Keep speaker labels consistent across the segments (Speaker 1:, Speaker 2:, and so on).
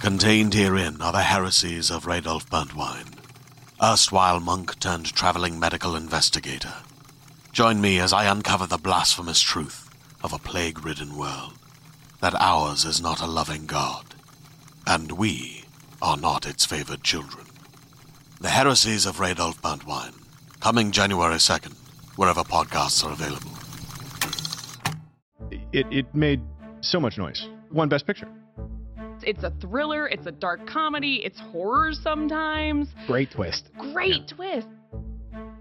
Speaker 1: Contained herein are the heresies of Radolf Buntwine, erstwhile monk turned traveling medical investigator. Join me as I uncover the blasphemous truth of a plague ridden world that ours is not a loving God, and we are not its favored children. The heresies of Radolf Buntwine, coming January 2nd, wherever podcasts are available.
Speaker 2: It, it made so much noise. One Best Picture.
Speaker 3: It's a thriller, it's a dark comedy, it's horror sometimes.
Speaker 4: Great twist.
Speaker 3: Great twist.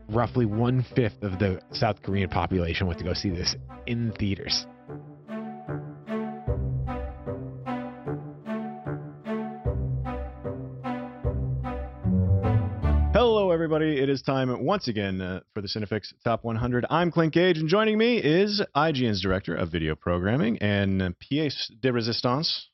Speaker 4: Roughly one fifth of the South Korean population went to go see this in theaters.
Speaker 2: Hello, everybody. It is time once again uh, for the Cinefix Top 100. I'm Clint Gage, and joining me is IGN's Director of Video Programming and uh, pièce de résistance,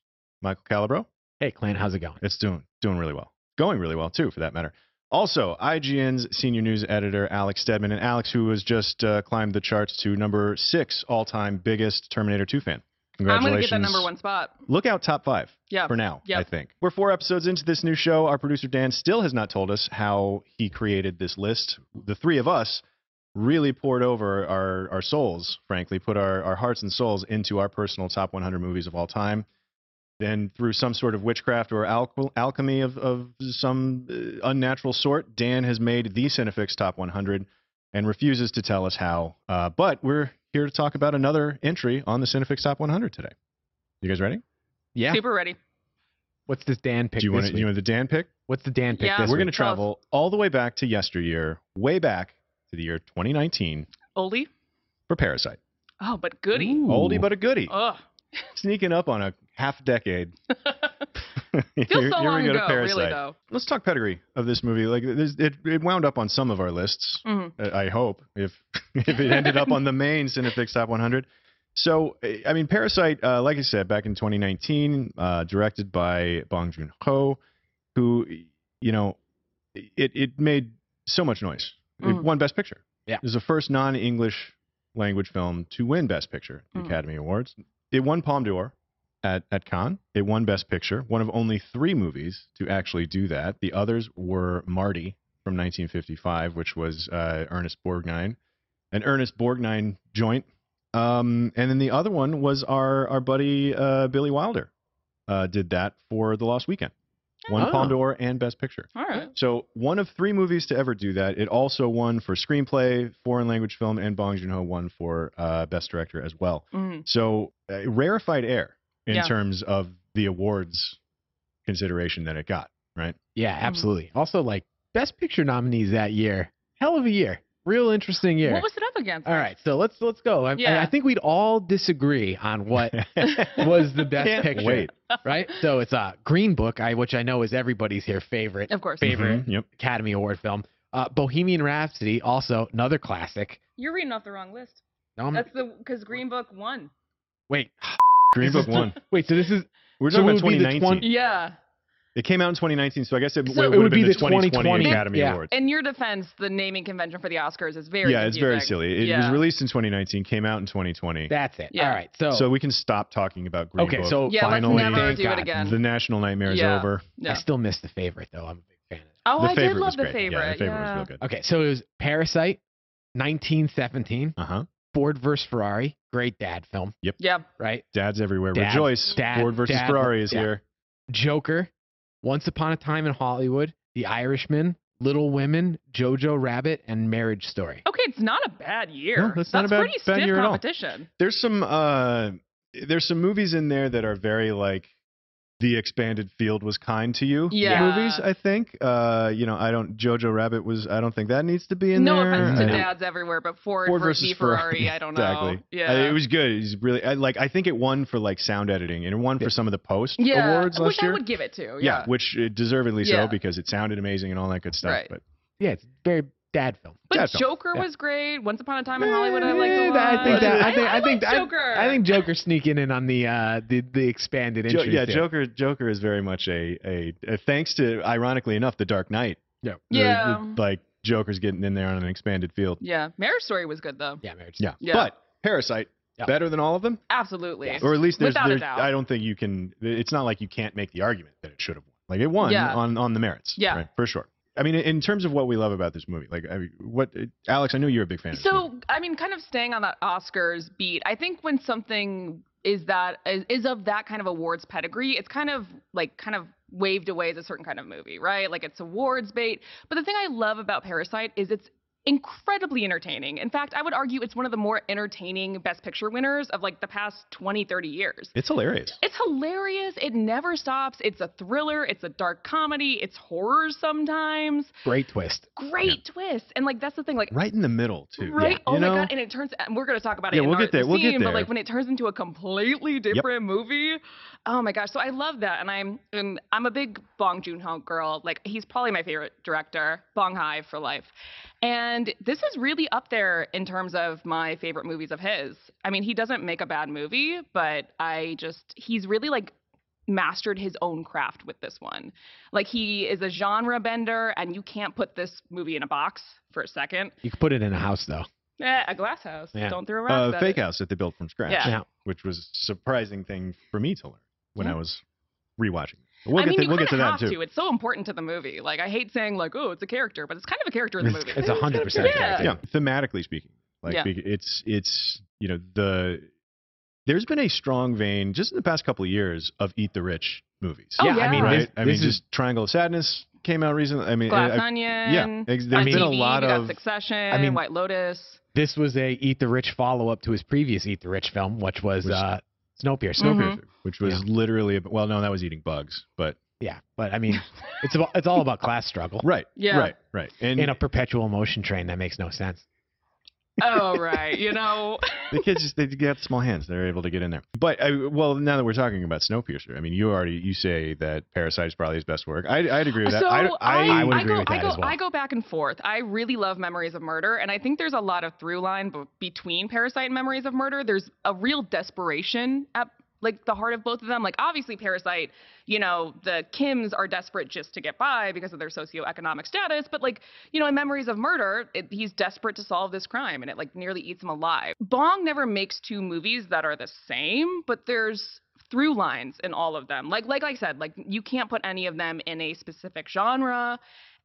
Speaker 2: Michael Calabro.
Speaker 4: Hey, Clint, how's it going?
Speaker 2: It's doing doing really well. Going really well too, for that matter. Also, IGN's senior news editor Alex Stedman, and Alex, who has just uh, climbed the charts to number six all-time biggest Terminator 2 fan.
Speaker 3: I'm
Speaker 2: Congratulations!
Speaker 3: gonna get that number one spot.
Speaker 2: Look out, top five
Speaker 3: Yeah.
Speaker 2: for now.
Speaker 3: Yep.
Speaker 2: I think we're four episodes into this new show. Our producer Dan still has not told us how he created this list. The three of us really poured over our our souls, frankly, put our our hearts and souls into our personal top 100 movies of all time. Then, through some sort of witchcraft or alch- alchemy of, of some uh, unnatural sort, Dan has made the Cinefix Top 100 and refuses to tell us how. Uh, but we're here to talk about another entry on the Cinefix Top 100 today. You guys ready?
Speaker 4: Yeah.
Speaker 3: Super ready.
Speaker 4: What's this Dan pick?
Speaker 2: do you
Speaker 4: this
Speaker 2: want to,
Speaker 4: week?
Speaker 2: you want the Dan pick?
Speaker 4: What's the Dan pick?
Speaker 3: Yeah.
Speaker 4: This
Speaker 2: We're
Speaker 4: week?
Speaker 2: going to travel all the way back to yesteryear, way back to the year 2019
Speaker 3: Oldie.
Speaker 2: for Parasite.
Speaker 3: Oh, but goody.
Speaker 4: Ooh.
Speaker 2: Oldie but a goodie,
Speaker 3: Ugh.
Speaker 2: sneaking up on a half decade. Here-
Speaker 3: Feels so
Speaker 2: here we
Speaker 3: long
Speaker 2: go to
Speaker 3: ago, really
Speaker 2: Parasite.
Speaker 3: though.
Speaker 2: Let's talk pedigree of this movie. Like there's- it, it wound up on some of our lists.
Speaker 3: Mhm.
Speaker 2: uh, I hope if if it ended up on the main Cinefix Top 100. So I- I mean, Parasite, uh, like I said, back in 2019, uh, directed by Bong Joon Ho, who you know, it it made so much noise.
Speaker 3: Mhm.
Speaker 2: It won Best Picture.
Speaker 4: Yeah.
Speaker 2: it was the first non-English language film to win Best Picture at the
Speaker 3: Mhm.
Speaker 2: Academy Awards. It won Palme d'Or at at Cannes. It won Best Picture. One of only three movies to actually do that. The others were Marty from 1955, which was uh, Ernest Borgnine, an Ernest Borgnine joint. Um, and then the other one was our our buddy uh, Billy Wilder uh, did that for The Lost Weekend. Won
Speaker 4: Oh.
Speaker 2: Palme d'Or and Best Picture.
Speaker 3: All right.
Speaker 2: So one of three movies to ever do that. It also won for screenplay, foreign language film, and Bong Joon-ho won for uh, best director as well.
Speaker 3: Mhm.
Speaker 2: So uh, rarefied air in
Speaker 3: Yeah.
Speaker 2: terms of the awards consideration that it got. Right?
Speaker 4: Yeah,
Speaker 3: Mm.
Speaker 4: absolutely. Also, like Best Picture nominees that year. Hell of a year. Real interesting year.
Speaker 3: What was it up against?
Speaker 4: all right, so let's let's go. I,
Speaker 3: Yeah.
Speaker 4: I think we'd all disagree on what was the best
Speaker 2: Can't
Speaker 4: picture,
Speaker 2: wait. Mm-hmm.
Speaker 4: right? So it's uh, Green Book, I which I know is everybody's here favorite
Speaker 3: Of course.
Speaker 4: Favorite.
Speaker 2: Mhm, Yep.
Speaker 4: Academy Award film. Uh, Bohemian Rhapsody, also another classic.
Speaker 3: You're reading off the wrong list.
Speaker 4: Um,
Speaker 3: That's the because Green Book won.
Speaker 4: wait,
Speaker 2: Green
Speaker 4: This is
Speaker 2: Book one.
Speaker 4: wait. So this is
Speaker 2: We're
Speaker 4: So
Speaker 2: talking
Speaker 4: it
Speaker 2: about
Speaker 4: would be the
Speaker 2: 2019.
Speaker 4: twen-
Speaker 3: Yeah.
Speaker 2: It came out in 2019, so I guess it,
Speaker 3: So
Speaker 2: w-
Speaker 3: it
Speaker 2: would
Speaker 4: would
Speaker 2: have been the
Speaker 4: be the
Speaker 2: 2020,
Speaker 4: 2020
Speaker 2: Academy
Speaker 4: yeah.
Speaker 2: Award.
Speaker 3: In your defense, the naming convention for the Oscars is very
Speaker 2: yeah, it's very
Speaker 3: confusing.
Speaker 2: silly. It
Speaker 3: Yeah.
Speaker 2: was released in 2019, came out in 2020.
Speaker 4: that's it.
Speaker 3: Yeah.
Speaker 4: All right. So,
Speaker 2: so we can stop talking about Green
Speaker 4: okay.
Speaker 2: Book.
Speaker 4: So
Speaker 3: Yeah, let's
Speaker 4: finally,
Speaker 3: never
Speaker 4: thank
Speaker 3: do
Speaker 4: God.
Speaker 3: it again.
Speaker 2: the national nightmare is
Speaker 3: Yeah.
Speaker 2: over.
Speaker 3: Yeah.
Speaker 4: I still miss the favorite though. I'm a big fan. Of that.
Speaker 3: Oh,
Speaker 2: the
Speaker 3: I
Speaker 2: favorite
Speaker 3: did love
Speaker 2: was
Speaker 3: the
Speaker 2: great.
Speaker 3: favorite.
Speaker 2: Yeah, the favorite was real good.
Speaker 4: Okay, so it was Parasite, 1917,
Speaker 2: Uh huh.
Speaker 4: Ford versus Ferrari, great dad film,
Speaker 3: Yeah.
Speaker 4: right?
Speaker 2: Dads everywhere
Speaker 4: Dad-
Speaker 2: rejoice.
Speaker 4: dad-
Speaker 2: Ford versus
Speaker 4: dad-
Speaker 2: Ferrari is
Speaker 4: yeah.
Speaker 2: here.
Speaker 4: Joker, Once Upon a Time in Hollywood, The Irishman, Little Women, Jojo Rabbit, and Marriage Story.
Speaker 3: Okay, it's not a bad year.
Speaker 2: No, that's not a bad-
Speaker 3: pretty
Speaker 2: bad
Speaker 3: stiff
Speaker 2: year at all.
Speaker 3: competition.
Speaker 2: There's some uh, there's some movies in there that are very like the expanded field was kind to you.
Speaker 3: Yeah.
Speaker 2: Movies, I think. Uh, you know, I don't. Jojo Rabbit was. I don't think that needs to be in
Speaker 3: No
Speaker 2: there.
Speaker 3: offense
Speaker 2: I
Speaker 3: to
Speaker 2: don't-
Speaker 3: dads everywhere, but Ford,
Speaker 2: Ford
Speaker 3: versus
Speaker 2: versus
Speaker 3: Ferrari,
Speaker 2: Ferrari.
Speaker 3: I don't know.
Speaker 2: Exactly.
Speaker 3: Yeah.
Speaker 2: Uh, it was good. It was really I, like I think it won for like sound editing and it won for
Speaker 4: Yeah.
Speaker 2: some of the post
Speaker 3: yeah,
Speaker 2: awards
Speaker 3: which
Speaker 2: last year.
Speaker 3: I would give it to.
Speaker 2: yeah.
Speaker 3: Yeah.
Speaker 2: which uh, deservedly
Speaker 3: Yeah.
Speaker 2: so because it sounded amazing and all that good stuff.
Speaker 3: Right.
Speaker 2: But
Speaker 4: Yeah, it's very dad film.
Speaker 3: but
Speaker 2: yeah, I felt-
Speaker 3: Joker
Speaker 4: yeah.
Speaker 3: was great. Once Upon a Time in Hollywood, I liked
Speaker 4: Eh,
Speaker 3: a lot.
Speaker 4: I think that- I think- I
Speaker 3: like
Speaker 4: think- I-
Speaker 3: Joker.
Speaker 4: I think Joker sneaking in on the uh the, the expanded
Speaker 2: Jo-
Speaker 4: entry.
Speaker 2: yeah,
Speaker 4: too.
Speaker 2: Joker. Joker is very much a, a a thanks to ironically enough the Dark Knight.
Speaker 4: Yeah.
Speaker 2: The-
Speaker 3: Yeah.
Speaker 2: the, like Joker's getting in there on an expanded field.
Speaker 3: Yeah, Marriage Story was good though.
Speaker 4: Yeah, marriage.
Speaker 2: Yeah.
Speaker 3: Yeah.
Speaker 2: But Parasite
Speaker 4: Yeah.
Speaker 2: Better than all of them?
Speaker 3: Absolutely.
Speaker 4: Yes.
Speaker 2: Or at least there's,
Speaker 3: Without a
Speaker 2: there's
Speaker 3: doubt.
Speaker 2: I don't think you can it's not like you can't make the argument that it should have won. Like it won
Speaker 3: Yeah.
Speaker 2: on on the merits.
Speaker 3: Yeah.
Speaker 2: right, for sure. I mean, in terms of what we love about this movie, like I mean, what Alex, I know you're a big fan. of this movie.
Speaker 3: So, I mean, kind of staying on that Oscars beat, I think when something is that is, is of that kind of awards pedigree, it's kind of like kind of waved away as a certain kind of movie, right? Like it's awards bait. But the thing I love about Parasite is it's incredibly entertaining. In fact, I would argue it's one of the more entertaining best picture winners of like the past 20, 30 years.
Speaker 2: it's hilarious.
Speaker 3: It's hilarious. It never stops. It's a thriller. It's a dark comedy. It's horror sometimes.
Speaker 4: Great twist.
Speaker 3: Great twists. And like that's the thing. Like
Speaker 2: Right in the middle too.
Speaker 3: Right. Oh
Speaker 2: You
Speaker 3: my
Speaker 2: know?
Speaker 3: god! And it turns. And we're gonna talk about it.
Speaker 2: Yeah,
Speaker 3: in
Speaker 2: we'll
Speaker 3: our
Speaker 2: get there,
Speaker 3: Scene,
Speaker 2: we'll get
Speaker 3: But
Speaker 2: there.
Speaker 3: like when it turns into a completely different movie, oh my gosh! So I love that, and I'm and I'm a big Bong Joon Ho girl. Like he's probably my favorite director, Bong Hai for life. And this is really up there in terms of my favorite movies of his. I mean, he doesn't make a bad movie, but I just he's really like mastered his own craft with this one. Like he is a genre bender and you can't put this movie in a box for a second.
Speaker 4: You could put it in a house though.
Speaker 3: Yeah, Eh, a glass house.
Speaker 4: Yeah.
Speaker 3: Don't throw rocks
Speaker 2: uh,
Speaker 3: at
Speaker 2: fake
Speaker 3: it.
Speaker 2: house that they built from scratch,
Speaker 3: Yeah.
Speaker 4: Yeah.
Speaker 2: which was a surprising thing for me to learn when
Speaker 3: Yeah.
Speaker 2: I was rewatching. But We'll
Speaker 3: I
Speaker 2: get
Speaker 3: mean,
Speaker 2: to,
Speaker 3: you
Speaker 2: we'll get
Speaker 3: kinda
Speaker 2: to that
Speaker 3: have
Speaker 2: too.
Speaker 3: to. It's so important to the movie. Like, I hate saying like, oh, it's a character, but it's kind of a character in the
Speaker 4: It's,
Speaker 3: movie.
Speaker 4: it's 100%
Speaker 3: Yeah.
Speaker 4: character.
Speaker 2: yeah, thematically speaking, like
Speaker 3: Yeah.
Speaker 2: bec- it's it's you know the there's been a strong vein just in the past couple of years of eat the rich movies.
Speaker 3: Oh,
Speaker 4: yeah, I mean,
Speaker 2: right.
Speaker 4: this,
Speaker 2: I
Speaker 4: this
Speaker 2: mean,
Speaker 4: is
Speaker 2: just Triangle of Sadness came out recently. I mean,
Speaker 3: Glass
Speaker 2: I-
Speaker 3: Onion.
Speaker 2: I- yeah, ex-
Speaker 3: On
Speaker 2: there's been a
Speaker 3: TV,
Speaker 2: lot
Speaker 3: we got
Speaker 2: of
Speaker 3: Succession.
Speaker 4: mean-
Speaker 3: White Lotus.
Speaker 4: this was a Eat the Rich follow up to his previous Eat the Rich film, which was
Speaker 2: Which- Mm-hmm.
Speaker 4: uh, Snowpiercer.
Speaker 3: Mhm.
Speaker 2: Snowpiercer, which was literally ab- well, no, that was eating bugs, but
Speaker 4: Yeah, but I mean, it's about, it's all about class struggle
Speaker 2: right,
Speaker 3: Yeah.
Speaker 2: right, right, and
Speaker 4: in a perpetual motion train that makes no sense.
Speaker 3: oh right. You know.
Speaker 2: the kids just they got small hands they're able to get in there but I, well now that we're talking about snowpiercer i mean you already you say that parasite is probably his best work i i'd agree with that
Speaker 3: So
Speaker 2: I,
Speaker 4: I would agree
Speaker 3: go,
Speaker 4: with
Speaker 3: I
Speaker 4: that
Speaker 3: go,
Speaker 4: as well.
Speaker 3: I go back and forth. I really love Memories of Murder, and I think there's a lot of through line b- between Parasite and Memories of Murder. There's a real desperation at like the heart of both of them. Like obviously Parasite, you know, the Kims are desperate just to get by because of their socioeconomic status, but like you know, in Memories of Murder, it, he's desperate to solve this crime, and it like nearly eats him alive. Bong never makes two movies that are the same, but there's through lines in all of them. Like like I said, like you can't put any of them in a specific genre.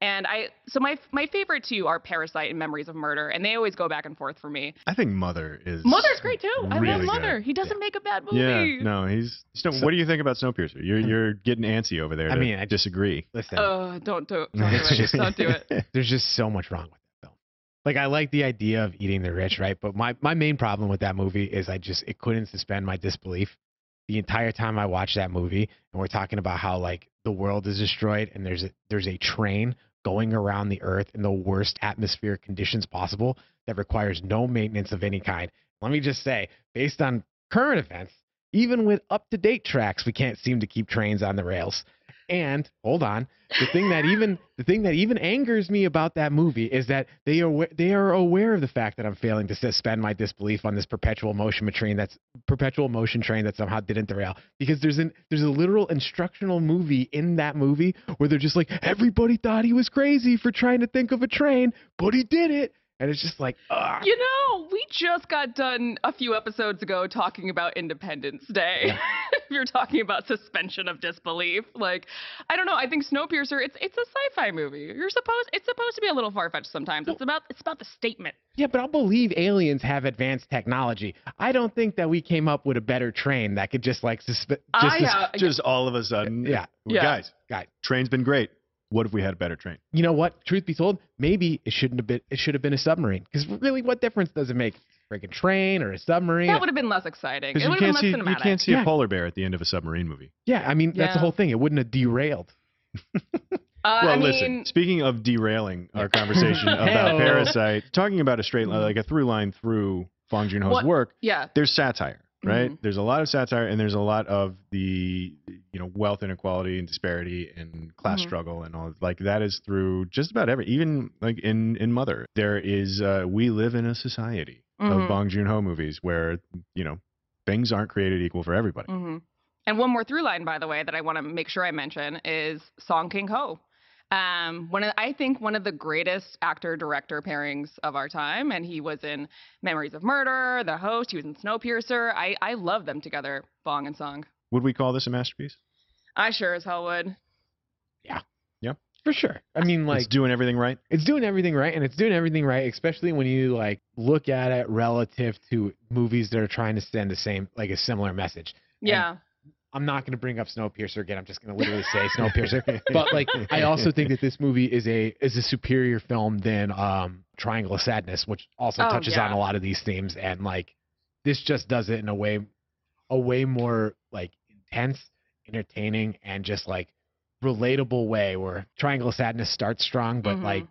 Speaker 3: And I so my my favorite two are Parasite and Memories of Murder, and they always go back and forth for me.
Speaker 2: I think mother is
Speaker 3: Mother's great too. I love
Speaker 2: really
Speaker 3: Mother.
Speaker 2: good.
Speaker 3: He doesn't make a bad movie.
Speaker 2: yeah no he's Snow,
Speaker 4: So-
Speaker 2: what do you think about snowpiercer you're you're getting antsy over there
Speaker 4: I
Speaker 2: to
Speaker 4: mean, I-
Speaker 2: disagree
Speaker 4: Listen,
Speaker 3: Uh, don't do, don't do it.
Speaker 4: just-
Speaker 3: don't do it.
Speaker 4: there's just so much wrong with that film. Like I like the idea of eating the rich, right? But my my main problem with that movie is I just it couldn't suspend my disbelief the entire time I watched that movie. And we're talking about how like the world is destroyed and there's a, there's a train going around the earth in the worst atmospheric conditions possible that requires no maintenance of any kind. Let me just say, based on current events, even with up to date tracks, we can't seem to keep trains on the rails. And hold on, the thing that even the thing that even angers me about that movie is that they are awa- they are aware of the fact that I'm failing to suspend my disbelief on this perpetual motion train that's perpetual motion train that somehow didn't derail because there's an there's a literal instructional movie in that movie where they're just like everybody thought he was crazy for trying to think of a train but he did it and it's just like ah
Speaker 3: You know, we just got done a few episodes ago talking about Independence Day.
Speaker 4: Yeah.
Speaker 3: if you're talking about suspension of disbelief, like I don't know, I think Snowpiercer it's it's a sci-fi movie. You're supposed it's supposed to be a little far-fetched sometimes. It's about it's about the statement.
Speaker 4: yeah but I'll believe aliens have advanced technology I don't think that we came up with a better train that could just like suspend
Speaker 3: I uh,
Speaker 4: just this-
Speaker 3: have,
Speaker 2: just all of a sudden
Speaker 4: yeah
Speaker 3: Yeah.
Speaker 2: guys
Speaker 4: Guy.
Speaker 2: train's been great what if we had a better train
Speaker 4: you know what? Truth be told, maybe it shouldn't have been. It should have been a submarine. Because really, what difference does it make? Freaking train or a submarine?
Speaker 3: that would have been less exciting.
Speaker 2: because
Speaker 3: It
Speaker 2: you
Speaker 3: would have been
Speaker 2: can't
Speaker 3: less
Speaker 2: see
Speaker 3: cinematic.
Speaker 2: you can't see
Speaker 4: Yeah.
Speaker 2: a polar bear at the end of a submarine movie
Speaker 4: yeah, I mean that's the
Speaker 3: Yeah.
Speaker 4: whole thing. It wouldn't have derailed.
Speaker 3: Uh,
Speaker 2: Well,
Speaker 3: I mean,
Speaker 2: listen. Speaking of derailing our conversation
Speaker 4: Hell.
Speaker 2: about Parasite, talking about a straight line, like a through line through Bong Joon Ho's
Speaker 3: Mm-hmm. What-
Speaker 2: work,
Speaker 3: yeah,
Speaker 2: there's satire, right?
Speaker 3: Mhm.
Speaker 2: There's a lot of satire, and there's a lot of the you know wealth inequality and disparity and class
Speaker 3: Mhm.
Speaker 2: struggle and all like that is through just about every, even like in in Mother, there is uh, we live in a society
Speaker 3: Mhm.
Speaker 2: of Bong Joon Ho movies where you know things aren't created equal for
Speaker 3: Mm.
Speaker 2: everybody.
Speaker 3: Mm-hmm. hmm And one more through line, by the way, that I want to make sure I mention is Song King Ho. Um, one of, I think one of the greatest actor director pairings of our time, and he was in Memories of Murder, The Host. He was in Snowpiercer. I I love them together, Bong and Song.
Speaker 2: Would we call this a masterpiece?
Speaker 3: I sure as hell would.
Speaker 4: for sure. I mean, like
Speaker 2: it's doing everything right.
Speaker 4: it's doing everything right and it's doing everything right especially when you like look at it relative to movies that are trying to send the same like a similar message
Speaker 3: Yeah.
Speaker 4: i'm not going to bring up snowpiercer again i'm just going to literally say snowpiercer but like i also think that this movie is a is a superior film than um triangle of sadness which also
Speaker 3: Oh,
Speaker 4: touches on
Speaker 3: yeah.
Speaker 4: a lot of these themes and like this just does it in a way a way more like intense entertaining and just like relatable way where triangle of sadness starts strong but
Speaker 3: Mhm.
Speaker 4: like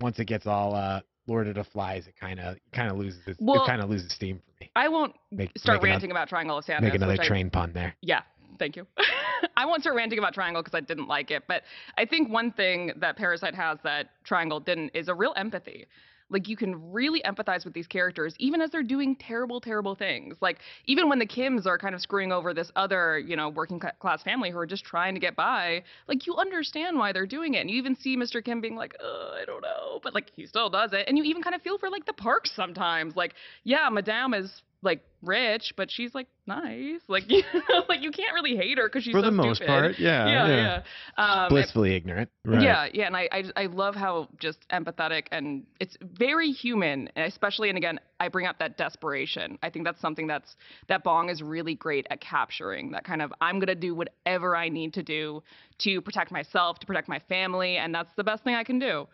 Speaker 4: once it gets all uh Lord of the Flies, it kind of kind of loses its,
Speaker 3: Well,
Speaker 4: it kind of loses steam for me.
Speaker 3: I won't
Speaker 4: Make,
Speaker 3: start
Speaker 4: make
Speaker 3: ranting about Triangle of
Speaker 4: Another,
Speaker 3: Sadness.
Speaker 4: make another
Speaker 3: which I-
Speaker 4: train pun there.
Speaker 3: yeah, thank you. I won't start ranting about Triangle because I didn't like it, but I think one thing that Parasite has that Triangle didn't is a real empathy. Like you can really empathize with these characters, even as they're doing terrible, terrible things. Like even when the Kims are kind of screwing over this other, you know, working cla- class family who are just trying to get by. Like you understand why they're doing it, and you even see Mr. Kim being like, "Uh, I don't know," but like he still does it, and you even kind of feel for like the Parks sometimes. Like yeah, Madame is like rich, but she's like nice. Like, you know, like you can't really hate her because she's
Speaker 2: For
Speaker 3: so
Speaker 2: the most
Speaker 3: stupid.
Speaker 2: part, yeah,
Speaker 3: Yeah, yeah. Um, and-
Speaker 4: Blissfully ignorant.
Speaker 2: Right.
Speaker 3: yeah, yeah, and I, I I love how just empathetic and it's very human, and especially and again I bring up that desperation. I think that's something that's that Bong is really great at capturing. That kind of I'm gonna do whatever I need to do to protect myself, to protect my family, and that's the best thing I can do.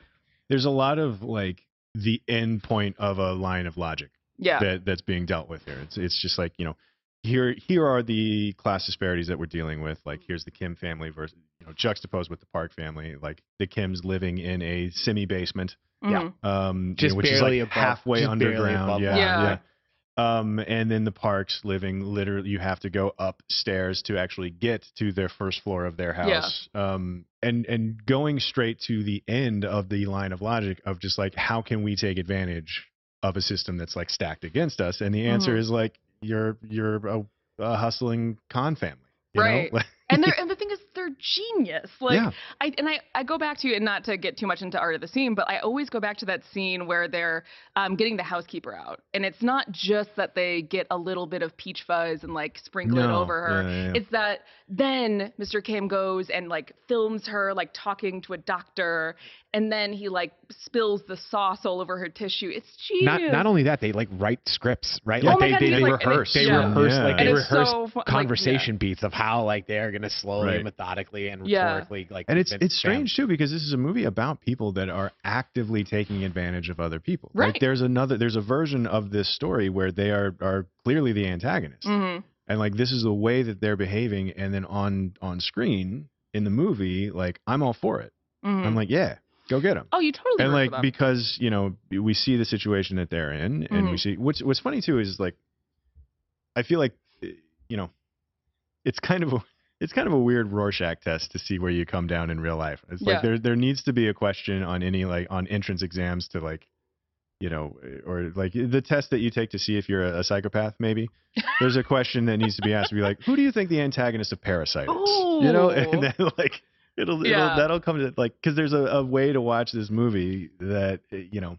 Speaker 2: There's a lot of like the end point of a line of logic
Speaker 3: Yeah,
Speaker 2: that that's being dealt with here. It's it's just like you know, here here are the class disparities that we're dealing with. Like here's the Kim family versus you know juxtaposed with the Park family. Like the Kims living in a semi basement,
Speaker 4: yeah.
Speaker 3: Mhm.
Speaker 2: um, you know,
Speaker 4: Just
Speaker 2: which
Speaker 4: barely
Speaker 2: is like
Speaker 4: above-
Speaker 2: halfway
Speaker 4: just barely above
Speaker 2: underground. Yeah,
Speaker 3: water.
Speaker 2: yeah. Um, and then the Parks living literally, you have to go upstairs to actually get to their first floor of their
Speaker 3: Yeah.
Speaker 2: house. Um, and and going straight to the end of the line of logic of just like how can we take advantage of a system that's like stacked against us? And the
Speaker 3: Mm-hmm.
Speaker 2: answer is like you're you're a, a hustling con family, you know?
Speaker 3: Right. and they're and the thing is they're genius like
Speaker 2: Yeah.
Speaker 3: i and i i go back to and not to get too much into art of the scene but i always go back to that scene where they're um, getting the housekeeper out and it's not just that they get a little bit of peach fuzz and like sprinkle it
Speaker 2: No,
Speaker 3: over her
Speaker 2: yeah, yeah, yeah.
Speaker 3: it's that then Mr. Kim goes and like films her like talking to a doctor, and then he like spills the sauce all over her tissue. It's genius.
Speaker 4: Not not only that, they like write scripts, right?
Speaker 2: Yeah.
Speaker 4: Like
Speaker 2: Oh
Speaker 3: my
Speaker 4: they
Speaker 3: God,
Speaker 4: they,
Speaker 3: he's
Speaker 4: they
Speaker 3: like-
Speaker 4: rehearse, they
Speaker 3: Yeah.
Speaker 4: rehearse,
Speaker 2: Yeah.
Speaker 4: like
Speaker 2: And
Speaker 4: they
Speaker 3: it's
Speaker 4: rehearse
Speaker 3: so fu- like, yeah.
Speaker 4: conversation beats of how like they're gonna slowly,
Speaker 2: Right.
Speaker 4: methodically, and
Speaker 3: Yeah.
Speaker 4: rhetorically like.
Speaker 2: And it's
Speaker 4: convince
Speaker 2: it's
Speaker 4: the fam-
Speaker 2: strange too because this is a movie about people that are actively taking advantage of other people. Like
Speaker 3: Right.
Speaker 2: there's another there's a version of this story where they are are clearly the antagonist.
Speaker 3: Mhm.
Speaker 2: And like this is the way that they're behaving and then on on screen in the movie like I'm all for it.
Speaker 3: Mhm.
Speaker 2: I'm like, yeah, go get them.
Speaker 3: oh, you totally.
Speaker 2: And
Speaker 3: root for
Speaker 2: like
Speaker 3: them.
Speaker 2: because, you know, we see the situation that they're in and we
Speaker 3: Mhm.
Speaker 2: see what's what's funny too is like I feel like eh, you know, it's kind of a it's kind of a weird Rorschach test to see where you come down in real life. It's
Speaker 3: Yeah.
Speaker 2: like there there needs to be a question on any like on entrance exams to like you know eh, or like the test that you take to see if you're a, a psychopath maybe. There's a question that needs to be asked to be like who do you think the antagonist of Parasite is? You know,
Speaker 3: Ooh.
Speaker 2: and then like it'll,
Speaker 3: Yeah.
Speaker 2: it'll that'll come to like cuz there's a, a way to watch this movie that eh, you know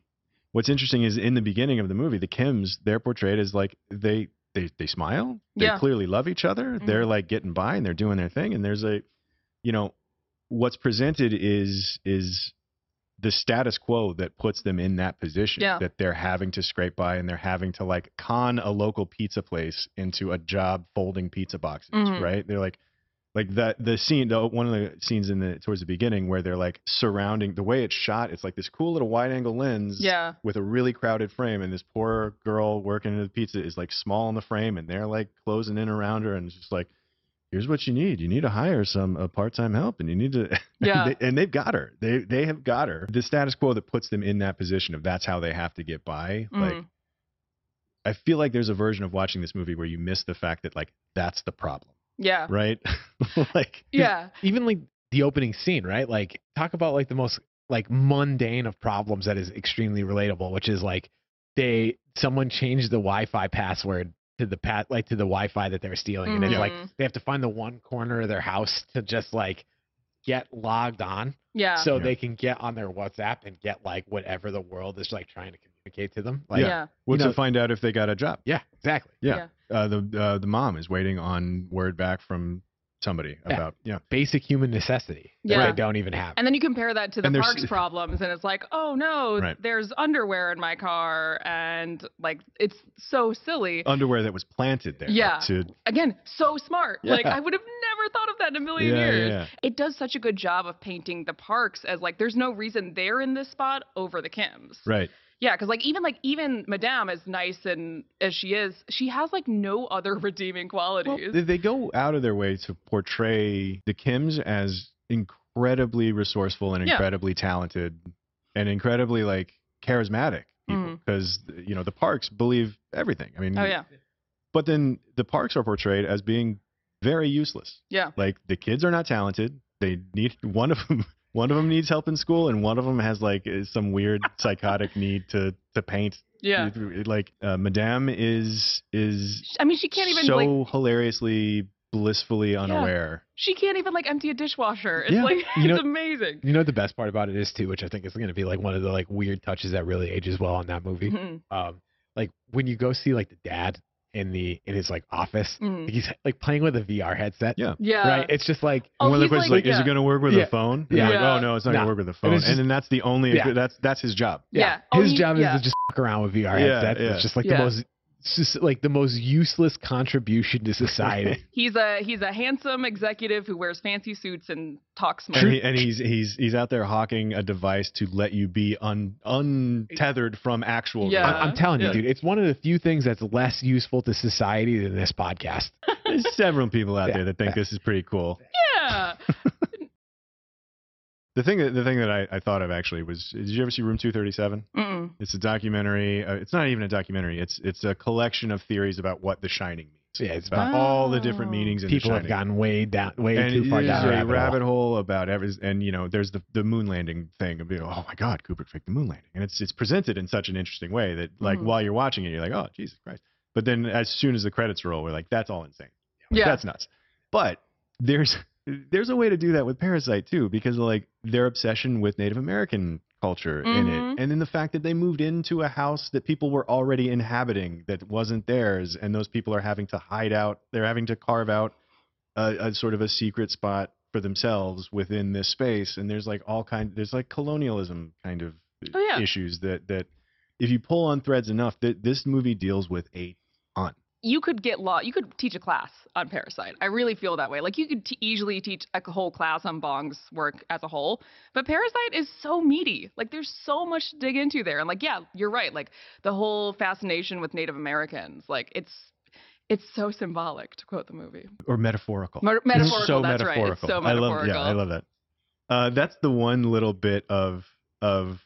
Speaker 2: what's interesting is in the beginning of the movie, the Kims, they're portrayed as like they they they smile. They
Speaker 3: Yeah. Mm-hmm.
Speaker 2: clearly love each other. They're like getting by and they're doing their thing. And there's a you know, what's presented is is the status quo that puts them in that position
Speaker 3: Yeah.
Speaker 2: that they're having to scrape by and they're having to like con a local pizza place into a job folding pizza boxes,
Speaker 3: Mhm.
Speaker 2: right? They're like like that the scene the, one of the scenes in the towards the beginning where they're like surrounding the way it's shot, it's like this cool little wide angle lens
Speaker 3: yeah.
Speaker 2: with a really crowded frame and this poor girl working at the pizza is like small in the frame and they're like closing in around her and it's just like here's what you need you need to hire some uh, part-time help and you need to
Speaker 3: Yeah.
Speaker 2: and, they, and they've got her they they have got her the status quo that puts them in that position of that's how they have to get by like
Speaker 3: Mhm.
Speaker 2: i feel like there's a version of watching this movie where you miss the fact that like that's the problem
Speaker 3: yeah.
Speaker 2: right like
Speaker 3: Yeah.
Speaker 4: even like the opening scene, right? Like talk about like the most like mundane of problems that is extremely relatable, which is like they someone changed the Wi-Fi password to the pat like
Speaker 2: Mm-hmm.
Speaker 4: to the Wi-Fi that they're stealing, and it's like
Speaker 3: Mhm.
Speaker 4: they have to find the one corner of their house to just like get logged on
Speaker 3: Yeah.
Speaker 4: so
Speaker 2: Yeah.
Speaker 4: they can get on their WhatsApp and get like whatever the world is like trying to communicate to them. Like,
Speaker 3: yeah.
Speaker 2: Well,
Speaker 4: know-
Speaker 2: to find out if they got a job.
Speaker 4: yeah, exactly.
Speaker 2: Yeah. Uh, the uh, the mom is waiting on word back from somebody
Speaker 4: Yeah.
Speaker 2: about yeah.
Speaker 4: Basic human necessity that
Speaker 3: Yeah.
Speaker 4: they don't even have.
Speaker 3: And then you compare that to the
Speaker 2: And there's-
Speaker 3: parks problems, and it's like, oh no,
Speaker 2: Right.
Speaker 3: there's underwear in my car, and like it's so silly.
Speaker 2: underwear that was planted there.
Speaker 3: Yeah.
Speaker 2: To,
Speaker 3: Again, so smart. Like
Speaker 4: Yeah.
Speaker 3: I would have never thought of that in a
Speaker 2: yeah,
Speaker 3: million years.
Speaker 2: yeah.
Speaker 3: It does such a good job of painting the parks as like there's no reason they're in this spot over the Kims.
Speaker 2: Right.
Speaker 3: Yeah, because like even like even Madame, as nice and as she is, she has like no other redeeming
Speaker 2: Well,
Speaker 3: qualities.
Speaker 2: they, they go out of their way to portray the Kims as incredibly resourceful and
Speaker 3: Yeah.
Speaker 2: incredibly talented and incredibly like charismatic people because you know the Parks believe everything. I mean,
Speaker 3: Mm-hmm. oh yeah,
Speaker 2: But then the Parks are portrayed as being very useless.
Speaker 3: yeah,
Speaker 2: Like the kids are not talented. They need one of them. One of them needs help in school, and one of them has like is some weird psychotic need to to paint.
Speaker 3: yeah.
Speaker 2: Like uh, Madame is is
Speaker 3: Sh- I mean, she can't even
Speaker 2: so
Speaker 3: like
Speaker 2: hilariously blissfully unaware.
Speaker 3: she can't even like empty a dishwasher. It's
Speaker 2: Yeah.
Speaker 3: like
Speaker 4: You
Speaker 3: it's
Speaker 4: know-
Speaker 3: amazing.
Speaker 4: you know what the best part about it is too, which I think is going to be like one of the like weird touches that really ages well on that movie.
Speaker 3: Mhm,
Speaker 4: Um, like when you go see like the dad in the in his like office,
Speaker 3: mhm.
Speaker 4: he's like playing with a VR headset.
Speaker 2: Yeah.
Speaker 3: Yeah.
Speaker 4: Right. It's just like
Speaker 3: Oh,
Speaker 2: And one of the
Speaker 3: he's
Speaker 2: questions
Speaker 3: like-
Speaker 2: is like, is
Speaker 3: yeah.
Speaker 2: it going to work with
Speaker 4: Yeah.
Speaker 2: a phone? And
Speaker 4: Yeah.
Speaker 2: they're
Speaker 3: Yeah.
Speaker 2: Like, oh no, it's not going
Speaker 4: No.
Speaker 2: to work with a
Speaker 4: And
Speaker 2: phone.
Speaker 4: it's
Speaker 2: And,
Speaker 4: just-
Speaker 2: then that's the only
Speaker 4: Yeah.
Speaker 2: that's that's his job.
Speaker 3: Yeah. Oh,
Speaker 4: His
Speaker 3: he-
Speaker 4: job
Speaker 3: yeah.
Speaker 4: is to just fuck around with VR
Speaker 2: Yeah,
Speaker 4: headsets.
Speaker 2: yeah.
Speaker 4: It's just like
Speaker 3: Yeah.
Speaker 4: the most it's just like the most useless contribution to society.
Speaker 3: He's a he's a handsome executive who wears fancy suits and talks smart.
Speaker 2: And, he, and he's he's he's out there hawking a device to let you be un untethered from actual.
Speaker 3: Yeah.
Speaker 2: reality.
Speaker 4: I- I'm telling
Speaker 2: Yeah.
Speaker 4: you, dude, it's one of the few things that's less useful to society than this podcast.
Speaker 2: There's several people out
Speaker 4: Yeah.
Speaker 2: there that think this is pretty cool.
Speaker 3: Yeah.
Speaker 2: The thing that the thing that I, I thought of actually was did you ever see Room 237?
Speaker 3: Mm-mm.
Speaker 2: It's a documentary. Uh, it's not even a documentary. It's it's a collection of theories about what The Shining means.
Speaker 4: Yeah, it's
Speaker 2: about
Speaker 3: about-
Speaker 2: all the different meanings in
Speaker 4: Oh. People
Speaker 2: The
Speaker 4: have
Speaker 2: Shining.
Speaker 4: gotten way down, way
Speaker 2: and
Speaker 4: too far
Speaker 2: it
Speaker 4: down
Speaker 2: is
Speaker 4: the
Speaker 2: a
Speaker 4: rabbit,
Speaker 2: rabbit
Speaker 4: hole.
Speaker 2: hole about every, and you know there's the the moon landing thing of you know, oh my god Kubrick faked the moon landing and it's it's presented in such an interesting way that like
Speaker 3: Mhm.
Speaker 2: while you're watching it you're like oh Jesus Christ but then as soon as the credits roll we're like that's all insane
Speaker 3: Yeah.
Speaker 2: that's nuts but there's there's a way to do that with Parasite too because like their obsession with Native American culture in
Speaker 3: Mhm.
Speaker 2: it and then the fact that they moved into a house that people were already inhabiting that wasn't theirs and those people are having to hide out they're having to carve out a, a sort of a secret spot for themselves within this space and there's like all kind there's like colonialism kind of uh,
Speaker 3: Oh, yeah.
Speaker 2: issues that that if you pull on threads enough that this movie deals with a
Speaker 3: You could get law. You could teach a class on Parasite. I really feel that way. Like you could t- easily teach a whole class on Bong's work as a whole. But Parasite is so meaty. Like there's so much to dig into there. And like yeah, you're right. Like the whole fascination with Native Americans. Like it's it's so symbolic to quote the movie.
Speaker 2: or metaphorical
Speaker 3: Mer-
Speaker 2: It's
Speaker 3: metaphorical.
Speaker 2: so
Speaker 3: that's
Speaker 2: metaphorical.
Speaker 3: right. It's so
Speaker 2: I
Speaker 3: metaphorical.
Speaker 2: love, yeah, I love that. Uh, that's the one little bit of of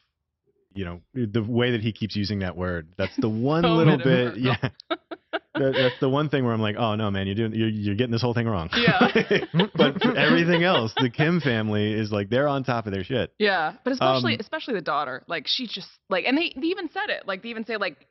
Speaker 2: you know the way that he keeps using that word. That's the one
Speaker 3: So
Speaker 2: little bit.
Speaker 3: metaphorical.
Speaker 2: Yeah, that, that's the one thing where I'm like, oh no, man, you're doing you're, you're getting this whole thing wrong.
Speaker 3: Yeah.
Speaker 2: but for everything else, the Kim family is like they're on top of their shit.
Speaker 3: Yeah, but especially
Speaker 2: Um,
Speaker 3: especially the daughter. Like she just like and they, they even said it. Like they even say like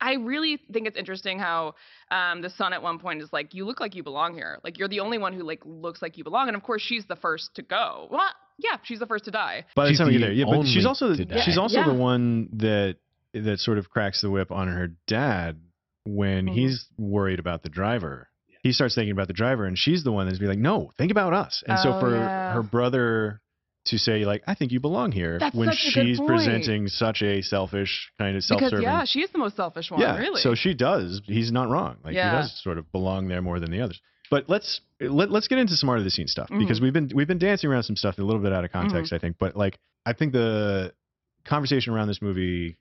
Speaker 3: I really think it's interesting how um, the son at one point is like, "You look like you belong here. Like you're the only one who like looks like you belong." And of course, she's the first to go. Well, yeah, she's the first to die.
Speaker 2: By the
Speaker 4: She's
Speaker 2: time we get
Speaker 4: the
Speaker 2: there, yeah, but she's
Speaker 4: only
Speaker 2: also
Speaker 4: to
Speaker 2: the,
Speaker 4: die.
Speaker 2: she's also
Speaker 3: Yeah.
Speaker 2: the one that that sort of cracks the whip on her dad when
Speaker 3: Mhm.
Speaker 2: he's worried about the driver. He starts thinking about the driver, and she's the one that's be like, "No, think about us." And
Speaker 3: Oh,
Speaker 2: so for
Speaker 3: yeah.
Speaker 2: her brother to say like, "I think you belong here,"
Speaker 3: That's
Speaker 2: when
Speaker 3: such a good
Speaker 2: she's
Speaker 3: point.
Speaker 2: presenting such a selfish kind of self-serving.
Speaker 3: Because yeah, she is the most selfish one.
Speaker 2: Yeah,
Speaker 3: really.
Speaker 2: So she does. He's not wrong. Like
Speaker 3: Yeah.
Speaker 2: he does sort of belong there more than the others. But let's let, let's get into some art of the scene stuff
Speaker 3: Mm-hmm.
Speaker 2: because we've been we've been dancing around some stuff a little bit out of context, I think. But like I think the conversation around this movie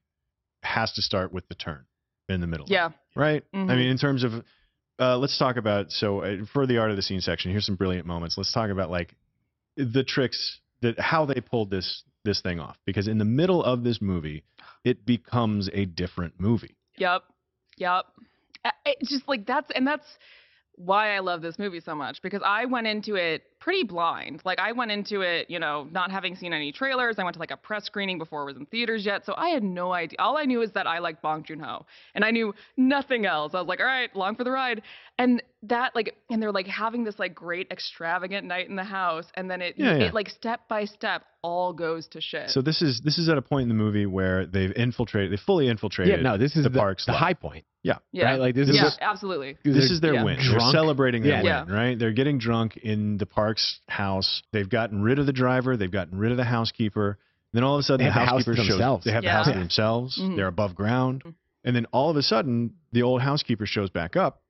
Speaker 2: has to start with the turn in the middle. of it,
Speaker 3: yeah.
Speaker 2: Right. I
Speaker 3: Mhm.
Speaker 2: mean, in terms of uh, let's talk about so uh, for the art of the scene section. Here's some brilliant moments. Let's talk about like the tricks that how they pulled this this thing off because in the middle of this movie it becomes a different movie
Speaker 3: Yep. Yep. I- It's just like that's and that's why I love this movie so much because I went into it pretty blind. Like I went into it, you know, not having seen any trailers. I went to like a press screening before it was in theaters yet, so I had no idea. All I knew is that I liked Bong Joon Ho, and I knew nothing else. I was like, all right, long for the ride. And that like and they're like having this like great extravagant night in the house and then it
Speaker 2: Yeah, yeah.
Speaker 3: it like step by step all goes to shit.
Speaker 2: So this is this is at a point in the movie where they've infiltrated, they fully infiltrated.
Speaker 4: Yeah, no, this is
Speaker 2: the
Speaker 4: the,
Speaker 2: park's
Speaker 4: the
Speaker 2: lot.
Speaker 4: high point,
Speaker 2: Yeah.
Speaker 3: yeah.
Speaker 4: right? Like this is
Speaker 3: yeah,
Speaker 4: what-
Speaker 3: absolutely.
Speaker 2: This
Speaker 4: they're-
Speaker 2: is their
Speaker 3: yeah.
Speaker 2: win. They're
Speaker 4: Drunk?
Speaker 2: celebrating their
Speaker 4: Yeah.
Speaker 2: win,
Speaker 3: Yeah.
Speaker 2: right? They're getting drunk in the park's house. They've gotten rid of the driver. They've gotten rid of the housekeeper. Then all of a sudden,
Speaker 4: They
Speaker 2: the
Speaker 4: have the house to
Speaker 2: housekeeper shows.
Speaker 4: themselves.
Speaker 2: They have
Speaker 3: Yeah.
Speaker 2: the house to
Speaker 4: Yeah.
Speaker 2: themselves.
Speaker 3: Mhm.
Speaker 2: They're above ground.
Speaker 3: Mhm.
Speaker 2: And then all of a sudden, the old housekeeper shows back up,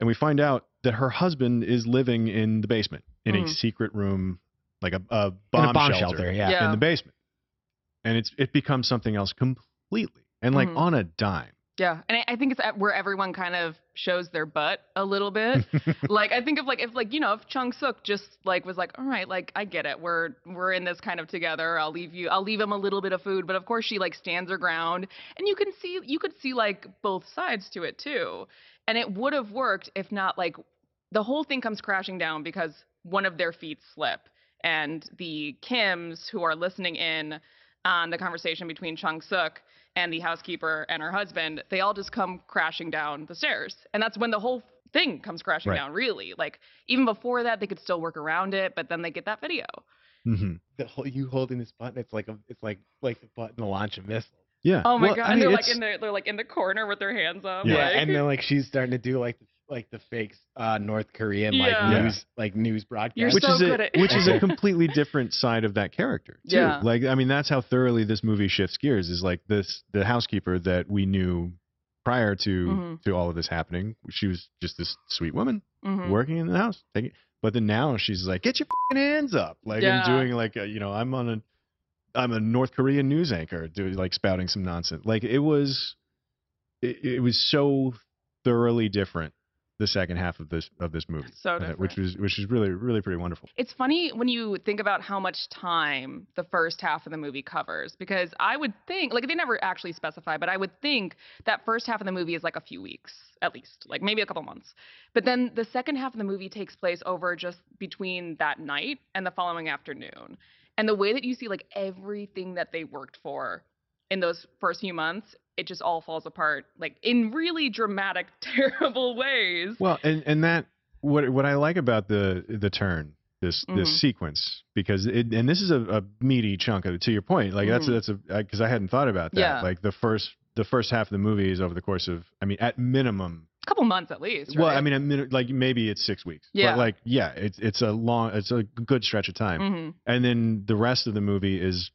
Speaker 2: and we find out that her husband is living in the basement in
Speaker 3: Mhm.
Speaker 2: a secret room, like a, a
Speaker 4: in
Speaker 2: bomb,
Speaker 4: a bomb shelter. Yeah.
Speaker 3: Yeah.
Speaker 2: in the basement, and it's it becomes something else completely, and like
Speaker 3: Mhm.
Speaker 2: on a dime.
Speaker 3: Yeah, and I, I think it's at where everyone kind of shows their butt a little bit. like I think of like if like you know if Chung Suk just like was like all right like I get it we're we're in this kind of together I'll leave you I'll leave him a little bit of food but of course she like stands her ground and you can see you could see like both sides to it too and it would have worked if not like the whole thing comes crashing down because one of their feet slip and the Kims who are listening in on the conversation between Chung Suk and the housekeeper and her husband, they all just come crashing down the stairs. And that's when the whole thing comes crashing
Speaker 2: Right.
Speaker 3: down, really. Like, even before that, they could still work around it, but then they get that video.
Speaker 2: hmm
Speaker 4: The whole, you holding this button, it's like a, it's like like the button to launch a missile.
Speaker 2: Yeah.
Speaker 3: Oh my
Speaker 2: Well,
Speaker 3: god!
Speaker 2: I
Speaker 3: and
Speaker 2: mean,
Speaker 3: they're like
Speaker 2: it's-
Speaker 3: in the they're like in the corner with their hands up.
Speaker 2: Yeah.
Speaker 4: Yeah,
Speaker 3: like,
Speaker 4: and then like she's starting to do like like the fake uh, North Korean like
Speaker 3: Yeah.
Speaker 4: news like news
Speaker 3: You're
Speaker 4: broadcast.
Speaker 2: which
Speaker 3: so
Speaker 2: is a,
Speaker 3: good at-
Speaker 2: which is a completely different side of that character too.
Speaker 3: Yeah.
Speaker 2: Like I mean that's how thoroughly this movie shifts gears is like this the housekeeper that we knew prior to
Speaker 3: Mhm.
Speaker 2: to all of this happening she was just this sweet woman
Speaker 3: mhm.
Speaker 2: working in the house taking but then now she's like get your fing hands up like
Speaker 3: Yeah.
Speaker 2: and doing like a, you know I'm on a I'm a North Korean news anchor doing like spouting some nonsense like it was it, it was so thoroughly different the second half of this of this movie
Speaker 3: so
Speaker 2: uh,
Speaker 3: different.
Speaker 2: which was which is really really pretty wonderful
Speaker 3: It's funny when you think about how much time the first half of the movie covers because I would think, like, they never actually specify, but I would think that first half of the movie is like a few weeks at least, like maybe a couple months. But then the second half of the movie takes place over just between that night and the following afternoon. And the way that you see, like, everything that they worked for in those first few months, it just all falls apart, like, in really dramatic, terrible ways.
Speaker 2: Well, and and that what what I like about the the turn this
Speaker 3: Mhm.
Speaker 2: this sequence because it and this is a, a meaty chunk of it. To your point, like
Speaker 3: Mhm.
Speaker 2: that's that's a because I hadn't thought about that.
Speaker 3: Yeah.
Speaker 2: Like the first the first half of the movie is over the course of I mean at minimum.
Speaker 3: A couple months at least.
Speaker 2: Well,
Speaker 3: right?
Speaker 2: I mean at min- like maybe it's six weeks.
Speaker 3: Yeah.
Speaker 2: But like yeah, it's it's a long it's a good stretch of time,
Speaker 3: Mhm.
Speaker 2: and then the rest of the movie is.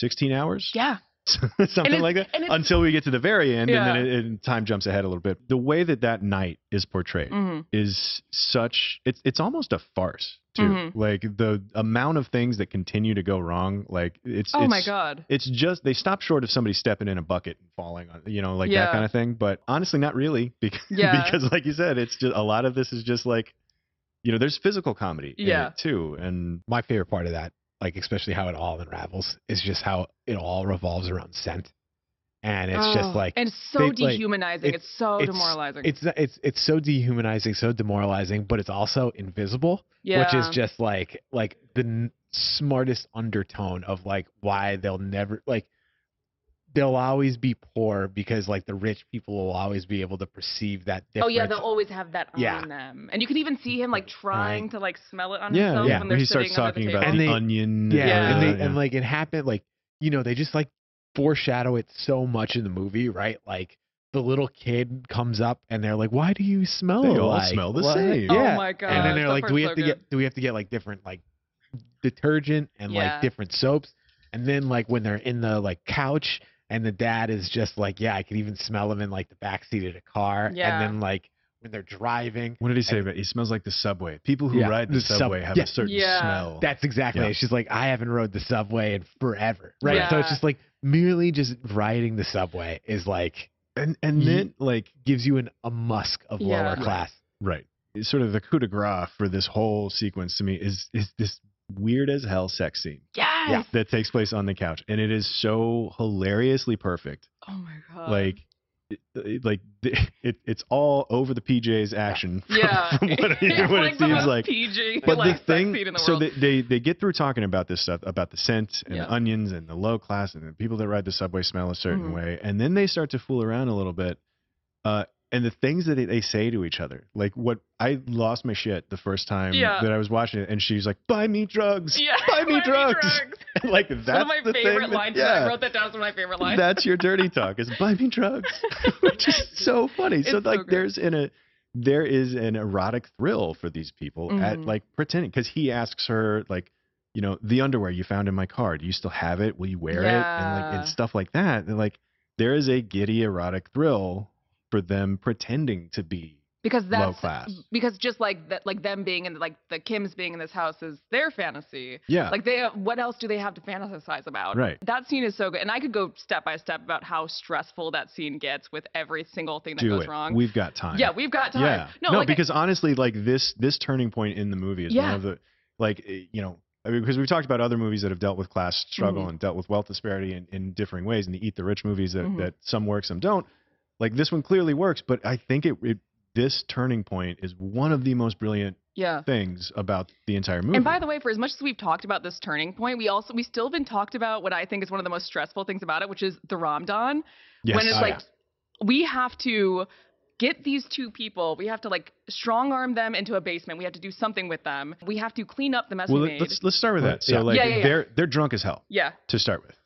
Speaker 2: 16 hours
Speaker 3: yeah.
Speaker 2: something
Speaker 3: it's-
Speaker 2: like that
Speaker 3: and it's-
Speaker 2: until we get to the very end and then
Speaker 3: Yeah.
Speaker 2: it, it, time jumps ahead a little bit the way that that night is portrayed
Speaker 3: hmm
Speaker 2: is such it's it's almost a farce too.
Speaker 3: Mhm.
Speaker 2: Like the amount of things that continue to go wrong, like it's
Speaker 3: Oh my
Speaker 2: it's-
Speaker 3: god.
Speaker 2: It's just they stop short of somebody stepping in a bucket and falling on you know, like that
Speaker 3: Yeah.
Speaker 2: kind of thing. But honestly not really because,
Speaker 3: Yeah.
Speaker 2: because like you said, it's just a lot of this is just like you know, there's physical comedy in
Speaker 3: Yeah.
Speaker 2: it too. And
Speaker 4: my favorite part of that, like especially how it all unravels, is just how it all revolves around scent, and it's just
Speaker 3: Oh,
Speaker 4: like
Speaker 3: and it's so
Speaker 4: they, like,
Speaker 3: dehumanizing.
Speaker 4: it-
Speaker 3: it's so
Speaker 4: it's-
Speaker 3: demoralizing.
Speaker 4: it's it's it's so dehumanizing, so demoralizing, but it's also invisible,
Speaker 3: yeah.
Speaker 4: which is just like like the n- smartest undertone of like why they'll never like they'll always be poor because like the rich people will always be able to perceive that
Speaker 3: oh
Speaker 4: difference.
Speaker 3: yeah, they'll always have that on
Speaker 4: Yeah.
Speaker 3: them, and you can even see him like trying
Speaker 4: Trying.
Speaker 3: to like smell it on
Speaker 2: yeah,
Speaker 3: himself
Speaker 2: yeah.
Speaker 3: when
Speaker 2: when
Speaker 3: they're
Speaker 2: he
Speaker 3: sitting
Speaker 2: starts talking
Speaker 3: under the
Speaker 2: about
Speaker 3: table.
Speaker 4: And
Speaker 2: the
Speaker 4: they-
Speaker 2: onion.
Speaker 4: yeah,
Speaker 3: Yeah.
Speaker 4: And, they,
Speaker 2: yeah.
Speaker 4: and like it happened like you know they just like foreshadow it so much in the movie right like the little kid comes up and they're like why do you smell
Speaker 2: They all
Speaker 4: alike?"
Speaker 2: smell the
Speaker 4: Like,
Speaker 2: same.
Speaker 3: oh
Speaker 4: yeah
Speaker 3: my god.
Speaker 4: and then they're
Speaker 3: that
Speaker 4: like do
Speaker 3: part's
Speaker 4: we have
Speaker 3: so
Speaker 4: to
Speaker 3: good.
Speaker 4: get do we have to get like different like detergent and
Speaker 3: Yeah.
Speaker 4: like different soaps and then like when they're in the like couch and the dad is just like yeah i can even smell him in like the back seat of the car
Speaker 3: Yeah.
Speaker 4: and then like when they're driving
Speaker 2: what did he say about he smells like the subway. People who
Speaker 4: Yeah,
Speaker 2: ride the,
Speaker 4: the sub-
Speaker 2: subway have
Speaker 4: yeah.
Speaker 2: a certain
Speaker 3: Yeah.
Speaker 2: smell.
Speaker 4: That's exactly
Speaker 2: Yeah.
Speaker 4: it. She's like, I haven't rode the subway in forever. Right. So
Speaker 3: Yeah.
Speaker 4: it's just like merely just riding the subway is like
Speaker 2: and and
Speaker 4: Ye-
Speaker 2: then like
Speaker 4: gives you an a musk of
Speaker 3: Yeah.
Speaker 4: lower
Speaker 3: Right.
Speaker 4: class.
Speaker 2: Right. It's sort of the coup de grace for this whole sequence to me is is this weird as hell sex scene
Speaker 3: yes.
Speaker 2: that takes place on the couch, and it is so hilariously perfect.
Speaker 3: Oh my god.
Speaker 2: like, it, it- like the- it, it's all over the PJ's action. from-
Speaker 3: yeah.
Speaker 2: From, what,
Speaker 3: It's
Speaker 2: what
Speaker 3: like
Speaker 2: it
Speaker 3: the
Speaker 2: seems
Speaker 3: most
Speaker 2: like.
Speaker 3: PG
Speaker 2: But
Speaker 3: like,
Speaker 2: the
Speaker 3: sex
Speaker 2: thing,
Speaker 3: scene in the
Speaker 2: so
Speaker 3: world.
Speaker 2: they, they they get through talking about this stuff, about the scent and
Speaker 3: Yeah.
Speaker 2: the onions and the low class and the people that ride the subway smell a certain
Speaker 3: Mhm.
Speaker 2: way, and then they start to fool around a little bit. Uh, and the things that they say to each other. Like what I lost my shit the first time
Speaker 3: Yeah.
Speaker 2: that I was watching it, and she's like, "Buy me drugs,
Speaker 3: Yeah.
Speaker 2: buy me drugs." like that's
Speaker 3: One of my
Speaker 2: the
Speaker 3: favorite
Speaker 2: thing that-
Speaker 3: lines.
Speaker 2: yeah.
Speaker 3: I wrote that down as one of my favorite lines.
Speaker 2: That's your dirty talk is buy me drugs, which is so funny. so
Speaker 3: It's so
Speaker 2: like,
Speaker 3: good.
Speaker 2: there's in a there is an erotic thrill for these people at
Speaker 3: Mhm.
Speaker 2: like pretending because he asks her like, you know, the underwear you found in my car, do you still have it? Will you wear it? And like
Speaker 3: Yeah.
Speaker 2: and stuff like that. And like, there is a giddy erotic thrill for them pretending to be
Speaker 3: because that's
Speaker 2: low class.
Speaker 3: because just like that, like them being in like the Kims being in this house is their fantasy.
Speaker 2: Yeah,
Speaker 3: Like they, what else do they have to fantasize about?
Speaker 2: right.
Speaker 3: That scene is so good, and I could go step by step about how stressful that scene gets with every single thing that
Speaker 2: Do
Speaker 3: goes
Speaker 2: it.
Speaker 3: wrong.
Speaker 2: We've got time.
Speaker 3: yeah, we've got time.
Speaker 2: Yeah.
Speaker 3: No, like,
Speaker 2: because honestly, like this this turning point in the movie is one
Speaker 3: Yeah.
Speaker 2: of the like eh, you know I mean, because we've talked about other movies that have dealt with class struggle
Speaker 3: Mhm.
Speaker 2: and dealt with wealth disparity in, in differing ways, and the Eat the Rich movies that
Speaker 3: Mhm.
Speaker 2: that some work, some don't. Like this one clearly works, but I think it, it this turning point is one of the most brilliant
Speaker 3: yeah.
Speaker 2: things about the entire movie.
Speaker 3: And by the way, for as much as we've talked about this turning point, we also we still been talked about what I think is one of the most stressful things about it, which is the Ramadan.
Speaker 2: yes.
Speaker 3: when it's
Speaker 2: Oh,
Speaker 3: like we have to get these two people, we have to like strong arm them into a basement. We have to do something with them. We have to clean up the mess
Speaker 2: yeah. well,
Speaker 3: we
Speaker 2: let-
Speaker 3: made.
Speaker 2: let's let's start with
Speaker 4: Right,
Speaker 2: that. So
Speaker 4: yeah.
Speaker 2: like
Speaker 3: Yeah, yeah, yeah.
Speaker 2: they're they're drunk as hell
Speaker 3: yeah,
Speaker 2: to start with.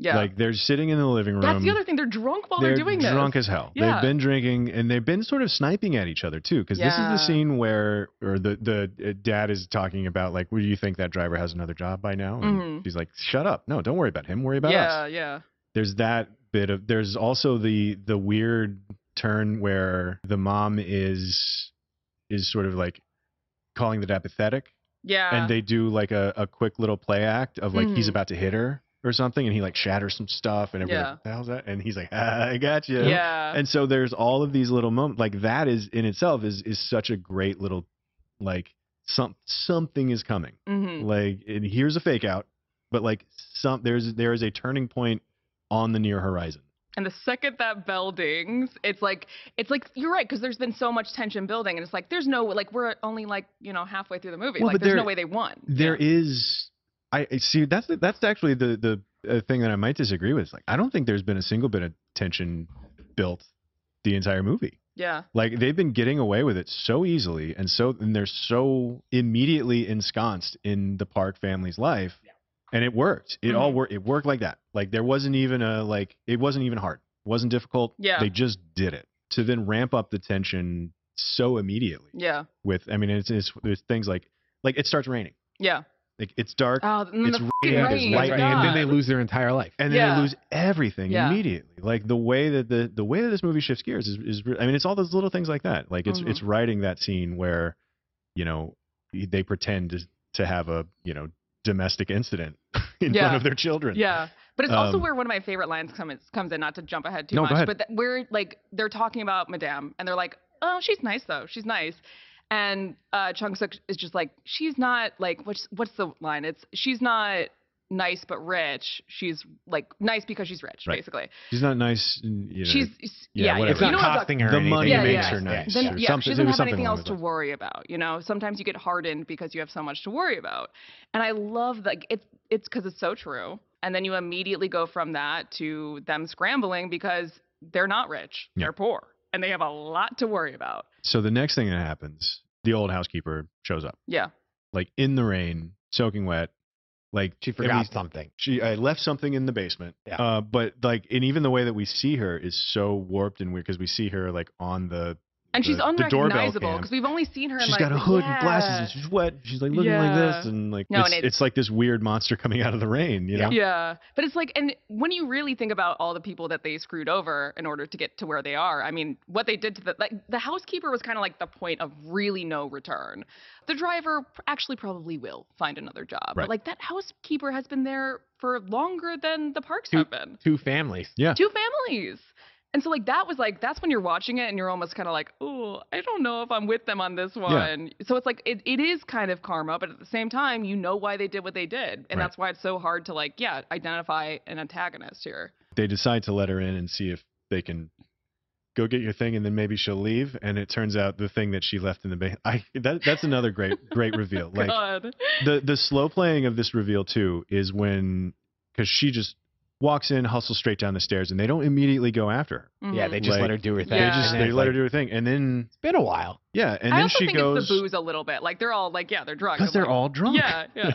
Speaker 3: yeah.
Speaker 2: Like they're sitting in the living room.
Speaker 3: That's the other thing. They're drunk while they're, doing this.
Speaker 2: drunk as hell.
Speaker 3: Yeah.
Speaker 2: They've been drinking and they've been sort of sniping at each other too. Because this is
Speaker 3: Yeah.
Speaker 2: the scene where, or the the uh, dad is talking about like, "Well, do you think that driver has another job by now?" And
Speaker 3: Mhm.
Speaker 2: she's like, "Shut up! No, don't worry about him. Worry about
Speaker 3: yeah,
Speaker 2: us."
Speaker 3: yeah.
Speaker 2: There's that bit of. There's also the the weird turn where the mom is is sort of like calling the dad pathetic,
Speaker 3: Yeah.
Speaker 2: and they do like a, a quick little play act of like he's
Speaker 3: Mhm.
Speaker 2: about to hit her or something, and he like shatters some stuff, and everybody's like,
Speaker 3: Yeah.
Speaker 2: "What the hell's that?" And he's like, "Ah, "I got you."
Speaker 3: yeah.
Speaker 2: and so there's all of these little moments like that is in itself is is such a great little like some something is coming
Speaker 3: Mhm.
Speaker 2: like and here's a fake out but like some there's there is a turning point on the near horizon
Speaker 3: And the second that bell dings, it's like it's like you're right because there's been so much tension building, and it's like there's no like we're only like you know halfway through the movie.
Speaker 2: Well,
Speaker 3: like
Speaker 2: but
Speaker 3: there's
Speaker 2: there-
Speaker 3: no way they won.
Speaker 2: There is, I I see that's that's actually the the uh, thing that I might disagree with like I don't think there's been a single bit of tension built the entire movie
Speaker 3: yeah.
Speaker 2: like they've been getting away with it so easily and so and they're so immediately ensconced in the park family's life and it worked it all
Speaker 3: Mhm.
Speaker 2: worked it worked like that like there wasn't even a like it wasn't even hard it wasn't difficult
Speaker 3: Yeah.
Speaker 2: they just did it to then ramp up the tension so immediately
Speaker 3: Yeah.
Speaker 2: with i mean it's, it's there's things like like it starts raining
Speaker 3: Yeah.
Speaker 2: like it's dark
Speaker 3: Oh, and
Speaker 2: It's
Speaker 3: the
Speaker 2: raining,
Speaker 3: fucking
Speaker 2: it's
Speaker 3: rain.
Speaker 2: lightning,
Speaker 4: and then they
Speaker 3: God.
Speaker 4: lose their entire life.
Speaker 2: and then
Speaker 3: Yeah.
Speaker 2: they lose everything
Speaker 3: Yeah.
Speaker 2: immediately. Like the way that the the way that this movie shifts gears is is re- I mean it's all those little things like that. Like it's
Speaker 3: Mhm.
Speaker 2: it's writing that scene where you know they pretend to, to have a you know domestic incident in front
Speaker 3: Yeah.
Speaker 2: of their children.
Speaker 3: Yeah, but it's also
Speaker 2: Um,
Speaker 3: where one of my favorite lines comes comes in. Not to jump ahead too
Speaker 2: No, go
Speaker 3: much,
Speaker 2: ahead.
Speaker 3: but th- where like they're talking about Madame, and they're like, "Oh, she's nice though. She's nice." And uh, Chung Suk is just like, "She's not like what's what's the line? It's she's not nice but rich. She's like nice because she's rich,
Speaker 2: Right.
Speaker 3: basically.
Speaker 2: She's not nice. and, You know,
Speaker 3: she's
Speaker 2: yeah,
Speaker 3: yeah,
Speaker 2: whatever.
Speaker 4: It's
Speaker 3: you
Speaker 4: not
Speaker 3: know what I'm talking-
Speaker 4: costing her
Speaker 2: the
Speaker 4: anything.
Speaker 2: money
Speaker 3: Yeah,
Speaker 2: makes
Speaker 3: yeah.
Speaker 2: her nice.
Speaker 3: then,
Speaker 2: or
Speaker 3: yeah,
Speaker 2: something,
Speaker 3: she
Speaker 2: it
Speaker 3: doesn't
Speaker 2: was
Speaker 3: have
Speaker 2: something
Speaker 3: anything
Speaker 2: along
Speaker 3: else
Speaker 2: those
Speaker 3: to
Speaker 2: lines.
Speaker 3: worry about. You know, sometimes you get hardened because you have so much to worry about. And I love that it's it's because it's so true. And then you immediately go from that to them scrambling because they're not rich,
Speaker 2: Yeah.
Speaker 3: they're poor, and they have a lot to worry about.
Speaker 2: So the next thing that happens, the old housekeeper shows up,
Speaker 3: Yeah,
Speaker 2: like in the rain, soaking wet. Like
Speaker 4: She
Speaker 2: and we-
Speaker 4: forgot something.
Speaker 2: she I left something in the basement.
Speaker 4: Yeah.
Speaker 2: Uh, but like, and even the way that we see her is so warped and weird because we see her like on the.
Speaker 3: and she's
Speaker 2: the- the doorbell
Speaker 3: unrecognizable
Speaker 2: cam.
Speaker 3: because we've only seen her.
Speaker 2: She's
Speaker 3: in like,
Speaker 2: got a hood
Speaker 3: yeah.
Speaker 2: and glasses and she's wet. and She's like looking like this
Speaker 3: Yeah.
Speaker 2: and like
Speaker 3: No,
Speaker 2: it's,
Speaker 3: and
Speaker 2: it's,
Speaker 3: it's-
Speaker 2: like this weird monster coming out of the rain. You know?
Speaker 3: Yeah. But it's like, and when you really think about all the people that they screwed over in order to get to where they are, I mean, what they did to the, like, the housekeeper was kind of like the point of really no return. The driver p- actually probably will find another job.
Speaker 2: Right.
Speaker 3: But like, that housekeeper has been there for longer than the parks
Speaker 4: Two-
Speaker 3: have been.
Speaker 4: Two families.
Speaker 2: yeah.
Speaker 3: Two families. And so, like, that was like, that's when you're watching it and you're almost kind of like, oh, I don't know if I'm with them on this one. So it's like, it, it is kind of karma, but at the same time, you know why they did what they did.
Speaker 2: Right.
Speaker 3: And that's why it's so hard to, like, yeah, identify an antagonist here.
Speaker 2: They decide to let her in and see if they can go get your thing and then maybe she'll leave. And it turns out the thing that she left in the basement. I that that's another great great reveal. Like
Speaker 3: God.
Speaker 2: the the slow playing of this reveal too is when because she just walks in, hustles straight down the stairs, and they don't immediately go after her.
Speaker 4: Yeah,
Speaker 3: Mhm.
Speaker 4: they just
Speaker 2: Like,
Speaker 4: let her do her thing.
Speaker 2: They
Speaker 3: Yeah.
Speaker 2: just
Speaker 4: And
Speaker 2: they
Speaker 4: it's
Speaker 2: let her
Speaker 4: like,
Speaker 2: do her thing, and then
Speaker 4: It's been a while.
Speaker 2: yeah, and
Speaker 3: I
Speaker 2: then
Speaker 3: also
Speaker 2: she
Speaker 3: think
Speaker 2: goes
Speaker 3: it's the booze a little bit. Like they're all like, yeah, they're drunk.
Speaker 2: because
Speaker 3: I'm
Speaker 2: they're
Speaker 3: like,
Speaker 2: all drunk.
Speaker 3: Yeah, yeah.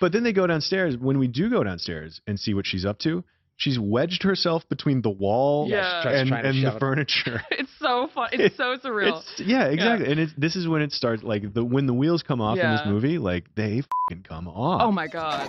Speaker 2: But then they go downstairs. When we do go downstairs and see what she's up to, she's wedged herself between the wall
Speaker 3: Yeah.
Speaker 4: she's just
Speaker 2: and,
Speaker 4: trying to
Speaker 2: and
Speaker 4: shove
Speaker 2: the
Speaker 4: it.
Speaker 2: furniture.
Speaker 3: it's so fun. It's,
Speaker 2: It's-
Speaker 3: so surreal.
Speaker 2: It's yeah, exactly. And it's this is when it starts like the when the wheels come off in this
Speaker 3: Yeah.
Speaker 2: movie, like they fing come off.
Speaker 3: oh my god.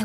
Speaker 5: I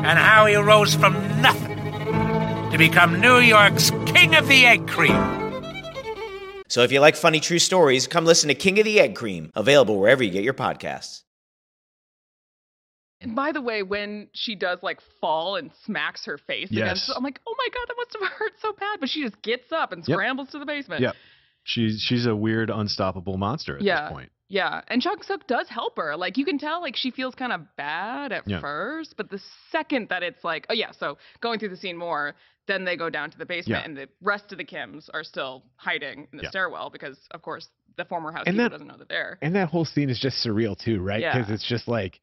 Speaker 6: and how he rose from nothing to become New York's king of the egg cream.
Speaker 7: So if you like funny true stories, come listen to King of the Egg Cream, available wherever you get your podcasts.
Speaker 3: And by the way, when she does like fall and smacks her face
Speaker 2: Yes.
Speaker 3: against, I'm like, oh my god, that must have hurt so bad. But she just gets up and
Speaker 2: Yep.
Speaker 3: scrambles to the basement.
Speaker 2: Yep. She's she's a weird unstoppable monster at
Speaker 3: Yeah.
Speaker 2: this point.
Speaker 3: Yeah, and Chuck Suk does help her. Like you can tell, like she feels kind of bad at
Speaker 2: Yeah.
Speaker 3: first, but the second that it's like, oh yeah, so going through the scene more, then they go down to the basement,
Speaker 2: Yeah.
Speaker 3: and the rest of the Kims are still hiding in the
Speaker 2: Yeah.
Speaker 3: stairwell because, of course, the former housekeeper
Speaker 4: And that-
Speaker 3: doesn't know they're there.
Speaker 4: And that whole scene is just surreal too, right? Because
Speaker 3: Yeah.
Speaker 4: it's just like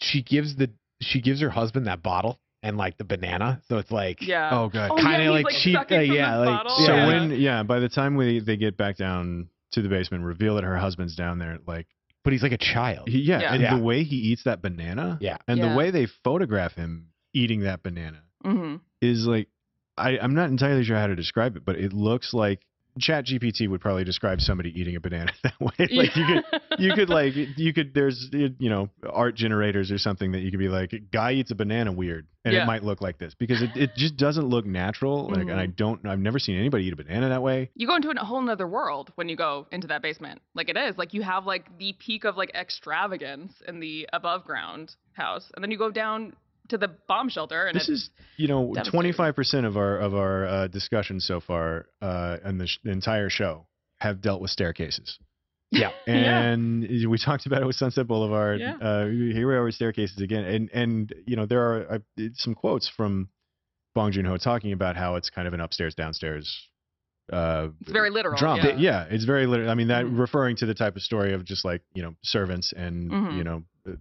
Speaker 4: she gives the she gives her husband that bottle and like the banana. So it's like
Speaker 3: yeah.
Speaker 2: oh god.
Speaker 3: Oh,
Speaker 4: kinda
Speaker 3: yeah, he's,
Speaker 4: like
Speaker 3: like,
Speaker 4: she-
Speaker 3: sucking
Speaker 4: uh,
Speaker 3: from this
Speaker 4: yeah, like,
Speaker 3: bottle.
Speaker 2: so
Speaker 4: yeah.
Speaker 2: when yeah, by the time we they get back down to the basement, reveal that her husband's down there, like
Speaker 4: but he's like a child.
Speaker 2: he, yeah,
Speaker 3: Yeah.
Speaker 2: and
Speaker 4: Yeah.
Speaker 2: the way he eats that banana,
Speaker 4: Yeah.
Speaker 2: and
Speaker 3: Yeah.
Speaker 2: the way they photograph him eating that banana
Speaker 3: Mhm.
Speaker 2: is like I, I'm not entirely sure how to describe it, but it looks like Chat GPT would probably describe somebody eating a banana that way. like you could you could like you could there's you know art generators or something that you could be like guy eats a banana weird and
Speaker 3: Yeah.
Speaker 2: it might look like this because it, it just doesn't look natural like, and i don't i've never seen anybody eat a banana that way
Speaker 3: you go into an- a whole nother world when you go into that basement. Like it is. Like you have like the peak of like extravagance in the above ground house. And then you go down to the bomb shelter and
Speaker 2: this
Speaker 3: it's
Speaker 2: is you know
Speaker 3: devastating.
Speaker 2: 25% of our of our uh, discussion so far uh and the, sh- the entire show have dealt with staircases
Speaker 4: Yeah.
Speaker 2: and we talked about it with Sunset Boulevard.
Speaker 3: Yeah.
Speaker 2: Uh, here we are with staircases again, and and you know there are uh, some quotes from Bong Joon Ho talking about how it's kind of an upstairs downstairs. Uh,
Speaker 3: it's very literal.
Speaker 2: drama.
Speaker 3: Yeah.
Speaker 2: Yeah. it's very literal. I mean, that
Speaker 3: Mhm.
Speaker 2: referring to the type of story of just like you know servants and
Speaker 3: Mhm.
Speaker 2: you know uh,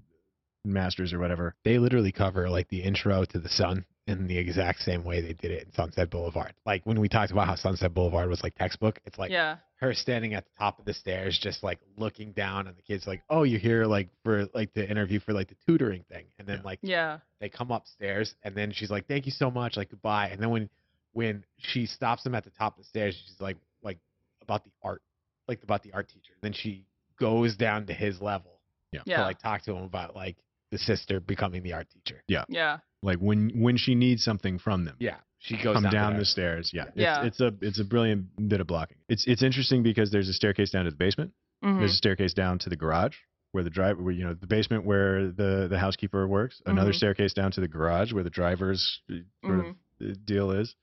Speaker 2: masters or whatever.
Speaker 4: They literally cover like the intro to the sun in the exact same way they did it in Sunset Boulevard. Like when we talked about how Sunset Boulevard was like textbook, it's like
Speaker 3: yeah.
Speaker 4: her standing at the top of the stairs, just like looking down, and the kids like, "Oh, you're here like for like the interview for like the tutoring thing," and then like
Speaker 3: Yeah.
Speaker 4: they come upstairs and then she's like thank you so much like goodbye and then when when she stops him at the top of the stairs she's like like about the art like about the art teacher then she goes down to his level to
Speaker 3: Yeah.
Speaker 4: like talk to him about like the sister becoming the art teacher
Speaker 3: Yeah.
Speaker 2: Like when when she needs something from them.
Speaker 4: yeah she goes
Speaker 2: come
Speaker 4: to
Speaker 2: down
Speaker 4: that.
Speaker 2: the stairs. Yeah,
Speaker 3: Yeah.
Speaker 2: It's, it's a it's a brilliant bit of blocking. It's it's interesting because there's a staircase down to the basement.
Speaker 3: Mhm.
Speaker 2: There's a staircase down to the garage where the driver, where, you know, the basement where the the housekeeper works. Another
Speaker 3: Mhm.
Speaker 2: staircase down to the garage where the driver's uh, sort
Speaker 3: Mhm.
Speaker 2: of uh, deal is.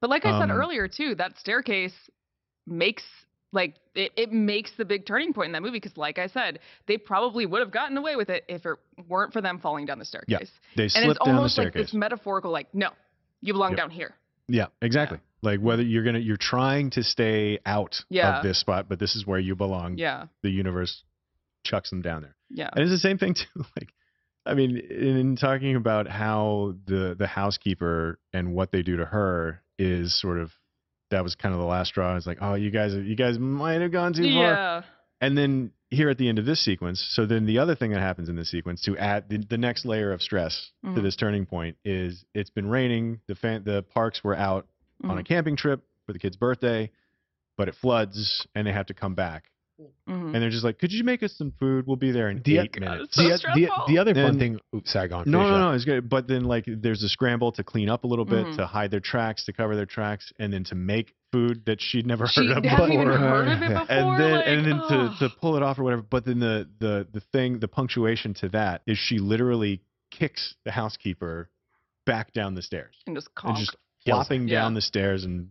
Speaker 3: But like I said
Speaker 2: Um,
Speaker 3: earlier too, that staircase makes like it, it makes the big turning point in that movie because like I said, they probably would have gotten away with it if it weren't for them falling down the staircase.
Speaker 2: They
Speaker 3: and it's
Speaker 2: slip down the
Speaker 3: almost like
Speaker 2: staircase.
Speaker 3: this metaphorical like, no, you belong
Speaker 2: Yep.
Speaker 3: down here.
Speaker 2: yeah, exactly. Like whether you're gonna you're trying to stay out
Speaker 3: Yeah.
Speaker 2: of this spot, but this is where you belong.
Speaker 3: Yeah.
Speaker 2: The universe chucks them down there.
Speaker 3: Yeah.
Speaker 2: And it's the same thing too. Like, I mean, in, in talking about how the the housekeeper and what they do to her is sort of that was kind of the last straw. It's like, oh, you guys, you guys might have gone too far.
Speaker 3: Yeah.
Speaker 2: And then here at the end of this sequence, so then the other thing that happens in this sequence to add the, the next layer of stress to
Speaker 3: Mhm.
Speaker 2: this turning point is it's been raining. The fan, the parks were out on a camping trip for the kid's birthday, but it floods and they have to come back.
Speaker 3: Mhm.
Speaker 2: and they're just like, "Could you make us some food? We'll be there in
Speaker 4: The-
Speaker 2: eight minutes."
Speaker 3: so
Speaker 4: the, the,
Speaker 3: stressful.
Speaker 4: the other fun
Speaker 2: And-
Speaker 4: thing. Oops, sorry, go on.
Speaker 2: No,
Speaker 4: finish
Speaker 2: no,
Speaker 4: up.
Speaker 2: no, it's good. But then, like, there's a scramble to clean up a little bit,
Speaker 3: Mhm.
Speaker 2: to hide their tracks, to cover their tracks, and then to make food that she'd never
Speaker 3: She
Speaker 2: heard of
Speaker 3: hadn't
Speaker 2: before.
Speaker 3: even heard of it
Speaker 4: And
Speaker 3: before.
Speaker 2: and then,
Speaker 3: like, oh.
Speaker 2: and then
Speaker 3: ugh.
Speaker 2: to, to pull it off or whatever. But then the, the the thing, the punctuation to that is she literally kicks the housekeeper back down the stairs
Speaker 3: and just
Speaker 2: and
Speaker 3: conk.
Speaker 2: just
Speaker 4: Kills
Speaker 2: flopping
Speaker 3: Yeah.
Speaker 2: down the stairs and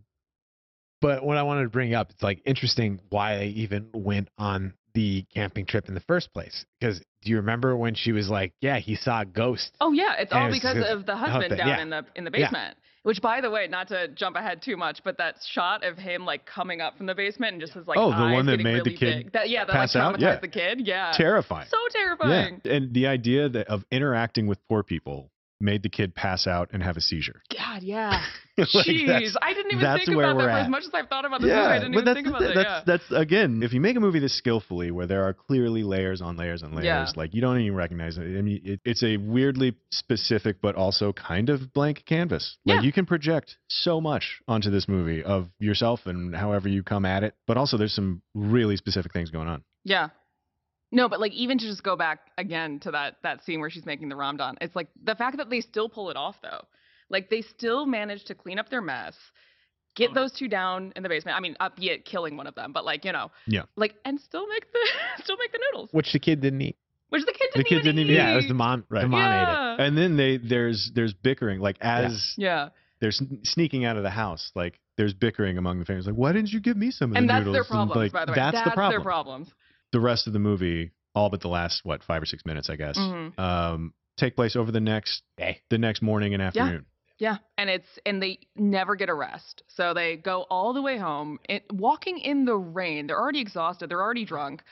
Speaker 4: But what I wanted to bring up, it's like interesting why they even went on the camping trip in the first place. Because do you remember when she was like, "Yeah, he saw a ghost."
Speaker 3: Oh yeah, it's
Speaker 4: And
Speaker 3: all
Speaker 4: it's
Speaker 3: because
Speaker 4: just-
Speaker 3: of the
Speaker 4: whole
Speaker 3: husband
Speaker 4: thing,
Speaker 3: down
Speaker 4: yeah.
Speaker 3: in the in the
Speaker 4: Yeah.
Speaker 3: basement. Which, by the way, not to jump ahead too much, but that shot of him like coming up from the basement and just his like
Speaker 2: Oh, the
Speaker 3: eyes
Speaker 2: one that
Speaker 3: getting
Speaker 2: made the
Speaker 3: really
Speaker 2: kid
Speaker 3: big. That, yeah, that
Speaker 2: pass
Speaker 3: like
Speaker 2: out?
Speaker 3: traumatized
Speaker 2: Yeah.
Speaker 3: the kid. Yeah,
Speaker 2: terrifying.
Speaker 3: so terrifying.
Speaker 2: Yeah. And the idea that of interacting with poor people made the kid pass out and have a seizure.
Speaker 3: God, yeah.
Speaker 2: Like,
Speaker 3: Jeez,
Speaker 2: that's-
Speaker 3: I didn't even
Speaker 2: that's
Speaker 3: think
Speaker 2: where
Speaker 3: about that
Speaker 2: we're
Speaker 3: for as
Speaker 2: at.
Speaker 3: much as I've thought about this movie. I didn't
Speaker 2: but
Speaker 3: even
Speaker 2: that's
Speaker 3: think
Speaker 2: the
Speaker 3: about
Speaker 2: thing-
Speaker 3: that.
Speaker 2: that's that's again, if you make a movie this skillfully, where there are clearly layers on layers and layers,
Speaker 3: Yeah.
Speaker 2: like you don't even recognize it. I mean, it, it's a weirdly specific but also kind of blank canvas. Like
Speaker 3: Yeah.
Speaker 2: you can project so much onto this movie of yourself and however you come at it, but also there's some really specific things going on.
Speaker 3: Yeah. No, but like even to just go back again to that that scene where she's making the ramdan, it's like the fact that they still pull it off though. Like they still manage to clean up their mess, get those two down in the basement. I mean, up yet killing one of them, but like you know.
Speaker 2: Yeah.
Speaker 3: Like and still make the still make the noodles,
Speaker 4: Which the kid didn't eat.
Speaker 3: which the kid
Speaker 2: The
Speaker 3: didn't
Speaker 2: kid
Speaker 3: even
Speaker 2: didn't even-
Speaker 3: eat.
Speaker 4: Yeah, it was the mom.
Speaker 2: Right.
Speaker 4: The mom ate it.
Speaker 3: yeah.
Speaker 2: And then they there's there's bickering like as
Speaker 3: Yeah.
Speaker 2: they're sn- sneaking out of the house like. There's bickering among the families. Like, why didn't you give me some of
Speaker 3: And
Speaker 2: the
Speaker 3: that's
Speaker 2: noodles?
Speaker 3: their
Speaker 2: And,
Speaker 3: problems,
Speaker 2: like,
Speaker 3: by the way.
Speaker 2: That's, the problem.
Speaker 3: their problems.
Speaker 2: the rest of the movie, all but the last what five or six minutes, I guess,
Speaker 3: Mhm.
Speaker 2: um, take place over the next
Speaker 4: Day.
Speaker 2: the next morning and afternoon.
Speaker 3: Yeah, and it's and they never get a rest, so they go all the way home. It, walking in the rain, they're already exhausted, they're already drunk,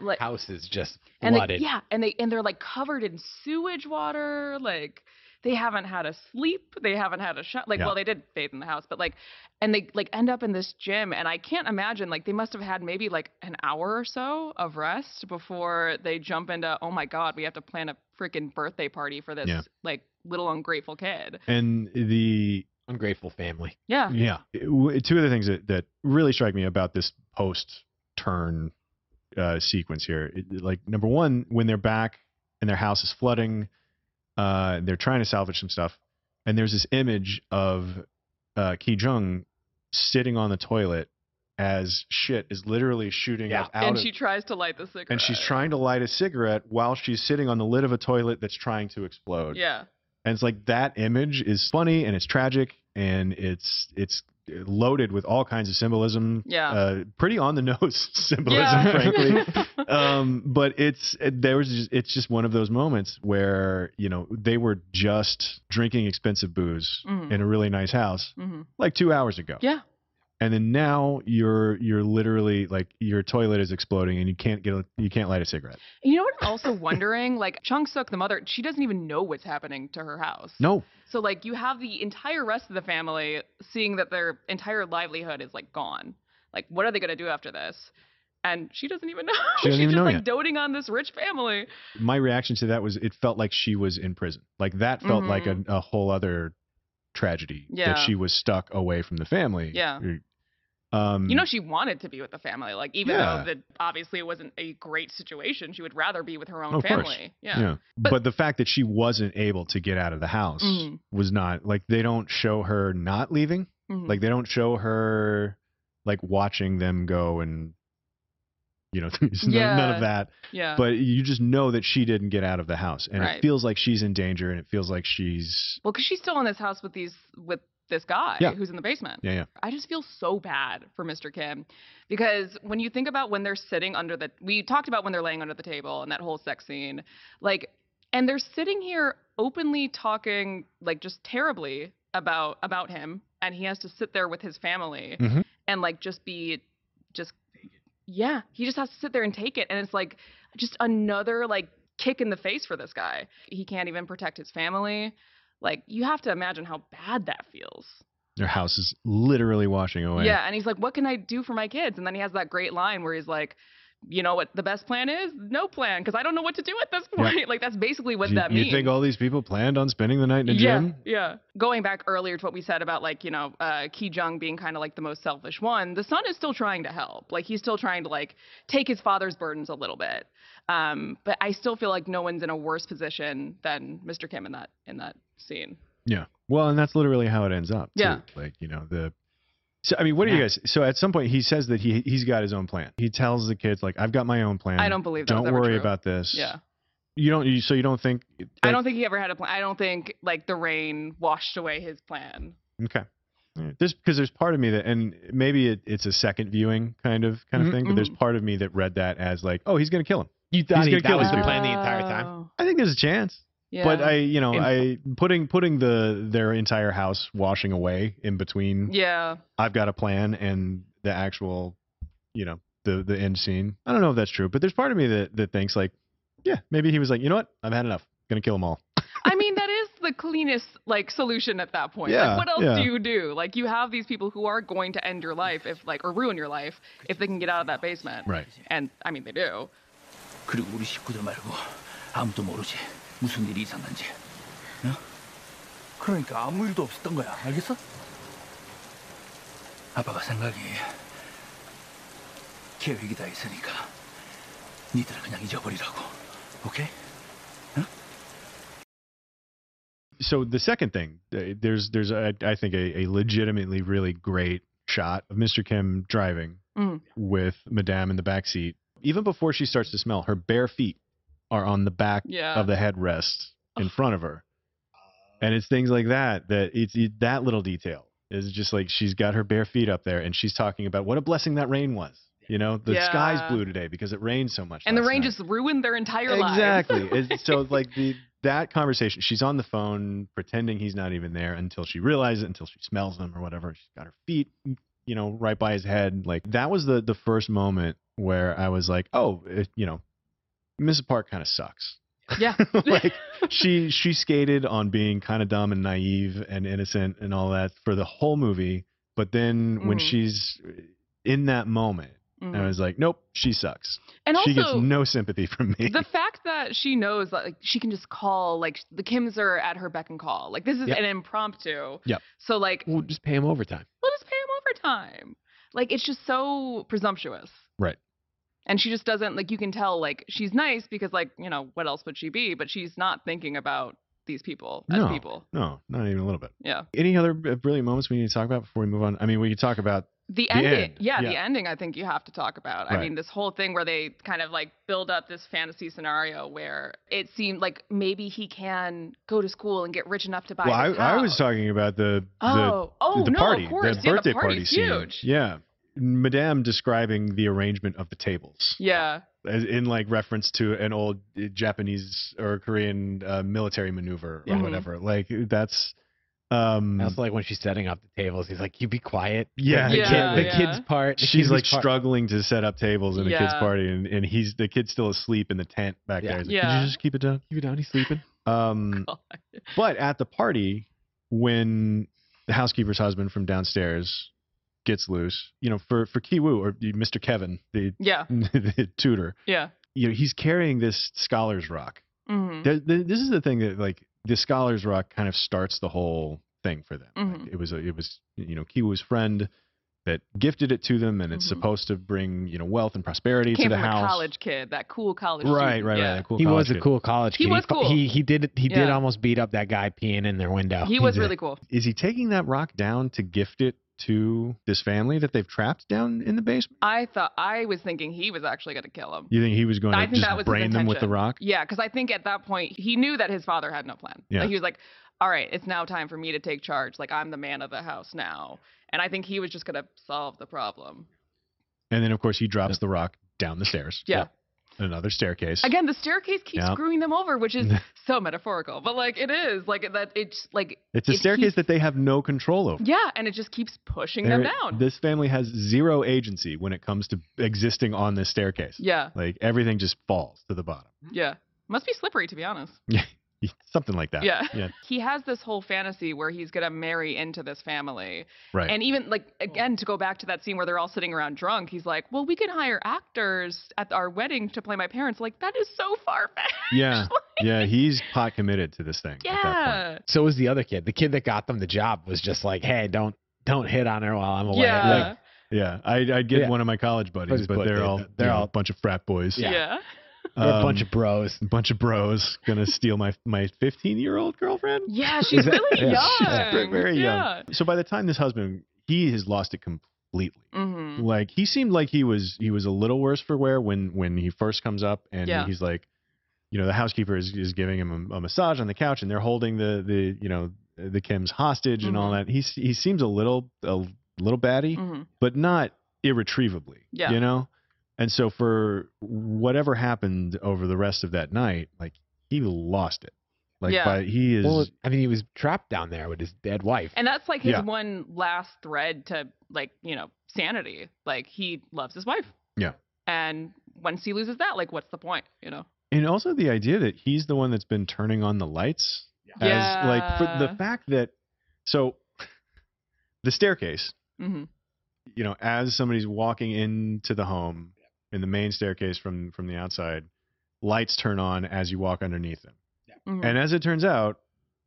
Speaker 3: like
Speaker 4: House is just
Speaker 3: and they,
Speaker 4: flooded.
Speaker 3: yeah, and they and they're like covered in sewage water, like they haven't had a sleep, they haven't had a shot. Like,
Speaker 2: Yeah.
Speaker 3: well, they did bathe in the house, but like, and they like end up in this gym, and I can't imagine like they must have had maybe like an hour or so of rest before they jump into oh my god, we have to plan a freaking birthday party for this
Speaker 2: Yeah.
Speaker 3: like little ungrateful kid.
Speaker 2: And the
Speaker 4: Ungrateful family.
Speaker 3: Yeah.
Speaker 2: yeah, w- two other things that that really strike me about this post turn uh, sequence here, It- like number one, when they're back and their house is flooding, uh, they're trying to salvage some stuff, and there's this image of uh, Ki Jung sitting on the toilet as shit is literally shooting
Speaker 4: Yeah.
Speaker 2: up out
Speaker 3: and
Speaker 2: of
Speaker 3: she tries to light the cigarette.
Speaker 2: and she's trying to light a cigarette while she's sitting on the lid of a toilet that's trying to explode.
Speaker 3: Yeah,
Speaker 2: And it's like that image is funny and it's tragic and it's it's loaded with all kinds of symbolism.
Speaker 3: Yeah.
Speaker 2: Uh, pretty on the nose symbolism,
Speaker 3: Yeah.
Speaker 2: frankly. um, but it's it- there was just, it's just one of those moments where you know they were just drinking expensive booze
Speaker 3: Mhm.
Speaker 2: in a really nice house
Speaker 3: hmm
Speaker 2: like two hours ago.
Speaker 3: Yeah.
Speaker 2: And then now you're you're literally like your toilet is exploding and you can't get a, you can't light a cigarette.
Speaker 3: You know what? I'm also wondering, like Chung Suk, the mother, she doesn't even know what's happening to her house.
Speaker 2: No,
Speaker 3: So like, you have the entire rest of the family seeing that their entire livelihood is like gone. Like, what are they gonna do after this? And she doesn't even know.
Speaker 2: She doesn't
Speaker 3: she's
Speaker 2: even
Speaker 3: just
Speaker 2: know
Speaker 3: like
Speaker 2: yet.
Speaker 3: doting on this rich family.
Speaker 2: my reaction to that was it felt like she was in prison. Like that felt like a, a whole other tragedy that
Speaker 3: Mm-hmm. Yeah.
Speaker 2: she was stuck away from the family.
Speaker 3: Yeah.
Speaker 2: Um,
Speaker 3: You know, she wanted to be with the family. Like, even
Speaker 2: Yeah.
Speaker 3: though that obviously it wasn't a great situation, she would rather be with her own
Speaker 2: Oh, Of course.
Speaker 3: family.
Speaker 2: yeah. But,
Speaker 3: But-
Speaker 2: the fact that she wasn't able to get out of the house
Speaker 3: Mhm.
Speaker 2: was not like they don't show her not leaving.
Speaker 3: Mhm.
Speaker 2: Like they don't show her like watching them go and you know there's none- none
Speaker 3: Yeah.
Speaker 2: of that.
Speaker 3: yeah.
Speaker 2: But you just know that she didn't get out of the house, and it
Speaker 3: Right.
Speaker 2: feels like she's in danger, and it feels like she's
Speaker 3: Well, because she's still in this house with these with this guy
Speaker 2: Yeah.
Speaker 3: who's in the basement.
Speaker 2: yeah yeah
Speaker 3: I just feel so bad for Mr. Kim because when you think about when they're sitting under the we talked about when they're laying under the table and that whole sex scene, like and they're sitting here openly talking like just terribly about about him and he has to sit there with his family
Speaker 2: Mhm.
Speaker 3: and like just be just yeah, he just has to sit there and take it and it's like just another like kick in the face for this guy. He can't even protect his family. Like you have to imagine how bad that feels.
Speaker 2: their house is literally washing away.
Speaker 3: Yeah, and he's like, "What can I do for my kids?" And then he has that great line where he's like, you know what the best plan is? No plan, because I don't know what to do at this point. Like that's basically what
Speaker 2: you,
Speaker 3: that
Speaker 2: you
Speaker 3: means.
Speaker 2: think all these people planned on spending the night in a
Speaker 3: yeah,
Speaker 2: gym?
Speaker 3: yeah. Going back earlier to what we said about like you know uh, Ki Jung being kind of like the most selfish one, the son is still trying to help. Like he's still trying to like take his father's burdens a little bit. Um, but I still feel like no one's in a worse position than Mr. Kim in that in that scene.
Speaker 2: Yeah. Well, and that's literally how it ends up. too.
Speaker 3: Yeah.
Speaker 2: Like you know the. So I mean, what do you guys? So at some point, he says that he he's got his own plan. He tells the kids like, "I've got my own plan.
Speaker 3: I don't believe that was
Speaker 2: Don't
Speaker 3: ever
Speaker 2: worry
Speaker 3: true.
Speaker 2: about this.
Speaker 3: Yeah.
Speaker 2: You don't. You, so you don't think?
Speaker 3: I don't think he ever had a plan. I don't think like the rain washed away his plan.
Speaker 2: Okay. All right. This because there's part of me that, and maybe it, it's a second viewing kind of kind of
Speaker 4: Mhm,
Speaker 2: thing, but there's
Speaker 3: mhm.
Speaker 2: part of me that read that as like, oh, he's gonna kill him.
Speaker 4: You thought
Speaker 2: He's
Speaker 4: he,
Speaker 2: gonna
Speaker 4: that
Speaker 2: kill
Speaker 4: was
Speaker 2: these
Speaker 4: the
Speaker 2: people.
Speaker 4: plan the entire time?
Speaker 3: Oh,
Speaker 2: I think there's a chance,
Speaker 3: Yeah.
Speaker 2: but I, you know,
Speaker 4: And-
Speaker 2: I putting putting the their entire house washing away in between.
Speaker 3: Yeah.
Speaker 2: I've got a plan and the actual, you know, the the end scene. I don't know if that's true, but there's part of me that that thinks like, yeah, maybe he was like, you know what, I've had enough, gonna kill them all.
Speaker 3: I mean, that is the cleanest like solution at that point.
Speaker 2: Yeah,
Speaker 3: like, what else
Speaker 2: yeah.
Speaker 3: do you do? Like you have these people who are going to end your life if like or ruin your life if they can get out of that basement.
Speaker 2: Right.
Speaker 3: And I mean they do.
Speaker 8: 그리고 우리 식구들 말고 아무도 모르지 무슨 일이 있었는지. 어? 그러니까 아무 일도 없었던 거야. 알겠어? 아빠가 생각이 계획이 다 있으니까 니들 그냥 잊어버리라고. 오케이?
Speaker 2: So the second thing, th- there's there's I, I think a, a legitimately really great shot of Mr. Kim driving
Speaker 3: Mm.
Speaker 2: with Madame in the back seat. Even before she starts to smell, her bare feet are on the back
Speaker 3: Yeah.
Speaker 2: of the headrest in front of her. And it's things like that that it's it, that little detail is just like she's got her bare feet up there and she's talking about what a blessing that rain was. You know, the
Speaker 3: Yeah.
Speaker 2: sky's blue today because it rained so much.
Speaker 3: and the
Speaker 2: last
Speaker 3: rain
Speaker 2: night.
Speaker 3: just ruined their entire life.
Speaker 2: exactly. It's- so like the that conversation, she's on the phone pretending he's not even there until she realizes it, until she smells him or whatever. She's got her feet, you know, right by his head. Like that was the the first moment where I was like, oh, it, you know, Mrs. Park kind of sucks.
Speaker 3: Yeah.
Speaker 2: like she she skated on being kind of dumb and naive and innocent and all that for the whole movie. But then when
Speaker 3: Mhm.
Speaker 2: she's in that moment,
Speaker 3: Mhm.
Speaker 2: I was like, nope, she sucks.
Speaker 3: And
Speaker 2: she
Speaker 3: also-
Speaker 2: gets no sympathy from me.
Speaker 3: the fact that she knows that like she can just call like the Kims are at her beck and call. Like this is
Speaker 4: Yep.
Speaker 3: an impromptu.
Speaker 2: Yep.
Speaker 3: So like
Speaker 4: We'll just pay him overtime.
Speaker 3: we'll just pay him overtime. Like it's just so presumptuous.
Speaker 2: Right.
Speaker 3: And she just doesn't like you can tell like she's nice because like, you know, what else would she be? But she's not thinking about these people as
Speaker 2: No.
Speaker 3: people.
Speaker 2: No, not even a little bit.
Speaker 3: Yeah.
Speaker 2: Any other b- brilliant moments we need to talk about before we move on? I mean, we could talk about
Speaker 3: The
Speaker 2: The
Speaker 3: ending,
Speaker 2: end.
Speaker 3: Yeah, the
Speaker 2: Yeah.
Speaker 3: ending. I think you have to talk about. I
Speaker 2: Right.
Speaker 3: mean, this whole thing where they kind of like build up this fantasy scenario where it seemed like maybe he can go to school and get rich enough to buy.
Speaker 2: well, I,
Speaker 3: this
Speaker 2: I was
Speaker 3: house.
Speaker 2: talking about the
Speaker 3: Oh,
Speaker 2: the,
Speaker 3: oh
Speaker 2: the
Speaker 3: no,
Speaker 2: party,
Speaker 3: of course.
Speaker 2: the
Speaker 3: yeah,
Speaker 2: birthday
Speaker 3: the
Speaker 2: party
Speaker 3: party's
Speaker 2: scene.
Speaker 3: huge.
Speaker 2: Yeah, Madame describing the arrangement of the tables
Speaker 3: Yeah.
Speaker 2: as in like reference to an old uh, Japanese or Korean uh, military maneuver or
Speaker 3: Yeah. Mhm.
Speaker 2: whatever. Like that's um,
Speaker 4: I also like when she's setting up the tables. He's like, "You be quiet."
Speaker 2: Yeah,
Speaker 4: the,
Speaker 3: Yeah,
Speaker 4: kid, the
Speaker 3: yeah.
Speaker 4: kids part. the
Speaker 2: she's
Speaker 4: kids
Speaker 2: like
Speaker 4: part.
Speaker 2: struggling to set up tables in a kid's
Speaker 3: Yeah.
Speaker 2: party, and, and he's the kid's still asleep in the tent back
Speaker 4: Yeah.
Speaker 2: there. He's like, Could
Speaker 3: Yeah.
Speaker 2: you just keep it down?
Speaker 4: You down? He's sleeping.
Speaker 2: Um, But at the party, when the housekeeper's husband from downstairs gets loose, you know, for for Kiwoo or Mr. Kevin, the,
Speaker 3: Yeah.
Speaker 2: the tutor,
Speaker 3: Yeah.
Speaker 2: you know, he's carrying this scholar's rock.
Speaker 3: hmm
Speaker 2: There, there- this is the thing that like the scholar's rock kind of starts the whole thing for them. Like,
Speaker 3: Mhm.
Speaker 2: it was a, it was you know Kiwoo's friend that gifted it to them, and it's
Speaker 3: Mhm.
Speaker 2: supposed to bring you know wealth and prosperity
Speaker 3: Came
Speaker 2: to the
Speaker 3: from
Speaker 2: house.
Speaker 3: a college kid, that cool college.
Speaker 2: right,
Speaker 3: student,
Speaker 2: right,
Speaker 3: yeah.
Speaker 2: right. a cool
Speaker 4: he was
Speaker 2: college
Speaker 4: a
Speaker 2: kid.
Speaker 4: cool college
Speaker 3: He
Speaker 4: kid.
Speaker 3: was
Speaker 4: fu-
Speaker 3: cool.
Speaker 4: He he did he did
Speaker 3: Yeah.
Speaker 4: almost beat up that guy peeing in their window.
Speaker 3: He was
Speaker 4: did.
Speaker 3: really cool.
Speaker 2: Is he taking that rock down to gift it to this family that they've trapped down in the basement?
Speaker 3: I thought I was thinking he was actually going to kill him.
Speaker 2: You think he was going
Speaker 3: I
Speaker 2: to
Speaker 3: think that
Speaker 2: just
Speaker 3: was
Speaker 2: brain
Speaker 3: his
Speaker 2: them with the
Speaker 3: intention.
Speaker 2: rock?
Speaker 3: Yeah, because I think at that point he knew that his father had no plan.
Speaker 2: Yeah.
Speaker 3: Like, he was like, "All right, it's now time for me to take charge. Like I'm the man of the house now." And I think he was just gonna solve the problem.
Speaker 2: And then, of course, he drops the rock down the stairs.
Speaker 3: Yeah.
Speaker 2: Another staircase.
Speaker 3: Again, the staircase keeps
Speaker 2: Yeah.
Speaker 3: screwing them over, which is so metaphorical, but like it is like that. It's like
Speaker 2: It's a
Speaker 3: it
Speaker 2: staircase
Speaker 3: keeps-
Speaker 2: that they have no control over.
Speaker 3: yeah, and it just keeps pushing them
Speaker 2: They're-
Speaker 3: down.
Speaker 2: This family has zero agency when it comes to existing on this staircase.
Speaker 3: yeah,
Speaker 2: Like everything just falls to the bottom.
Speaker 3: yeah. Must be slippery to be honest.
Speaker 2: something like that.
Speaker 3: Yeah.
Speaker 2: yeah.
Speaker 3: He has this whole fantasy where he's going to marry into this family.
Speaker 2: Right.
Speaker 3: And even like again to go back to that scene where they're all sitting around drunk, he's like, "Well, we could hire actors at our wedding to play my parents." Like that is so far fetched.
Speaker 2: Yeah. yeah. He's pot committed to this thing.
Speaker 3: Yeah.
Speaker 4: So was the other kid. The kid that got them the job was just like, "Hey, don't don't hit on her while I'm away."
Speaker 3: Yeah.
Speaker 4: Like,
Speaker 2: Yeah. I'd, I'd get
Speaker 4: Yeah.
Speaker 2: one of my college buddies,
Speaker 4: Buddies,
Speaker 2: but
Speaker 4: but
Speaker 2: they're
Speaker 4: they-
Speaker 2: all
Speaker 4: they're
Speaker 2: you know,
Speaker 4: all-
Speaker 2: a bunch of frat boys.
Speaker 3: Yeah.
Speaker 4: they're a bunch
Speaker 2: Um,
Speaker 4: of bros.
Speaker 2: a bunch of bros gonna steal my my 15 year old girlfriend.
Speaker 3: Yeah, she's really young.
Speaker 2: Yeah, She's very, very
Speaker 3: yeah.
Speaker 2: young. So by the time this husband, he has lost it completely.
Speaker 3: Mhm.
Speaker 2: Like he seemed like he was he was a little worse for wear when when he first comes up and
Speaker 3: Yeah.
Speaker 2: he's like, you know, the housekeeper is, is giving him a, a massage on the couch and they're holding the the you know the Kim's hostage and all
Speaker 3: Mm-hmm.
Speaker 2: that. He s- he seems a little a little batty,
Speaker 3: Mhm.
Speaker 2: but not irretrievably.
Speaker 3: Yeah.
Speaker 2: You know. And so for whatever happened over the rest of that night, like he lost it. Like
Speaker 3: Yeah.
Speaker 2: by, he is
Speaker 4: Well, I mean, he was trapped down there with his dead wife.
Speaker 3: And that's like his
Speaker 2: Yeah.
Speaker 3: one last thread to like, you know, sanity. Like he loves his wife.
Speaker 2: Yeah.
Speaker 3: And once he loses that, like what's the point, you know?
Speaker 2: And also the idea that he's the one that's been turning on the lights. As like for
Speaker 3: Yeah.
Speaker 2: the fact that so the staircase,
Speaker 3: Mhm.
Speaker 2: you know, as somebody's walking into the home in the main staircase from from the outside, lights turn on as you walk underneath them.
Speaker 3: Mhm.
Speaker 2: And as it turns out,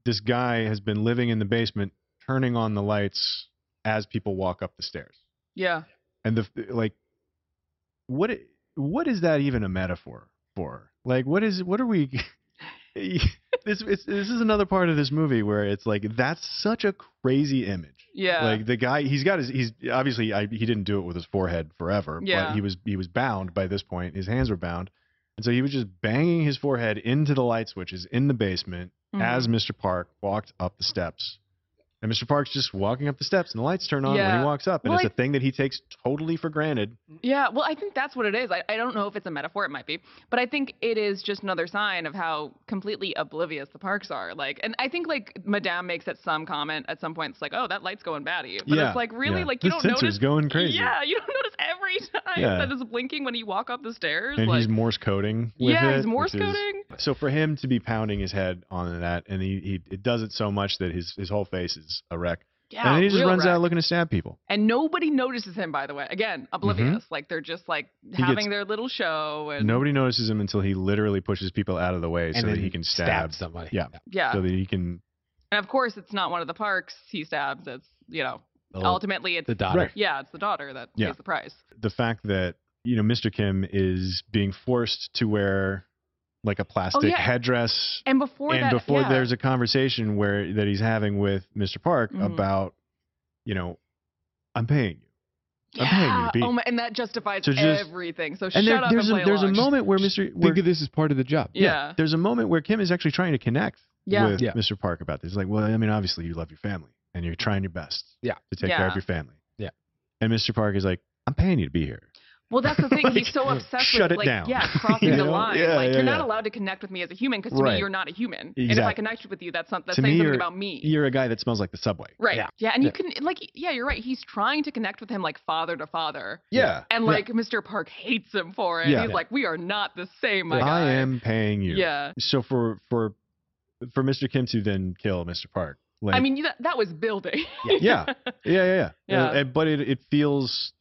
Speaker 2: this guy has been living in the basement turning on the lights as people walk up the stairs.
Speaker 3: yeah.
Speaker 2: And the like what i- what is that even a metaphor for? Like what is what are we this it's, this is another part of this movie where it's like that's such a crazy image.
Speaker 3: Yeah.
Speaker 2: Like the guy he's got his he's obviously I, he didn't do it with his forehead forever,
Speaker 3: Yeah.
Speaker 2: but he was he was bound by this point. His hands were bound. And so he was just banging his forehead into the light switches in the basement
Speaker 3: Mhm.
Speaker 2: as Mr. Park walked up the steps. And Mr. Park's just walking up the steps and the lights turn on when
Speaker 3: Yeah.
Speaker 2: he walks up. And
Speaker 3: Well,
Speaker 2: it's
Speaker 3: I-
Speaker 2: a thing that he takes totally for granted.
Speaker 3: Yeah, well, I think that's what it is. I, I don't know if it's a metaphor, it might be, but I think it is just another sign of how completely oblivious the parks are. Like, and I think like Madame makes it some comment at some point. It's like, oh, that light's going batty, but
Speaker 2: Yeah,
Speaker 3: it's like really
Speaker 2: yeah.
Speaker 3: like you
Speaker 2: The
Speaker 3: don't
Speaker 2: sensor's
Speaker 3: notice.
Speaker 2: going crazy.
Speaker 3: Yeah, you don't notice every time
Speaker 2: Yeah.
Speaker 3: that it's blinking when you walk up the stairs.
Speaker 2: and
Speaker 3: like,
Speaker 2: he's Morse coding. With
Speaker 3: Yeah,
Speaker 2: it,
Speaker 3: he's Morse
Speaker 2: which is-
Speaker 3: coding.
Speaker 2: so for him to be pounding his head on that, and he, he it does it so much that his his whole face is a wreck.
Speaker 3: Yeah,
Speaker 2: and then he just
Speaker 3: real
Speaker 2: runs out
Speaker 3: wreck.
Speaker 2: looking to stab people.
Speaker 3: and nobody notices him. By the way, again, oblivious. Like they're just like
Speaker 2: Mm-hmm. He
Speaker 3: having
Speaker 2: gets-
Speaker 3: their little show. And
Speaker 2: Nobody notices him until he literally pushes people out of the way
Speaker 4: And
Speaker 2: so that
Speaker 4: then
Speaker 2: he can stab
Speaker 4: stabs somebody.
Speaker 2: Yeah,
Speaker 3: Yeah.
Speaker 2: so that he can.
Speaker 3: And of course, it's not one of the parks he stabs. It's you know,
Speaker 4: The-
Speaker 3: ultimately it's
Speaker 4: the daughter.
Speaker 2: Right.
Speaker 3: Yeah, it's the daughter that
Speaker 2: Oh. Yeah.
Speaker 3: pays the price.
Speaker 2: The fact that you know Mr. Kim is being forced to wear like a plastic
Speaker 3: Oh, yeah.
Speaker 2: headdress
Speaker 3: And before
Speaker 2: and
Speaker 3: that,
Speaker 2: before
Speaker 3: yeah.
Speaker 2: there's a conversation where that he's having with Mr. Park
Speaker 3: Mhm.
Speaker 2: about, you know, I'm paying you.
Speaker 3: yeah.
Speaker 2: I'm paying you to be
Speaker 3: oh my, and that justifies
Speaker 2: So just-
Speaker 3: everything. So
Speaker 2: and
Speaker 3: shut
Speaker 2: there,
Speaker 3: up
Speaker 2: there's
Speaker 3: and
Speaker 2: a
Speaker 3: play
Speaker 2: there's
Speaker 3: along.
Speaker 2: a moment where Mr. Where,
Speaker 4: Think of this as part of the job.
Speaker 3: Yeah.
Speaker 2: there's a moment where Kim is actually trying to connect
Speaker 3: Yeah.
Speaker 2: with
Speaker 4: Yeah.
Speaker 2: Mr. Park about this. Like, well, I mean, obviously you love your family and you're trying your best
Speaker 4: Yeah.
Speaker 2: to take care of
Speaker 3: Yeah.
Speaker 2: your family.
Speaker 4: Yeah.
Speaker 2: And Mr. Park is like, I'm paying you to be here.
Speaker 3: Well, that's the thing. He's so obsessed
Speaker 2: shut
Speaker 3: with
Speaker 2: it
Speaker 3: like,
Speaker 2: down.
Speaker 3: yeah, crossing
Speaker 2: You
Speaker 3: the
Speaker 2: know?
Speaker 3: line.
Speaker 2: Yeah,
Speaker 3: like
Speaker 2: yeah,
Speaker 3: you're not
Speaker 2: yeah.
Speaker 3: allowed to connect with me as a human because to
Speaker 2: Right.
Speaker 3: me you're not a human. And if I
Speaker 2: Exactly.
Speaker 3: connect with you, that's not that's
Speaker 2: to
Speaker 3: saying
Speaker 2: me,
Speaker 3: something
Speaker 2: you're,
Speaker 3: about me.
Speaker 2: you're a guy that smells like the subway.
Speaker 3: right.
Speaker 4: Yeah.
Speaker 3: Yeah. And you
Speaker 4: Yeah.
Speaker 3: can like yeah, you're right. He's trying to connect with him like father to father.
Speaker 2: Yeah.
Speaker 3: And
Speaker 2: Yeah.
Speaker 3: like Mr. Park hates him for it.
Speaker 2: Yeah.
Speaker 3: He's
Speaker 2: Yeah.
Speaker 3: like, we are not the same, my guy.
Speaker 2: I am paying you.
Speaker 3: Yeah.
Speaker 2: So for for for Mr. Kim to then kill Mr. Park. Like,
Speaker 3: I mean, that, that was building.
Speaker 2: Yeah. Yeah, yeah, yeah.
Speaker 3: Yeah.
Speaker 2: Uh, but it, it feels,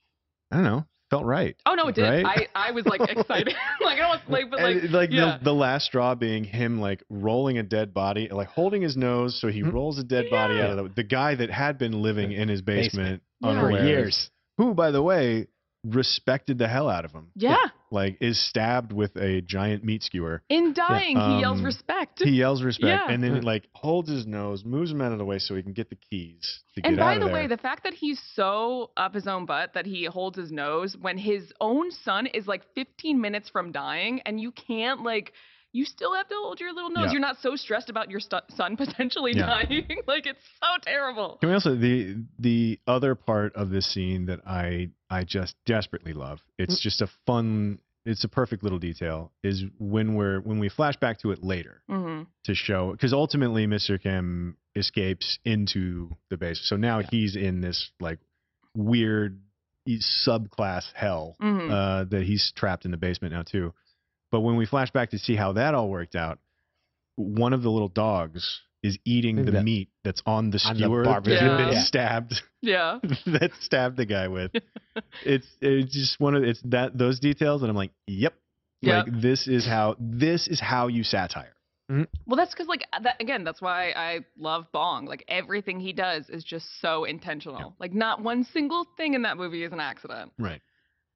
Speaker 2: I don't know, felt right.
Speaker 3: Oh no, it did.
Speaker 2: Right?
Speaker 3: I, I was like excited. like I was like, but like,
Speaker 2: And, like
Speaker 3: yeah.
Speaker 2: the, the last straw being him like rolling a dead body, like holding his nose, so he
Speaker 4: Mm.
Speaker 2: rolls a dead body out of the the guy that had been living in his basement,
Speaker 4: Basement.
Speaker 3: Yeah.
Speaker 4: For
Speaker 2: unawares,
Speaker 4: years.
Speaker 2: Who, by the way, respected the hell out of him.
Speaker 3: yeah.
Speaker 2: Like is stabbed with a giant meat skewer.
Speaker 3: In dying, he yells
Speaker 2: Um,
Speaker 3: respect.
Speaker 2: He yells respect,
Speaker 3: Yeah.
Speaker 2: and then
Speaker 4: Yeah.
Speaker 2: like holds his nose, moves him out of the way so he can get the keys to
Speaker 3: and
Speaker 2: get out
Speaker 3: by
Speaker 2: of
Speaker 3: the
Speaker 2: there.
Speaker 3: way, the fact that he's so up his own butt that he holds his nose when his own son is like 15 minutes from dying, and you can't like. You still have to hold your little nose.
Speaker 2: Yeah.
Speaker 3: You're not so stressed about your stu son potentially
Speaker 2: Yeah.
Speaker 3: dying. like it's so terrible.
Speaker 2: Can we also the the other part of this scene that I I just desperately love.
Speaker 3: Mm.
Speaker 2: It's just a fun. It's a perfect little detail. Is when we're when we flash back to it later
Speaker 3: hmm
Speaker 2: to show because ultimately Mr. Kim escapes into the base. So now he's in this like weird e- subclass hell
Speaker 3: Mhm.
Speaker 2: uh, that he's trapped in the basement now too. But when we flash back to see how that all worked out, one of the little dogs is eating the
Speaker 4: That-
Speaker 2: meat that's on the
Speaker 4: On the
Speaker 2: skewer that
Speaker 4: barbecue
Speaker 2: that
Speaker 3: pit. Yeah.
Speaker 2: stabbed
Speaker 3: Yeah.
Speaker 2: that stabbed the guy with. it's it's just one of it's that those details and I'm like, yep.
Speaker 3: Yep.
Speaker 2: Like this is how this is how you satire.
Speaker 3: Well, that's because, like, that, again, that's why I love Bong. Like, everything he does is just so intentional. Like, not one single thing in that movie is an accident. Um,
Speaker 2: Right.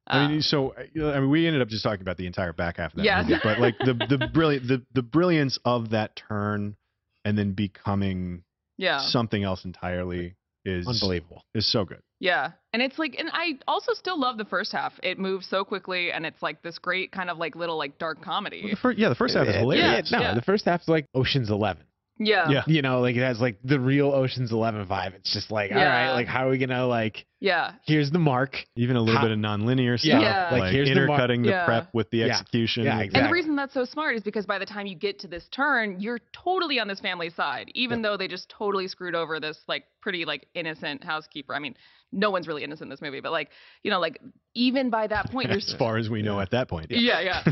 Speaker 2: I
Speaker 3: Ah.
Speaker 2: mean, so uh, you know, I mean, we ended up just talking about the entire back half of that
Speaker 3: Yes.
Speaker 2: movie, but like the the brilliant the, the brilliance of that turn, and then becoming
Speaker 3: Yeah.
Speaker 2: something else entirely is
Speaker 4: Unbelievable.
Speaker 2: Is so good.
Speaker 3: Yeah. And it's like, and I also still love the first half. It moves so quickly, and it's like this great kind of like little, like, dark comedy.
Speaker 2: The fir- yeah, the first half is
Speaker 4: Yeah,
Speaker 2: hilarious.
Speaker 4: yeah, no,
Speaker 3: Yeah.
Speaker 4: the first half's like Ocean's Eleven.
Speaker 3: Yeah.
Speaker 2: Yeah.
Speaker 4: You know, like it has like the real Ocean's Eleven vibe. It's just like, all
Speaker 3: Yeah.
Speaker 4: right, like how are we gonna like?
Speaker 3: Yeah.
Speaker 4: Here's the mark.
Speaker 2: Even a little
Speaker 4: How-
Speaker 2: bit of nonlinear
Speaker 4: Yeah,
Speaker 2: stuff,
Speaker 3: Yeah.
Speaker 2: like,
Speaker 4: like, here's the mar-
Speaker 2: intercutting the,
Speaker 3: Yeah.
Speaker 2: prep with the
Speaker 4: Yeah.
Speaker 2: execution.
Speaker 4: Yeah,
Speaker 2: and-
Speaker 4: exactly.
Speaker 3: And the reason that's so smart is because by the time you get to this turn, you're totally on this family's side, even though they just totally screwed over this like pretty like innocent housekeeper. I mean, no one's really innocent in this movie, but like you know, like even by that point, you're
Speaker 2: As far as we know at that point.
Speaker 3: yeah, yeah.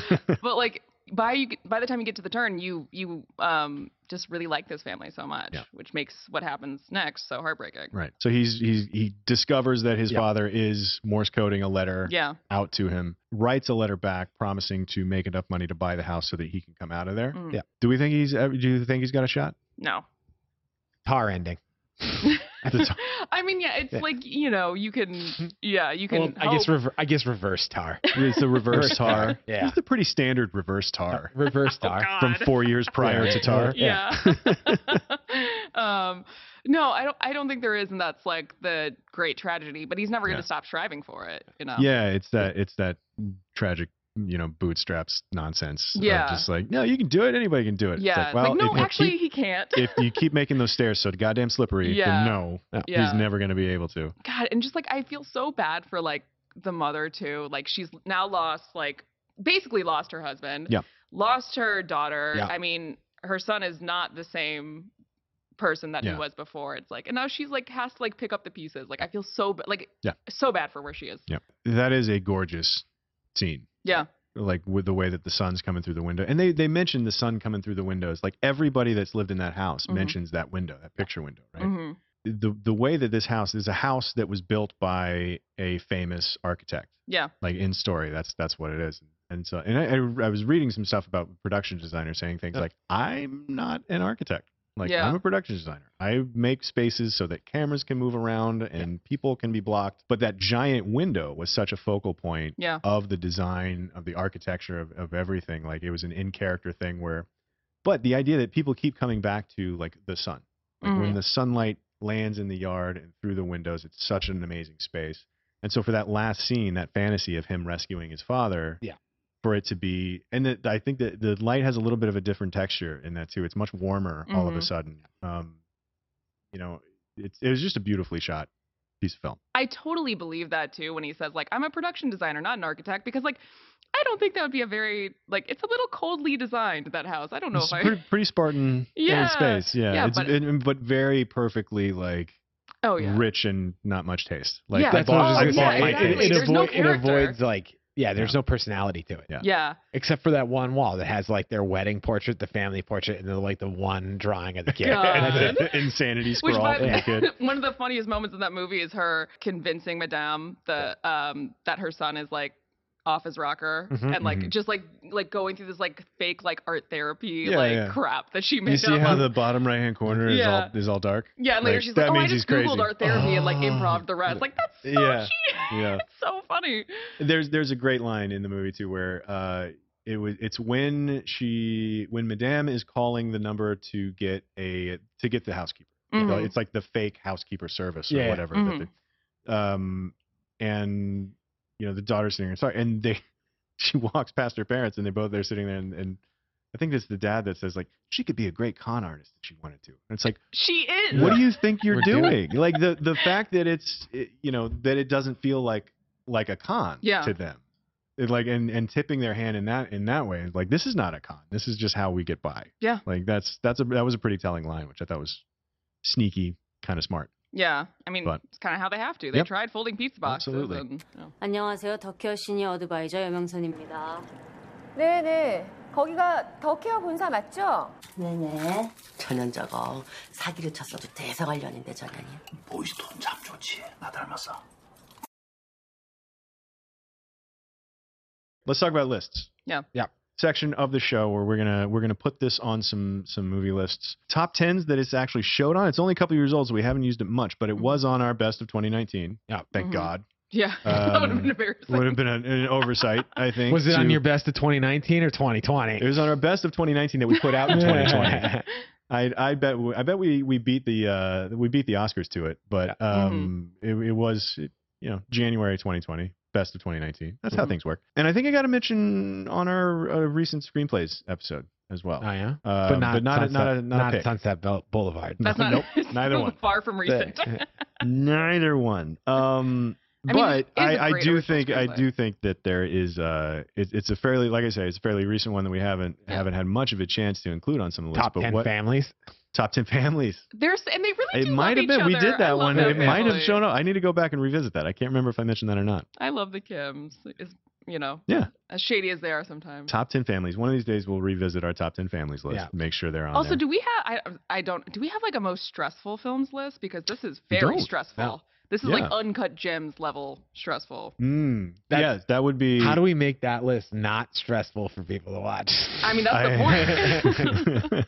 Speaker 3: but like by you, by the time you get to the turn, you you um just really like this family so much,
Speaker 2: Yeah.
Speaker 3: which makes what happens next so heartbreaking.
Speaker 2: Right. So he's he's he discovers that his
Speaker 4: Yeah.
Speaker 2: father is Morse coding a letter
Speaker 3: Yeah,
Speaker 2: out to him, writes a letter back promising to make enough money to buy the house so that he can come out of there.
Speaker 3: Mm.
Speaker 4: Yeah.
Speaker 2: Do we think he's ever, do you think he's got a shot?
Speaker 3: no.
Speaker 4: Tar ending.
Speaker 2: That's-
Speaker 3: I mean, yeah, it's
Speaker 4: Yeah.
Speaker 3: like you know, you can, yeah, you can.
Speaker 4: Well, I guess
Speaker 3: hope.
Speaker 4: rever- I guess reverse tar.
Speaker 2: it's a reverse tar.
Speaker 4: Yeah.
Speaker 2: It's a pretty standard reverse tar
Speaker 4: Reverse
Speaker 3: Oh,
Speaker 4: tar.
Speaker 3: God.
Speaker 2: from 4 years prior to tar.
Speaker 3: yeah. um, no, I don't. I don't think there is, and that's like the great tragedy. But he's never going
Speaker 2: Yeah.
Speaker 3: to stop striving for it. You know.
Speaker 2: Yeah, it's that it's that tragic you know bootstraps nonsense. of
Speaker 3: Yeah.
Speaker 2: just like no, you can do it. Anybody can do it. It's
Speaker 3: Yeah.
Speaker 2: like, well,
Speaker 3: like, no,
Speaker 2: if you
Speaker 3: actually,
Speaker 2: keep-
Speaker 3: he can't.
Speaker 2: if you keep making those stairs so goddamn slippery,
Speaker 3: Yeah.
Speaker 2: then no,
Speaker 3: Yeah.
Speaker 2: he's never going to be able to.
Speaker 3: God, and just like I feel so bad for like the mother too. Like she's now lost, like basically lost her husband.
Speaker 2: Yeah.
Speaker 3: Lost her daughter.
Speaker 4: Yeah.
Speaker 3: I mean, her son is not the same person that
Speaker 2: Yeah.
Speaker 3: he was before. It's like, and now she's like has to like pick up the pieces. Like I feel so ba- like
Speaker 2: Yeah.
Speaker 3: so bad for where she is.
Speaker 2: Yeah, that is a gorgeous scene.
Speaker 3: Yeah.
Speaker 2: Like with the way that the sun's coming through the window, and they they mentioned the sun coming through the windows. Like everybody that's lived in that house
Speaker 3: Mhm.
Speaker 2: mentions that window, that picture window, right?
Speaker 3: Mhm.
Speaker 2: The the way that this house is a house that was built by a famous architect.
Speaker 3: Yeah.
Speaker 2: like in story that's that's what it is and so and I, I, I was reading some stuff about production designers saying things
Speaker 4: Yeah.
Speaker 2: like i'm not an architect like
Speaker 3: Uh. Yeah.
Speaker 2: i'm a production designer i make spaces so that cameras can move around and people can be blocked but that giant window was such a focal point
Speaker 3: Yeah.
Speaker 2: of the design of the architecture of, of everything like it was an in character thing where but the idea that people keep coming back to like the sun like when
Speaker 4: Mm-hmm.
Speaker 3: Mhm.
Speaker 2: the sunlight lands in the yard and through the windows it's such an amazing space and so for that last scene that fantasy of him rescuing his father
Speaker 4: Yeah.
Speaker 2: for it to be and that i think that the light has a little bit of a different texture in that too it's much warmer all of a
Speaker 4: Mm-hmm.
Speaker 3: Mhm.
Speaker 2: sudden um you know it's it was just a beautifully shot piece of film
Speaker 3: I totally believe that too when he says like I'm a production designer, not an architect, because like I don't think that would be a very like it's a little coldly designed that house. I don't know
Speaker 2: it's
Speaker 3: if I
Speaker 2: pretty, pretty spartan in
Speaker 3: Yeah,
Speaker 2: its space yeah,
Speaker 3: yeah,
Speaker 2: it's,
Speaker 3: but-
Speaker 2: but, and, but very perfectly like
Speaker 3: oh yeah
Speaker 2: rich and not much taste like
Speaker 3: Oh, Yeah,
Speaker 2: I
Speaker 4: That's what I
Speaker 2: bought, I
Speaker 4: was just gonna
Speaker 2: bought
Speaker 4: say.
Speaker 2: my
Speaker 4: It-
Speaker 3: exactly.
Speaker 2: taste.
Speaker 4: It, it,
Speaker 3: There's no
Speaker 4: avoid- it
Speaker 3: character.
Speaker 4: avoids like yeah, there's no personality to it.
Speaker 2: Yeah.
Speaker 3: yeah
Speaker 4: Except for that one wall that has like their wedding portrait, the family portrait, and then like the one drawing of the kid.
Speaker 3: God.
Speaker 4: That's it.
Speaker 2: And the insanity
Speaker 3: Which,
Speaker 2: scroll
Speaker 3: by the
Speaker 2: yeah. kid.
Speaker 3: one of the funniest moments in that movie is her convincing Madame the um that her son is like off his rocker
Speaker 4: Mhm,
Speaker 3: and like
Speaker 2: mhm.
Speaker 3: just like like going through this like fake like art therapy
Speaker 2: Yeah,
Speaker 3: like
Speaker 2: yeah.
Speaker 3: crap that she made
Speaker 2: You see
Speaker 3: up.
Speaker 2: how
Speaker 3: on-
Speaker 2: the bottom right hand corner is
Speaker 3: Yeah.
Speaker 2: all is all dark.
Speaker 3: yeah, and later
Speaker 2: like,
Speaker 3: she's
Speaker 2: that
Speaker 3: like, "Oh, I
Speaker 2: means he's
Speaker 3: just googled
Speaker 2: crazy."
Speaker 3: art therapy and like
Speaker 2: Oh.
Speaker 3: improv the rest." Like that's so
Speaker 2: Yeah.
Speaker 3: cheating.
Speaker 2: Yeah.
Speaker 3: it's so funny.
Speaker 2: There's there's a great line in the movie too where uh it was it's when she when Madame is calling the number to get a to get the housekeeper. So
Speaker 3: Mhm.
Speaker 2: It's like the fake housekeeper service
Speaker 4: Yeah,
Speaker 2: or
Speaker 4: yeah.
Speaker 2: whatever.
Speaker 3: Mhm.
Speaker 2: That they, um and you know the daughter's sitting there sorry and they she walks past her parents and they both they're sitting there and, and I think it's the dad that says like she could be a great con artist if she wanted to. And it's like
Speaker 3: She is.
Speaker 2: what do you think you're
Speaker 4: We're
Speaker 2: doing?
Speaker 4: doing-
Speaker 2: Like the the fact that it's it- you know that it doesn't feel like like a con
Speaker 3: Yeah.
Speaker 2: to them, It, like and and tipping their hand in that in that way, like this is not a con. This is just how we get by.
Speaker 3: Yeah.
Speaker 2: like that's that's a that was a pretty telling line, which I thought was sneaky, kind of smart.
Speaker 3: Yeah, I mean,
Speaker 2: But-
Speaker 3: it's kind of how they have to. They
Speaker 2: Yep.
Speaker 3: tried folding pizza boxes.
Speaker 2: Absolutely.
Speaker 3: And, you know.
Speaker 9: 안녕하세요. 덕혈 시니어 어드바이저 여명선입니다. 네네. 거기가 더케어 본사 맞죠?
Speaker 10: 네네. 저는 저거 사기를 쳤어도 대성하려는데 저는.
Speaker 8: 보이스톤 참 좋지. 나 닮았어.
Speaker 2: Let's talk about lists.
Speaker 3: Yeah.
Speaker 2: Yeah. Section of the show where we're gonna we're gonna put this on some some movie lists. Top tens that it's actually showed on. It's only a couple years old, so we haven't used it much,
Speaker 4: Mm-hmm.
Speaker 2: but it was on our best of 2019. Yeah. Thank
Speaker 3: Mhm.
Speaker 2: God.
Speaker 3: Yeah. that would
Speaker 2: Um,
Speaker 3: have been embarrassing.
Speaker 2: Would have been an, an oversight, I think.
Speaker 4: Was it on
Speaker 2: to-
Speaker 4: your best of 2019 or 2020?
Speaker 2: It was on our best of 2019 that we put out in 2020. I I bet w- I bet we we beat the uh we beat the Oscars to it, but
Speaker 4: Mm-hmm.
Speaker 2: um it, it was you know January 2020, best of 2019. That's how
Speaker 4: Mhm.
Speaker 2: things work. And I think I got to mention on our uh, recent screenplays episode as well. Oh yeah, uh,
Speaker 4: but not
Speaker 2: not a,
Speaker 4: Sunset,
Speaker 2: not a, not, a pick.
Speaker 4: Sunset Bel- Boulevard.
Speaker 2: That's not- nope, neither one.
Speaker 3: Far from recent.
Speaker 2: Neither one. Um,
Speaker 3: I mean,
Speaker 2: but
Speaker 3: it is a
Speaker 2: I, I
Speaker 3: great
Speaker 2: do
Speaker 3: original
Speaker 2: think I
Speaker 3: screenplay.
Speaker 2: do think that there is uh, it, it's a fairly like I say, it's a fairly recent one that we haven't haven't had much of a chance to include on some of the list.
Speaker 4: Top
Speaker 2: but
Speaker 4: 10
Speaker 2: what, families. Top ten families.
Speaker 3: There's and they really
Speaker 2: It
Speaker 3: do
Speaker 2: might have
Speaker 3: love
Speaker 2: been.
Speaker 3: each
Speaker 2: We
Speaker 3: other.
Speaker 2: did
Speaker 3: I
Speaker 2: that one.
Speaker 3: love their
Speaker 2: It might have
Speaker 3: family.
Speaker 2: shown up. I need to go back and revisit that. I can't remember if I mentioned that or not.
Speaker 3: I love the Kims. Is you know.
Speaker 2: Yeah.
Speaker 3: As shady as they are sometimes.
Speaker 2: Top ten families. One of these days we'll revisit our top ten families list.
Speaker 3: Yeah.
Speaker 2: Make sure they're on.
Speaker 3: Also,
Speaker 2: there.
Speaker 3: do we have I I don't do we have like a most stressful films list because this is
Speaker 2: We
Speaker 3: very
Speaker 2: don't.
Speaker 3: stressful.
Speaker 2: No.
Speaker 3: This is
Speaker 2: Yeah.
Speaker 3: like uncut gems level stressful.
Speaker 2: Mm, yeah, that would be.
Speaker 4: Hmm. How do we make that list not stressful for people to watch?
Speaker 3: I mean, that's the point.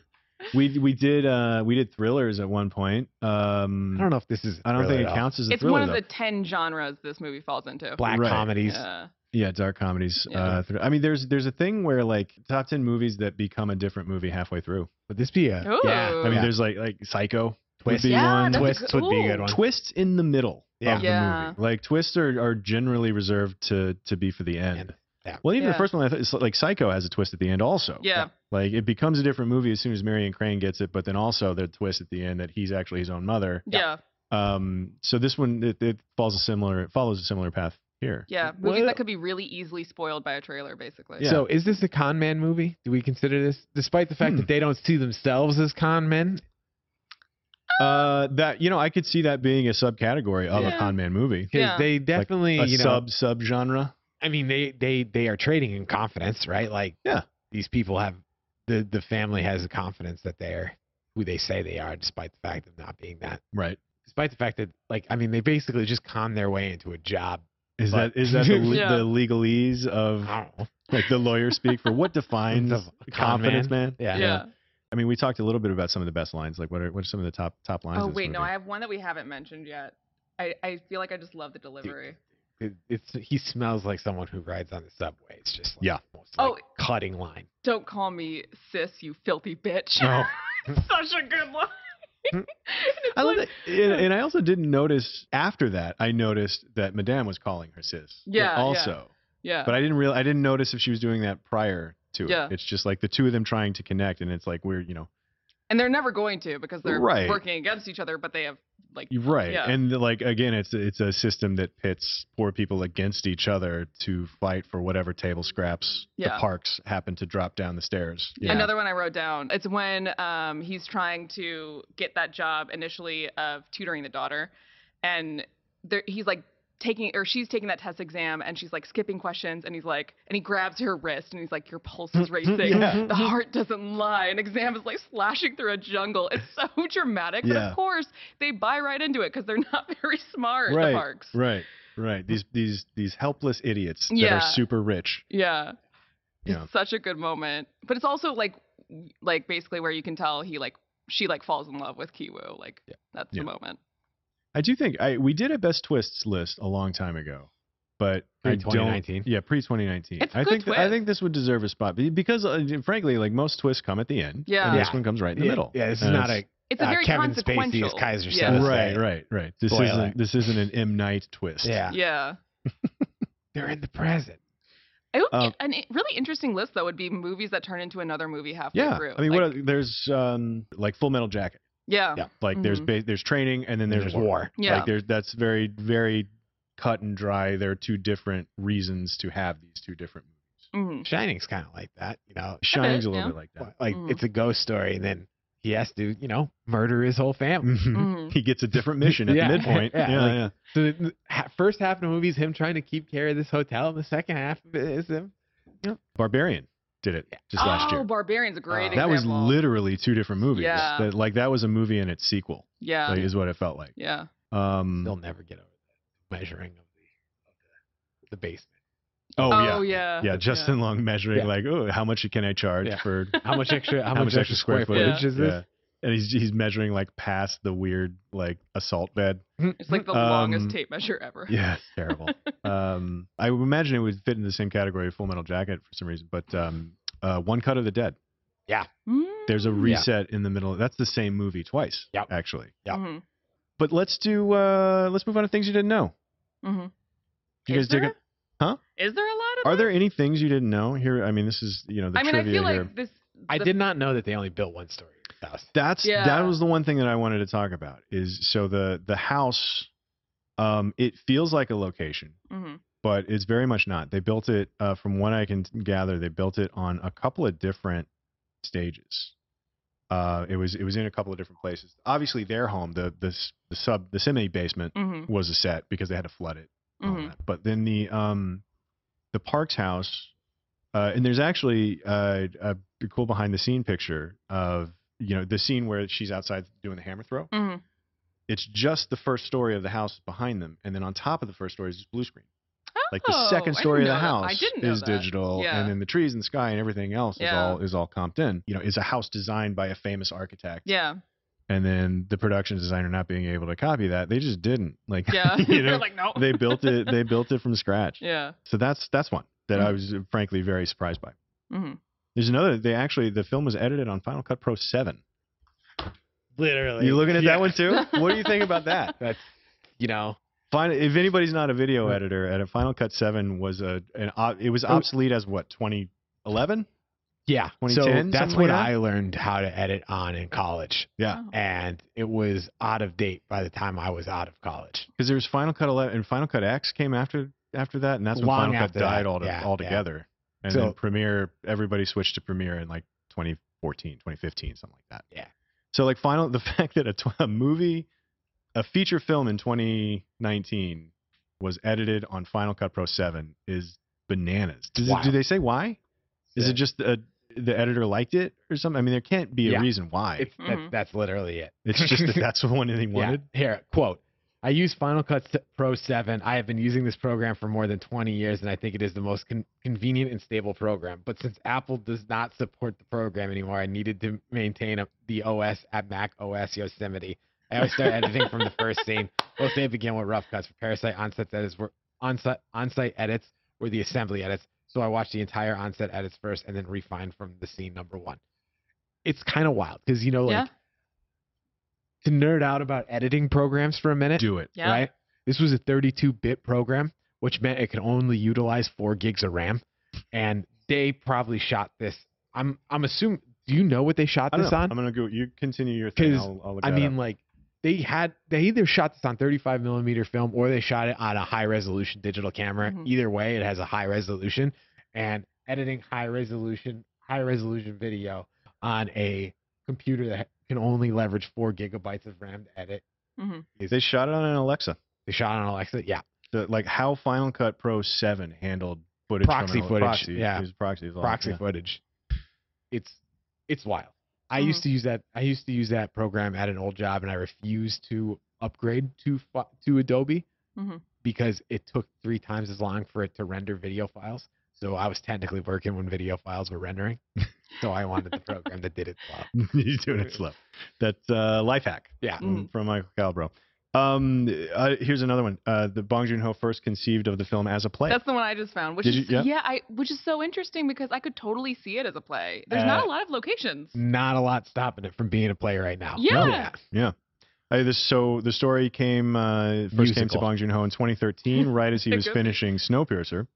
Speaker 2: we we did uh we did thrillers at one point. Um, I don't
Speaker 4: know if this is.
Speaker 2: I don't think
Speaker 4: thriller
Speaker 2: it
Speaker 4: at all.
Speaker 2: counts as a
Speaker 3: it's
Speaker 2: thriller.
Speaker 3: one of
Speaker 2: though.
Speaker 3: the ten genres this movie falls into.
Speaker 2: Right.
Speaker 3: Yeah.
Speaker 2: Yeah, dark comedies. Uh, thr- I mean, there's there's a thing where like top ten movies that become a different movie halfway through. Would this be a?
Speaker 4: Ooh.
Speaker 2: Yeah. I mean,
Speaker 4: Yeah.
Speaker 2: there's like like Psycho.
Speaker 4: Twist.
Speaker 2: Would be
Speaker 4: Yeah,
Speaker 2: one.
Speaker 4: that's a Twist good- would be a good ooh. one.
Speaker 2: Twists in the middle
Speaker 4: Yeah.
Speaker 2: of the
Speaker 4: Yeah.
Speaker 2: movie. Like twists are, are generally reserved to to be for the end.
Speaker 4: Yeah.
Speaker 2: Well, even
Speaker 3: Yeah.
Speaker 2: the first one, I thought, it's like Psycho has a twist at the end also.
Speaker 3: Yeah.
Speaker 2: Like it becomes a different movie as soon as Marion Crane gets it, but then also the twist at the end that he's actually his own mother.
Speaker 3: Yeah.
Speaker 2: Um. So this one it, it falls a similar it follows a similar path here.
Speaker 3: Yeah. Movies that could be really easily spoiled by a trailer, basically.
Speaker 4: So is this a con man movie? Do we consider this, despite the
Speaker 2: Hmm.
Speaker 4: fact that they don't see themselves as con men?
Speaker 2: Uh, that you know, I could see that being a subcategory of
Speaker 4: Yeah.
Speaker 2: a con man movie
Speaker 4: Because they definitely,
Speaker 2: like a
Speaker 4: you know,
Speaker 2: sub sub genre.
Speaker 4: I mean, they they they are trading in confidence, right? Like,
Speaker 2: yeah,
Speaker 4: these people have the the family has the confidence that they're who they say they are, despite the fact of not being that.
Speaker 2: Right.
Speaker 4: Despite the fact that, like, I mean, they basically just con their way into a job.
Speaker 2: Is
Speaker 4: but-
Speaker 2: that is that the, le- the legalese of like the lawyer speak for what defines
Speaker 4: Of a con
Speaker 2: confidence, man?
Speaker 4: man? Yeah. Yeah.
Speaker 2: I mean, we talked a little bit about some of the best lines. Like, what are what are some of the top top lines?
Speaker 3: Oh
Speaker 2: in this
Speaker 3: wait, no,
Speaker 2: movie?
Speaker 3: I have one that we haven't mentioned yet. I, I feel like I just love the delivery.
Speaker 4: It, it's he smells like someone who rides on the subway. It's just like
Speaker 2: yeah,
Speaker 3: oh,
Speaker 4: cutting line.
Speaker 3: don't call me sis, you filthy bitch.
Speaker 2: No.
Speaker 3: Such a good line. And it's
Speaker 2: I love
Speaker 3: like-
Speaker 2: that. And, and I also didn't notice after that. I noticed that Madame was calling her sis.
Speaker 3: Yeah, yeah.
Speaker 2: Also.
Speaker 3: Yeah.
Speaker 2: But I didn't real I didn't notice if she was doing that prior to it.
Speaker 3: Yeah.
Speaker 2: It's just like the two of them trying to connect, and it's like we're you know
Speaker 3: And they're never going to because they're
Speaker 2: Right.
Speaker 3: working against each other, but they have like
Speaker 2: right.
Speaker 3: Yeah.
Speaker 2: And like again, it's it's a system that pits poor people against each other to fight for whatever table scraps
Speaker 3: Yeah.
Speaker 2: the parks happen to drop down the stairs. you know?
Speaker 3: Another one I wrote down. It's when um, he's trying to get that job initially of tutoring the daughter, and there, he's like taking or she's taking that test exam and she's like skipping questions and he's like and he grabs her wrist and he's like your pulse is racing
Speaker 11: Yeah.
Speaker 3: the heart doesn't lie an exam is like slashing through a jungle it's so dramatic but
Speaker 2: Yeah.
Speaker 3: of course they buy right into it because they're not very smart the
Speaker 2: right,
Speaker 3: Parks
Speaker 2: right, right. These these these helpless idiots that
Speaker 3: Yeah.
Speaker 2: are super rich.
Speaker 3: yeah
Speaker 2: You know.
Speaker 3: such a good moment. But it's also like like basically where you can tell he like she like falls in love with Kiwoo. Like that's
Speaker 2: Yeah.
Speaker 3: the moment.
Speaker 2: I do think I we did a best twists list a long time ago, but I don't-
Speaker 4: Pre-2019.
Speaker 2: Yeah, pre twenty nineteen.
Speaker 4: It's a
Speaker 2: I
Speaker 4: good
Speaker 2: think th- I
Speaker 4: twist.
Speaker 2: think this would deserve a spot be- because uh, frankly, like most twists come at the end.
Speaker 4: Yeah.
Speaker 2: and this
Speaker 4: Yeah.
Speaker 2: one comes right in the
Speaker 4: Yeah,
Speaker 2: middle.
Speaker 4: yeah, this is
Speaker 2: And
Speaker 4: not a- It's a uh, very Kevin Spacey is consequential. Kaiser Yeah. Soze.
Speaker 2: Right, right, right. This
Speaker 4: Spoiler.
Speaker 2: isn't this isn't an M Night twist.
Speaker 4: Yeah.
Speaker 3: Yeah.
Speaker 4: They're in the present.
Speaker 3: It would
Speaker 2: Um,
Speaker 3: be an i- really interesting list though would be movies that turn into another movie halfway
Speaker 2: Yeah,
Speaker 3: through.
Speaker 2: I mean,
Speaker 3: Like,
Speaker 2: what are, there's um like Full Metal Jacket.
Speaker 3: Yeah.
Speaker 2: Like there's
Speaker 3: Mhm.
Speaker 2: ba- there's training and then there's,
Speaker 4: there's
Speaker 2: war.
Speaker 4: war.
Speaker 3: Yeah.
Speaker 2: Like there's that's very very cut and dry. There are two different reasons to have these two different movies.
Speaker 3: Mhm.
Speaker 4: Shining's kind of like that, you know.
Speaker 2: Shining's a little bit like that.
Speaker 4: Like
Speaker 2: Mhm.
Speaker 4: it's a ghost story, and then he has to, you know, murder his whole family.
Speaker 3: Mm-hmm.
Speaker 2: Mhm. He gets a different mission at the midpoint. Yeah, yeah.
Speaker 4: So the ha- first half of the movie is him trying to keep care of this hotel, and the second half of it is him.
Speaker 2: Barbarian. did it just last
Speaker 3: oh,
Speaker 2: year. Uh,
Speaker 3: Barbarian's a great
Speaker 2: that
Speaker 3: example.
Speaker 2: was literally two different movies.
Speaker 3: Yeah.
Speaker 2: That- like that was a movie and its sequel.
Speaker 3: Yeah.
Speaker 2: like, is what it felt like.
Speaker 3: yeah.
Speaker 2: Um,
Speaker 4: They'll never get over the measuring of the, of the, the basement.
Speaker 2: Oh, yeah.
Speaker 3: Oh, yeah.
Speaker 2: Yeah, Justin
Speaker 4: Yeah.
Speaker 2: Long measuring
Speaker 4: Yeah.
Speaker 2: like, oh, how much can I charge for
Speaker 4: How much extra- how much extra square footage is this?
Speaker 2: And he's he's measuring like past the weird like assault bed.
Speaker 3: It's like the
Speaker 2: Um,
Speaker 3: longest tape measure ever.
Speaker 2: Yeah, it's terrible. um, I would imagine it would fit in the same category of Full Metal Jacket for some reason, but um, uh, One Cut of the Dead.
Speaker 4: Yeah.
Speaker 2: There's a
Speaker 3: Mm-hmm.
Speaker 4: Yeah.
Speaker 2: reset in the middle. That's the same movie twice.
Speaker 4: Yep.
Speaker 2: actually.
Speaker 4: Yeah.
Speaker 2: But let's do. Uh, let's move on to things you didn't know.
Speaker 3: Mm-hmm.
Speaker 2: Do you
Speaker 3: Is
Speaker 2: guys dig
Speaker 3: there?
Speaker 2: it? Huh?
Speaker 3: Is there a lot of
Speaker 4: Mm-hmm.
Speaker 2: Are there any things you didn't know here? I mean, this is you know the
Speaker 3: I mean, I
Speaker 2: trivia
Speaker 3: feel
Speaker 2: here.
Speaker 3: like this.
Speaker 4: I
Speaker 3: the-
Speaker 4: did not know that they only built one story. house.
Speaker 2: That's that
Speaker 3: Yeah.
Speaker 2: was the one thing that I wanted to talk about is so the the house, um, it feels like a location,
Speaker 3: Mhm.
Speaker 2: but it's very much not. They built it uh, from what I can gather. They built it on a couple of different stages. Uh, it was it was in a couple of different places. Obviously, their home, the the s- the sub the semi basement,
Speaker 3: Mhm.
Speaker 2: was a set because they had to flood it. and all
Speaker 3: Mhm.
Speaker 2: that. But then the um, the Parks house uh, and there's actually uh, a cool behind the scene picture of you know the scene where she's outside doing the hammer throw.
Speaker 3: Mhm.
Speaker 2: It's just the first story of the house behind them, and then on top of the first story is this blue screen. Like the
Speaker 3: Oh, I
Speaker 2: second
Speaker 3: didn't
Speaker 2: story of the
Speaker 3: know that. I
Speaker 2: house
Speaker 3: didn't know
Speaker 2: is
Speaker 3: that.
Speaker 2: digital,
Speaker 3: Yeah.
Speaker 2: and then the trees and sky and everything else is
Speaker 3: Yeah.
Speaker 2: all is all comped in. You know, is a house designed by a famous architect,
Speaker 3: Yeah.
Speaker 2: and then the production designer not being able to copy that, they just didn't. Like,
Speaker 3: Yeah.
Speaker 2: you
Speaker 3: They're
Speaker 2: know,
Speaker 3: like, "Oh." no.
Speaker 2: they built it. They built it from scratch.
Speaker 3: Yeah.
Speaker 2: So that's that's one that I was uh, frankly very surprised by.
Speaker 3: Mm-hmm.
Speaker 2: There's another. They actually the film was edited on Final Cut Pro Seven.
Speaker 4: Literally.
Speaker 2: You looking at that one too? What do you think about that?
Speaker 4: That's you know.
Speaker 2: Final, if anybody's not a video editor, at a Final Cut Seven was a an ob- it was
Speaker 4: Oh.
Speaker 2: obsolete as what 2011.
Speaker 4: Yeah. So
Speaker 2: 2010,
Speaker 4: that's
Speaker 2: something
Speaker 4: what
Speaker 2: like that?
Speaker 4: I learned how to edit on in college.
Speaker 2: Yeah.
Speaker 4: And it was out of date by the time I was out of college.
Speaker 2: Because there was Final Cut 11 and Final Cut X came after after that, and that's when
Speaker 4: Long
Speaker 2: Final Cut
Speaker 4: after that,
Speaker 2: died all to,
Speaker 4: yeah, yeah.
Speaker 2: altogether. And
Speaker 4: So-
Speaker 2: then Premiere, everybody switched to Premiere in like 2014, 2015, something like that.
Speaker 4: Yeah.
Speaker 2: So like Final, the fact that a, tw- a movie, a feature film in 2019 was edited on Final Cut Pro 7 is bananas. Does it, do
Speaker 4: Wild.
Speaker 2: they say why? Is
Speaker 4: Yeah.
Speaker 2: it just uh the editor liked it or something? I mean, there can't be a
Speaker 4: Yeah.
Speaker 2: reason why.
Speaker 4: It's, that-
Speaker 3: Mhm.
Speaker 4: that's literally it.
Speaker 2: it's just that that's the one that he wanted.
Speaker 4: Yeah. Here, quote. I use Final Cut S- Pro 7. I have been using this program for more than 20 years, and I think it is the most con- convenient and stable program. But since Apple does not support the program anymore, I needed to maintain a, the OS at Mac OS Yosemite. I always start editing from the first scene. Most they begin with rough cuts. For Parasite, on-set edits were on-set, on-site edits were the assembly edits. So I watched the entire on-set edits first, and then refined from the scene number one. It's kind of wild because you know, like
Speaker 3: Yeah.
Speaker 4: to nerd out about editing programs for a minute.
Speaker 2: Do it.
Speaker 3: Yeah.
Speaker 4: Right? This was a 32 bit program, which meant it could only utilize four gigs of RAM. And they probably shot this. I'm I'm assuming do you know what they shot
Speaker 2: I don't
Speaker 4: this
Speaker 2: know.
Speaker 4: on?
Speaker 2: I'm gonna go. You continue your thing.
Speaker 4: 'Cause,
Speaker 2: I'll, I'll look
Speaker 4: I
Speaker 2: that up.
Speaker 4: mean, like they had they either shot this on 35 millimeter film or they shot it on a high resolution digital camera.
Speaker 3: Mhm.
Speaker 4: Either way, it has a high resolution and editing high resolution high resolution video on a computer that can only leverage four gigabytes of RAM to edit.
Speaker 3: Mm-hmm.
Speaker 2: They shot it on an Alexa.
Speaker 4: They shot on Alexa. Yeah,
Speaker 2: The, like how Final Cut Pro 7 handled footage
Speaker 4: Proxy
Speaker 2: from an,
Speaker 4: footage,
Speaker 2: Proxy,
Speaker 4: yeah.
Speaker 2: it was proxy. is all,
Speaker 4: proxy
Speaker 2: Oh, yeah.
Speaker 4: footage. It's it's wild. I
Speaker 3: Mm-hmm.
Speaker 4: used to use that. I used to use that program at an old job, and I refused to upgrade to fi- to Adobe
Speaker 3: Mm-hmm.
Speaker 4: because it took three times as long for it to render video files. So I was technically working when video files were rendering. so I wanted the program that did it slow.
Speaker 2: He's doing
Speaker 4: Mm.
Speaker 2: it slow. That's uh, life hack.
Speaker 4: Yeah.
Speaker 3: Mm.
Speaker 2: from- from Michael Calbro. Um, uh, here's another one. Uh, the Bong Joon Ho first conceived of the film as a play.
Speaker 3: That's the one I just found, which
Speaker 2: Did
Speaker 3: is
Speaker 2: you- yeah?
Speaker 3: yeah. I which is so interesting because I could totally see it as a play. There's
Speaker 4: Uh,
Speaker 3: not a lot of locations.
Speaker 4: Not a lot stopping it from being a play right now.
Speaker 3: Yeah.
Speaker 2: yeah. Uh, this, so the story came uh, first came to
Speaker 4: Musical.
Speaker 2: Bong Joon Ho in 2013, right as he
Speaker 3: It
Speaker 2: was
Speaker 3: goes-
Speaker 2: finishing Snowpiercer.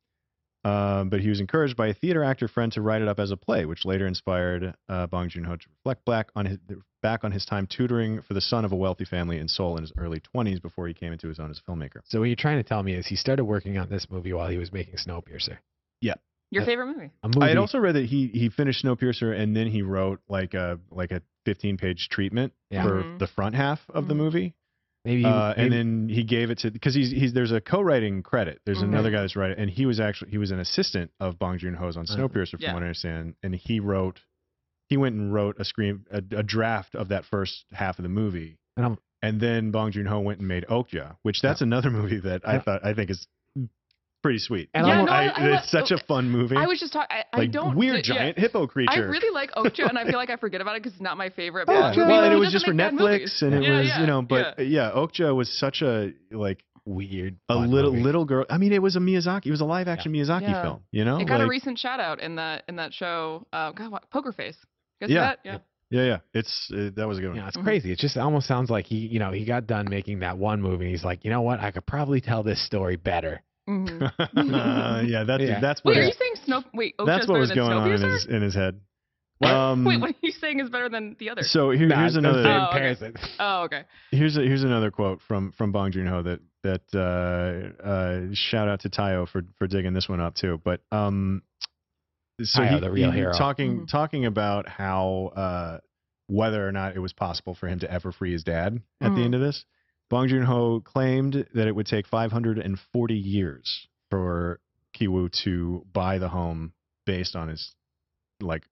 Speaker 2: Um, but he was encouraged by a theater actor friend to write it up as a play, which later inspired uh, Bong Joon Ho to reflect back on his back on his time tutoring for the son of a wealthy family in Seoul in his early 20s before he came into his own as a filmmaker.
Speaker 4: So what you're trying to tell me is he started working on this movie while he was making Snowpiercer.
Speaker 3: Your
Speaker 4: uh,
Speaker 3: favorite movie?
Speaker 4: A movie.
Speaker 2: I had also read that he he finished Snowpiercer and then he wrote like a like a 15 page treatment
Speaker 4: Yeah. Mm-hmm.
Speaker 2: for
Speaker 3: Mhm.
Speaker 2: the front half of the
Speaker 3: Mhm.
Speaker 2: movie,
Speaker 4: Maybe he-
Speaker 2: uh, and
Speaker 4: maybe-
Speaker 2: then he gave it to because he's he's there's a co-writing credit. There's
Speaker 4: Mhm.
Speaker 2: another guy that's writing, and he was actually he was an assistant of Bong Joon Ho's on
Speaker 4: Uh,
Speaker 2: Snowpiercer, from
Speaker 4: yeah.
Speaker 2: what I understand. And he wrote, he went and wrote a screen a, a draft of that first half of the movie,
Speaker 4: And I'm-
Speaker 2: and then Bong Joon Ho went and made Okja, which that's another movie that I
Speaker 4: Yeah.
Speaker 2: thought I think is pretty sweet.
Speaker 3: And Yeah, I'm- no, I- I-
Speaker 2: it's such a fun movie.
Speaker 3: I was just talking. I, I
Speaker 2: like
Speaker 3: don't
Speaker 2: weird
Speaker 3: yeah.
Speaker 2: giant hippo creature.
Speaker 3: I really like Okja, and I feel like I forget about it because it's not my
Speaker 4: Oh,
Speaker 3: favorite.
Speaker 2: Yeah.
Speaker 3: Bong Joon-ho.
Speaker 2: Well, and it
Speaker 3: He
Speaker 2: was
Speaker 3: doesn't
Speaker 2: just for
Speaker 3: make bad
Speaker 2: Netflix,
Speaker 3: movies.
Speaker 2: and it
Speaker 3: Yeah,
Speaker 2: was
Speaker 3: yeah,
Speaker 2: you know, but
Speaker 3: yeah.
Speaker 2: yeah, Okja was such a like
Speaker 4: weird,
Speaker 2: a little little girl. I mean, it was a Miyazaki, it was a live action Miyazaki
Speaker 3: Yeah.
Speaker 2: film, you know.
Speaker 3: it got a
Speaker 2: Like,
Speaker 3: recent shout out in that in that show. Uh, God, what, Poker Face. Guess
Speaker 4: Yeah.
Speaker 3: that? Yeah.
Speaker 2: yeah, yeah, it's uh, that was a good one.
Speaker 4: You know, it's
Speaker 3: Mhm.
Speaker 4: crazy. It just almost sounds like he, you know, he got done making that one movie. And he's like, you know what? I could probably tell this story better.
Speaker 3: Mhm.
Speaker 2: Uh, yeah, that's
Speaker 4: Yeah.
Speaker 2: that's what
Speaker 3: Wait, are you
Speaker 2: it,
Speaker 3: saying Snow? Wait, Okja
Speaker 2: that's
Speaker 3: is
Speaker 2: what
Speaker 3: better
Speaker 2: was
Speaker 3: than
Speaker 2: going on in
Speaker 3: Snowpiercer?
Speaker 2: his in his head.
Speaker 3: What?
Speaker 2: Um,
Speaker 3: Wait, what are you saying is better than the other?
Speaker 2: so here-
Speaker 4: Nah,
Speaker 2: here's
Speaker 4: that's
Speaker 2: another
Speaker 4: the
Speaker 3: Oh, okay.
Speaker 4: comparison.
Speaker 3: Oh, okay.
Speaker 2: Here's a, here's another quote from from Bong Joon Ho that that uh, uh, shout out to Tayo for for digging this one up too. But um, so
Speaker 4: Tayo,
Speaker 2: he,
Speaker 4: the real
Speaker 2: he
Speaker 4: hero.
Speaker 2: talking talking about how uh, whether or not it was possible for him to ever free his dad at the
Speaker 4: Mhm.
Speaker 2: end of this. Bong Joon Ho claimed that it would take 540 years for Kiwoo to buy the home based on his like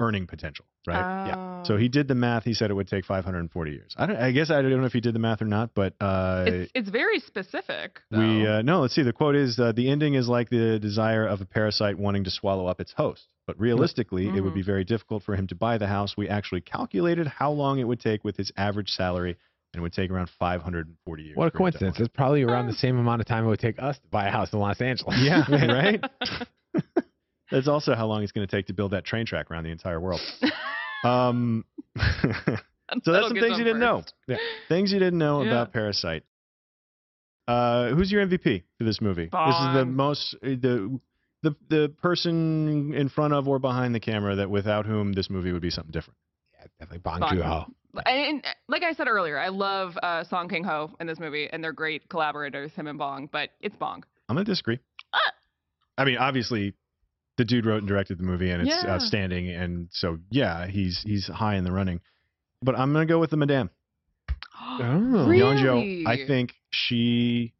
Speaker 2: earning potential, right?
Speaker 3: Oh.
Speaker 2: So he did the math. He said it would take 540 years. I don't. I guess I don't know if he did the math or not, but uh,
Speaker 3: It's, it's very specific.
Speaker 2: we uh, no. Let's see. The quote is uh, the ending is like the desire of a parasite wanting to swallow up its host. But
Speaker 4: Hmm.
Speaker 2: realistically, it
Speaker 4: Mm-hmm.
Speaker 2: would be very difficult for him to buy the house. We actually calculated how long it would take with his average salary, and it would take around 540 years.
Speaker 4: What
Speaker 2: for
Speaker 4: a
Speaker 2: him to
Speaker 4: coincidence. It's probably around
Speaker 3: Oh.
Speaker 4: the same amount of time it would take us to buy a house in Los Angeles.
Speaker 2: Yeah, right? That's also how long it's going to take to build that train track around the entire world. Um, so that's
Speaker 4: That'll
Speaker 2: some
Speaker 4: get
Speaker 2: things you
Speaker 4: done
Speaker 2: didn't know. Yeah. Things you didn't know
Speaker 4: Yeah.
Speaker 2: about Parasite. Uh, who's your MVP for this movie? This is the
Speaker 4: Bong.
Speaker 2: most uh, the the the person in front of or behind the camera that without whom this movie would be something different.
Speaker 4: Yeah, definitely Bong
Speaker 3: Bong.
Speaker 4: Joon-ho.
Speaker 3: And, and like I said earlier, I love uh, Song King Ho in this movie, and they're great collaborators, him and Bong. But it's Bong.
Speaker 2: I'm gonna disagree. I mean, obviously, the dude wrote and directed the movie, and it's
Speaker 3: Yeah.
Speaker 2: outstanding. And so, yeah, he's he's high in the running. But I'm gonna go with the Madame. Uh-huh. Oh.
Speaker 4: Hmm.
Speaker 2: Yeonjo, I
Speaker 3: Really?
Speaker 2: think she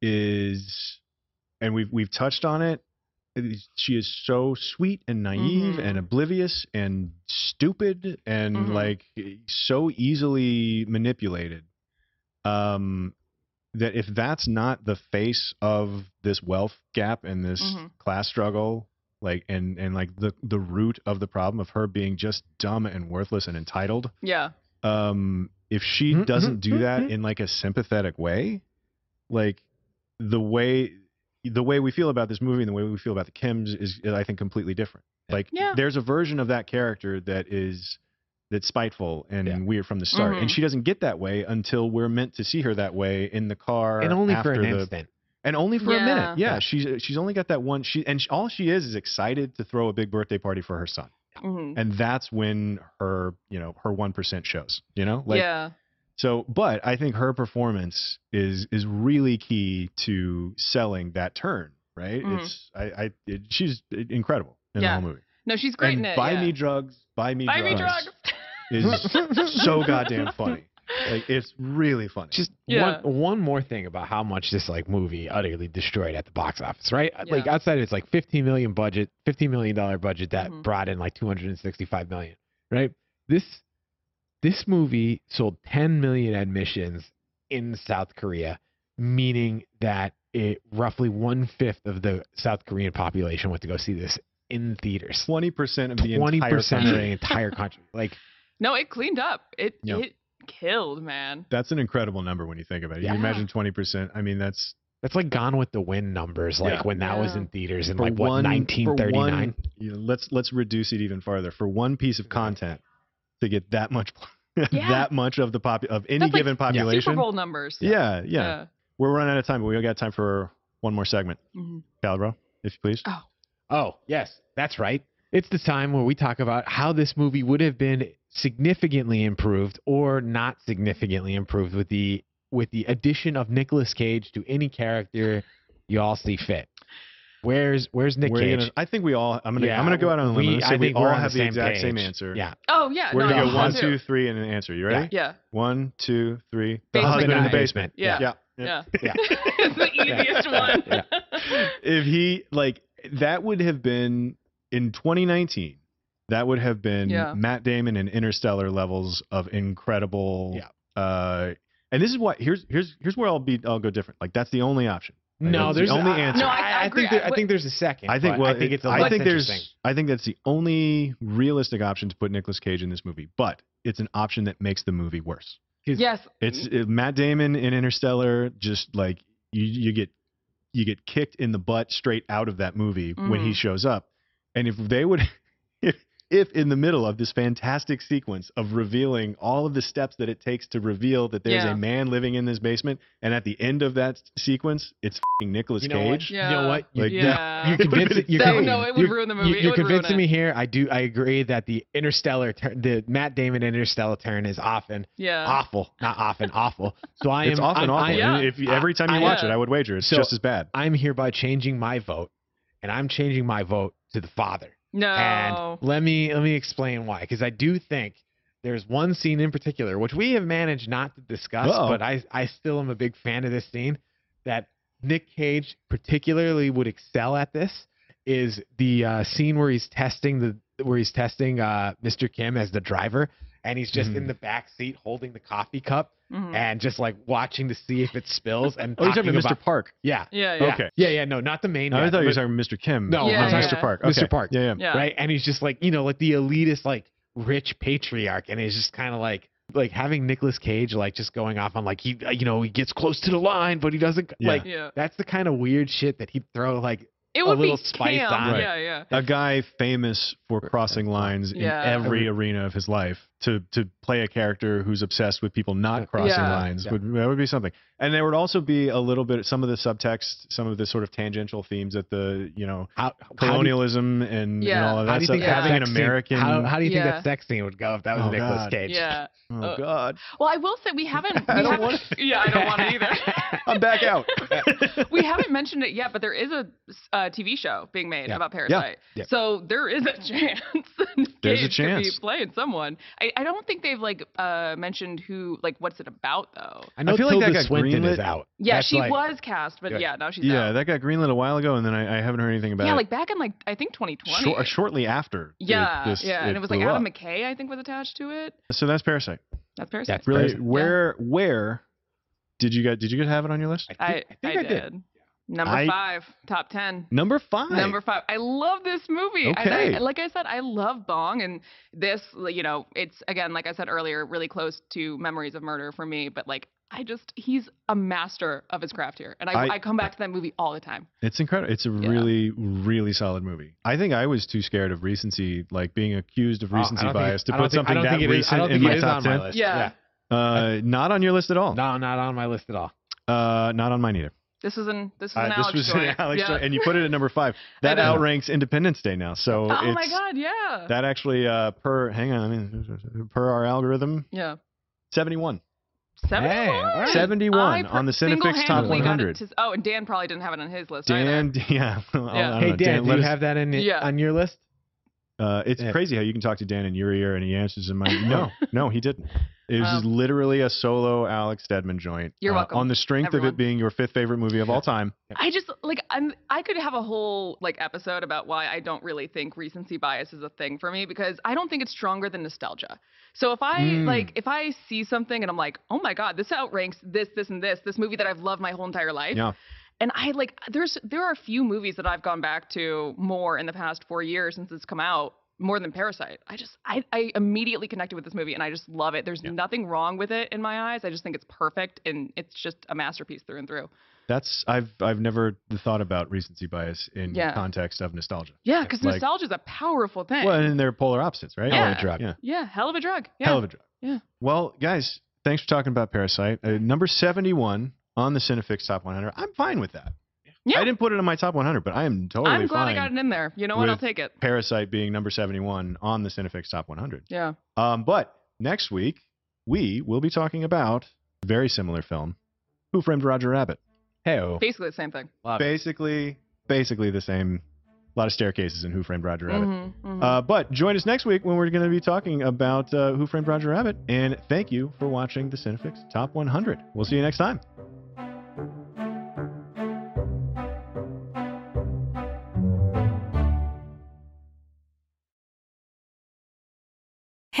Speaker 2: is, and we've we've touched on it. it is- She is so sweet and naive and oblivious and stupid and like so easily manipulated. Um, that if that's not the face of this wealth gap and this
Speaker 4: Mhm.
Speaker 2: class struggle, like and and like the the root of the problem of her being just dumb and worthless and entitled,
Speaker 3: Yeah.
Speaker 2: um if she
Speaker 4: Mm-hmm,
Speaker 2: doesn't do that in like a sympathetic way like the way the way we feel about this movie and the way we feel about the kims is i think completely different like
Speaker 4: Yeah.
Speaker 2: there's a version of that character that is that's spiteful and weird from the start and
Speaker 4: Mhm.
Speaker 2: she doesn't get that way until we're meant to see her that way in the car
Speaker 4: And only for
Speaker 2: after
Speaker 4: an
Speaker 2: the-
Speaker 4: instant.
Speaker 2: and only for a minute
Speaker 4: Yeah.
Speaker 2: yeah she's she's only got that one she and she, all she is is excited to throw a big birthday party for her son
Speaker 3: Mhm.
Speaker 2: and that's when her you know her 1% shows you know like
Speaker 3: yeah.
Speaker 2: so but i think her performance is is really key to selling that turn right
Speaker 3: Mhm.
Speaker 2: it's i i it, she's incredible in
Speaker 3: Yeah.
Speaker 2: the whole movie
Speaker 3: No, she's great
Speaker 2: and
Speaker 3: in it.
Speaker 2: buy
Speaker 3: yeah.
Speaker 2: me drugs buy me
Speaker 3: Buy
Speaker 2: drugs,
Speaker 3: me drugs.
Speaker 2: is so goddamn funny like it's really funny
Speaker 4: Just
Speaker 2: Yeah.
Speaker 4: one one more thing about how much this like movie utterly destroyed at the box office, right? Uh, Like
Speaker 2: Yeah.
Speaker 4: outside of its like 15 million budget, 15 million dollar budget that
Speaker 2: Mhm.
Speaker 4: brought in like 265 million, right? This this movie sold 10 million admissions in South Korea, meaning that it roughly one fifth of the South Korean population went to go see this in theaters.
Speaker 2: 20% of the entire
Speaker 4: 20% of the
Speaker 2: country.
Speaker 4: entire country. Like
Speaker 3: No, it cleaned up. It
Speaker 2: Yeah.
Speaker 3: it killed, man.
Speaker 2: that's an incredible number when you think about it
Speaker 4: Yeah.
Speaker 2: you imagine 20% i mean that's
Speaker 4: That's like Gone with the Wind numbers, like
Speaker 2: Yeah.
Speaker 4: when that was
Speaker 3: Yeah.
Speaker 4: in theaters in
Speaker 2: for
Speaker 4: like what
Speaker 2: one- for one-
Speaker 4: 1939.
Speaker 2: you know, let's let's reduce it even farther for one piece of content to get that much that much of the pop of any
Speaker 3: That's like
Speaker 2: given population
Speaker 3: Super Bowl numbers.
Speaker 2: Yeah, yeah. We're running out of time, but we got time for one more segment.
Speaker 3: Mhm.
Speaker 2: Calibro, if you please.
Speaker 3: Oh.
Speaker 4: Oh, yes, that's right. It's the time where we talk about how this movie would have been significantly improved or not significantly improved with the with the addition of Nicolas Cage to any character y'all see fit. Where's Where's Nick
Speaker 2: We're
Speaker 4: Cage?
Speaker 2: gonna- I think we all. I'm gonna. I'm gonna go out on a limb
Speaker 4: we-
Speaker 2: and
Speaker 4: I
Speaker 2: say we
Speaker 4: think
Speaker 2: all
Speaker 4: we're on
Speaker 2: have
Speaker 4: the
Speaker 2: the,
Speaker 4: same
Speaker 2: exact same
Speaker 4: page.
Speaker 2: answer.
Speaker 4: Yeah.
Speaker 3: Oh, yeah,
Speaker 2: We're
Speaker 3: no,
Speaker 2: gonna
Speaker 3: I
Speaker 2: go one,
Speaker 3: do.
Speaker 2: two, three, and an answer. You ready?
Speaker 3: Yeah.
Speaker 2: One, two, three. The
Speaker 3: Basement
Speaker 2: husband in the
Speaker 3: guy.
Speaker 2: basement.
Speaker 3: Yeah.
Speaker 2: Yeah.
Speaker 3: Yeah.
Speaker 4: Yeah.
Speaker 3: it's the easiest one.
Speaker 2: if he like that would have been in 2019 that would have been
Speaker 3: Yeah.
Speaker 2: matt damon and interstellar levels of incredible
Speaker 4: yeah.
Speaker 2: uh and this is what here's here's here's where i'll be i'll go different like that's the only option Like,
Speaker 4: No,
Speaker 2: that's
Speaker 4: there's
Speaker 2: the only answer
Speaker 4: No, I, I think there, I think there's a second.
Speaker 2: I think
Speaker 4: but
Speaker 2: well,
Speaker 4: I think it's a
Speaker 2: I
Speaker 4: less
Speaker 2: think there's
Speaker 4: interesting.
Speaker 2: I think that's the only realistic option to put Nicolas Cage in this movie, but it's an option that makes the movie worse.
Speaker 3: Yes.
Speaker 2: It's
Speaker 4: Mm-hmm.
Speaker 2: uh, Matt Damon in Interstellar. Just like you, you get you get kicked in the butt straight out of that movie when he
Speaker 4: Mm-hmm.
Speaker 11: Mhm.
Speaker 2: shows up. And if they would, if, if in the middle of this fantastic sequence of revealing all of the steps that it takes to reveal that there's
Speaker 4: Yeah.
Speaker 2: a man living in this basement, and at the end of that s- sequence, it's fing Nicolas
Speaker 4: You know what?
Speaker 2: Cage.
Speaker 4: You know what? You-
Speaker 2: Like,
Speaker 4: yeah.
Speaker 2: no,
Speaker 4: You're
Speaker 2: it would've
Speaker 4: convincing.
Speaker 2: been
Speaker 4: You're,
Speaker 2: insane.
Speaker 4: convincing- you're- you- You're convincing me here. I do. I agree that the Interstellar, turn, the Matt Damon Interstellar turn is often
Speaker 2: Yeah.
Speaker 4: awful, not often awful. So I
Speaker 2: Uh. It's
Speaker 4: am
Speaker 2: often
Speaker 4: I'm-
Speaker 2: awful.
Speaker 4: I am-
Speaker 2: And if you- every time you watch it, I would wager it's just as bad.
Speaker 4: I'm hereby changing my vote, and I'm changing my vote to the father.
Speaker 3: No. Oh.
Speaker 4: And let me let me explain why, because I do think there's one scene in particular which we have managed not to discuss,
Speaker 2: Uh-oh.
Speaker 4: but I I still am a big fan of this scene that Nick Cage particularly would excel at this is the uh, scene where he's testing the where he's testing uh, Mr. Kim as the driver, and he's just in
Speaker 2: Mhm.
Speaker 4: the back seat holding the coffee cup
Speaker 3: Mm-hmm. Hmm.
Speaker 2: Mhm.
Speaker 4: and just like watching to see if it spills. And
Speaker 2: Oh, you're talking about Mr. Park.
Speaker 4: Yeah.
Speaker 2: Yeah, yeah. Okay.
Speaker 4: Yeah, yeah. No, not the main.
Speaker 2: I
Speaker 4: guy,
Speaker 2: thought you were
Speaker 4: but-
Speaker 2: talking Mr. Kim. not
Speaker 4: no, I'm talking
Speaker 2: Mr.
Speaker 4: about
Speaker 2: Park.
Speaker 4: Mr.
Speaker 2: Okay.
Speaker 4: Park.
Speaker 2: Yeah, yeah. Yeah.
Speaker 4: Right. And he's just like, you know, like the elitist, like rich patriarch. And it's just kind of like, like having Nicolas Cage, like just going off on like, he, uh, you know, he gets close to the line, but he doesn't
Speaker 2: Yeah.
Speaker 4: like,
Speaker 2: Yeah.
Speaker 4: that's the kind of weird shit that he'd throw like
Speaker 3: It
Speaker 4: a
Speaker 3: would be
Speaker 4: little spice
Speaker 3: camp.
Speaker 4: on.
Speaker 3: Yeah, yeah.
Speaker 2: A guy famous for crossing lines
Speaker 3: Yeah.
Speaker 2: in every arena of his life to to play a character who's obsessed with people not crossing
Speaker 4: Yeah.
Speaker 2: lines
Speaker 4: Yeah.
Speaker 2: would that would be something. And there would also be a little bit some of the subtext, some of the sort of tangential themes that the you know
Speaker 4: do you-
Speaker 2: colonialism and, and all of that
Speaker 4: How do you
Speaker 2: stuff.
Speaker 4: think that
Speaker 2: Having an
Speaker 4: sex scene-
Speaker 2: American.
Speaker 4: how, how do you think
Speaker 3: Yeah.
Speaker 4: that sex scene would go if that was
Speaker 2: Oh,
Speaker 4: Nicolas
Speaker 2: God.
Speaker 4: Cage?
Speaker 3: Yeah.
Speaker 2: Oh
Speaker 3: Uh,
Speaker 2: God.
Speaker 3: Well, I will say we haven't. We
Speaker 2: I don't
Speaker 3: haven't-
Speaker 2: want
Speaker 3: Yeah, I don't want it either.
Speaker 2: I'm back out.
Speaker 3: we haven't mentioned it yet, but there is a uh, TV show being made
Speaker 2: Yeah.
Speaker 3: about
Speaker 2: Yeah.
Speaker 3: Parasite.
Speaker 2: Yeah.
Speaker 3: So there is a chance.
Speaker 2: There's a
Speaker 3: Cage Could
Speaker 2: chance.
Speaker 3: be playing someone. I, I don't think they've like uh, mentioned who like what's it about though.
Speaker 4: I know
Speaker 2: feel like that
Speaker 4: Tilda
Speaker 2: got
Speaker 4: Swinton is
Speaker 2: greenlit.
Speaker 4: out.
Speaker 3: Yeah,
Speaker 2: That's
Speaker 3: she
Speaker 2: like-
Speaker 3: was cast, but yeah, now she's
Speaker 2: yeah,
Speaker 3: out.
Speaker 2: that got greenlit a while ago, and then I, I haven't heard anything about
Speaker 3: yeah,
Speaker 2: it.
Speaker 3: like back in like I think 2020.
Speaker 2: Shor- shortly after. uh, it-
Speaker 3: yeah,
Speaker 2: this-
Speaker 3: yeah, and it was like
Speaker 2: blew
Speaker 3: Adam
Speaker 2: up.
Speaker 3: McKay I think was attached to it.
Speaker 2: So that's Parasite.
Speaker 3: That's Parasite.
Speaker 2: really where where did you guys did you guys have it on your list?
Speaker 3: I I,
Speaker 2: think I did.
Speaker 3: did. Number
Speaker 2: I-
Speaker 3: five, top ten.
Speaker 2: Number five.
Speaker 3: Number five. I love this movie. And I-
Speaker 2: Okay.
Speaker 3: like I said, I love Bong, and this, like, you know, it's again, like I said earlier, really close to Memories of Murder for me. But like, I just, he's a master of his craft here, and I,
Speaker 2: I-
Speaker 3: I, come back to that movie all the time.
Speaker 2: It's incredible. It's a really really solid movie. I think I was too scared of recency, like being accused of
Speaker 4: Oh, I
Speaker 2: recency
Speaker 4: don't think-
Speaker 2: bias,
Speaker 4: I
Speaker 2: to
Speaker 4: don't
Speaker 2: put
Speaker 4: think- I
Speaker 2: something
Speaker 4: don't
Speaker 2: that
Speaker 4: think it is- I
Speaker 2: recent
Speaker 4: don't
Speaker 2: in
Speaker 4: think
Speaker 2: my
Speaker 4: it is
Speaker 2: top
Speaker 4: on my
Speaker 2: ten.
Speaker 4: list. Yeah.
Speaker 2: Uh, not on your list at all.
Speaker 4: No, not on my list at all.
Speaker 2: Uh, not on mine either.
Speaker 3: This was an this was
Speaker 2: Uh,
Speaker 3: an
Speaker 2: this
Speaker 3: Alex
Speaker 2: was
Speaker 3: joint.
Speaker 2: an Alex
Speaker 3: Yeah.
Speaker 2: joint, and you put it at number five. That
Speaker 3: know.
Speaker 2: outranks Independence Day now. So
Speaker 3: Oh my
Speaker 2: it's-
Speaker 3: god, yeah.
Speaker 2: That actually, uh, per hang on, I mean, per our algorithm,
Speaker 3: yeah.
Speaker 2: seventy-one.
Speaker 3: 71.
Speaker 2: all right. 71
Speaker 3: I
Speaker 2: on the
Speaker 3: per-
Speaker 2: Cinefix Top
Speaker 3: single-handedly got it
Speaker 2: 100.
Speaker 3: to- oh, and Dan probably didn't have it on his list. either.
Speaker 2: Dan, yeah. I'll- I don't
Speaker 4: Hey
Speaker 2: know,
Speaker 4: Dan, do
Speaker 2: let
Speaker 4: you
Speaker 2: us-
Speaker 4: have that in
Speaker 3: Yeah.
Speaker 4: on your list?
Speaker 2: Uh, it's
Speaker 4: Yeah.
Speaker 2: crazy how you can talk to Dan in your ear and he answers in my no, no, he didn't. It was just literally a solo Alex Stedman joint.
Speaker 3: Um, You're
Speaker 2: uh,
Speaker 3: welcome,
Speaker 2: On the strength of
Speaker 3: everyone.
Speaker 2: it being your fifth favorite movie of all time.
Speaker 3: I just like I'm I could have a whole like episode about why I don't really think recency bias is a thing for me because I don't think it's stronger than nostalgia. So if I
Speaker 12: Mm.
Speaker 3: like if I see something and I'm like, "Oh my god, this outranks this this and this, this movie that I've loved my whole entire life."
Speaker 12: Yeah.
Speaker 3: And I like there's there are a few movies that I've gone back to more in the past 4 years since it's come out more than Parasite. I just I, I immediately connected with this movie and I just love it. There's nothing wrong with it in my eyes. I just think it's perfect and it's just a masterpiece through and through.
Speaker 2: That's I've I've never thought about recency bias in
Speaker 3: Yeah.
Speaker 2: context of nostalgia.
Speaker 3: Yeah, because
Speaker 2: Like-
Speaker 3: nostalgia is a powerful thing.
Speaker 2: Well, and they're polar opposites, right?
Speaker 3: Yeah. Hell of a drug. yeah, hell of a drug. Yeah.
Speaker 2: Hell of a drug.
Speaker 3: Yeah.
Speaker 2: Well, guys, thanks for talking about Parasite. Uh, number 71 on the Cinefix Top 100. I'm fine with that.
Speaker 3: Yeah.
Speaker 2: I didn't put it in my top 100, but I am totally
Speaker 3: I'm glad
Speaker 2: fine
Speaker 3: I got it in there. You know what? I'll
Speaker 2: with
Speaker 3: take it.
Speaker 2: Parasite being number 71 on the Cinefix Top 100.
Speaker 3: Yeah.
Speaker 2: Um, but next week, we will be talking about a very similar film, Who Framed Roger Rabbit. Hey,
Speaker 3: Basically the same thing.
Speaker 2: basically
Speaker 4: basically the same. A lot of staircases in Who Framed Roger Rabbit.
Speaker 13: Mhm,
Speaker 3: Mm-hmm,
Speaker 13: mhm.
Speaker 4: Uh, but join us next week when we're going to be talking about uh, Who Framed Roger Rabbit. And thank you for watching the Cinefix Top 100. We'll see you next time.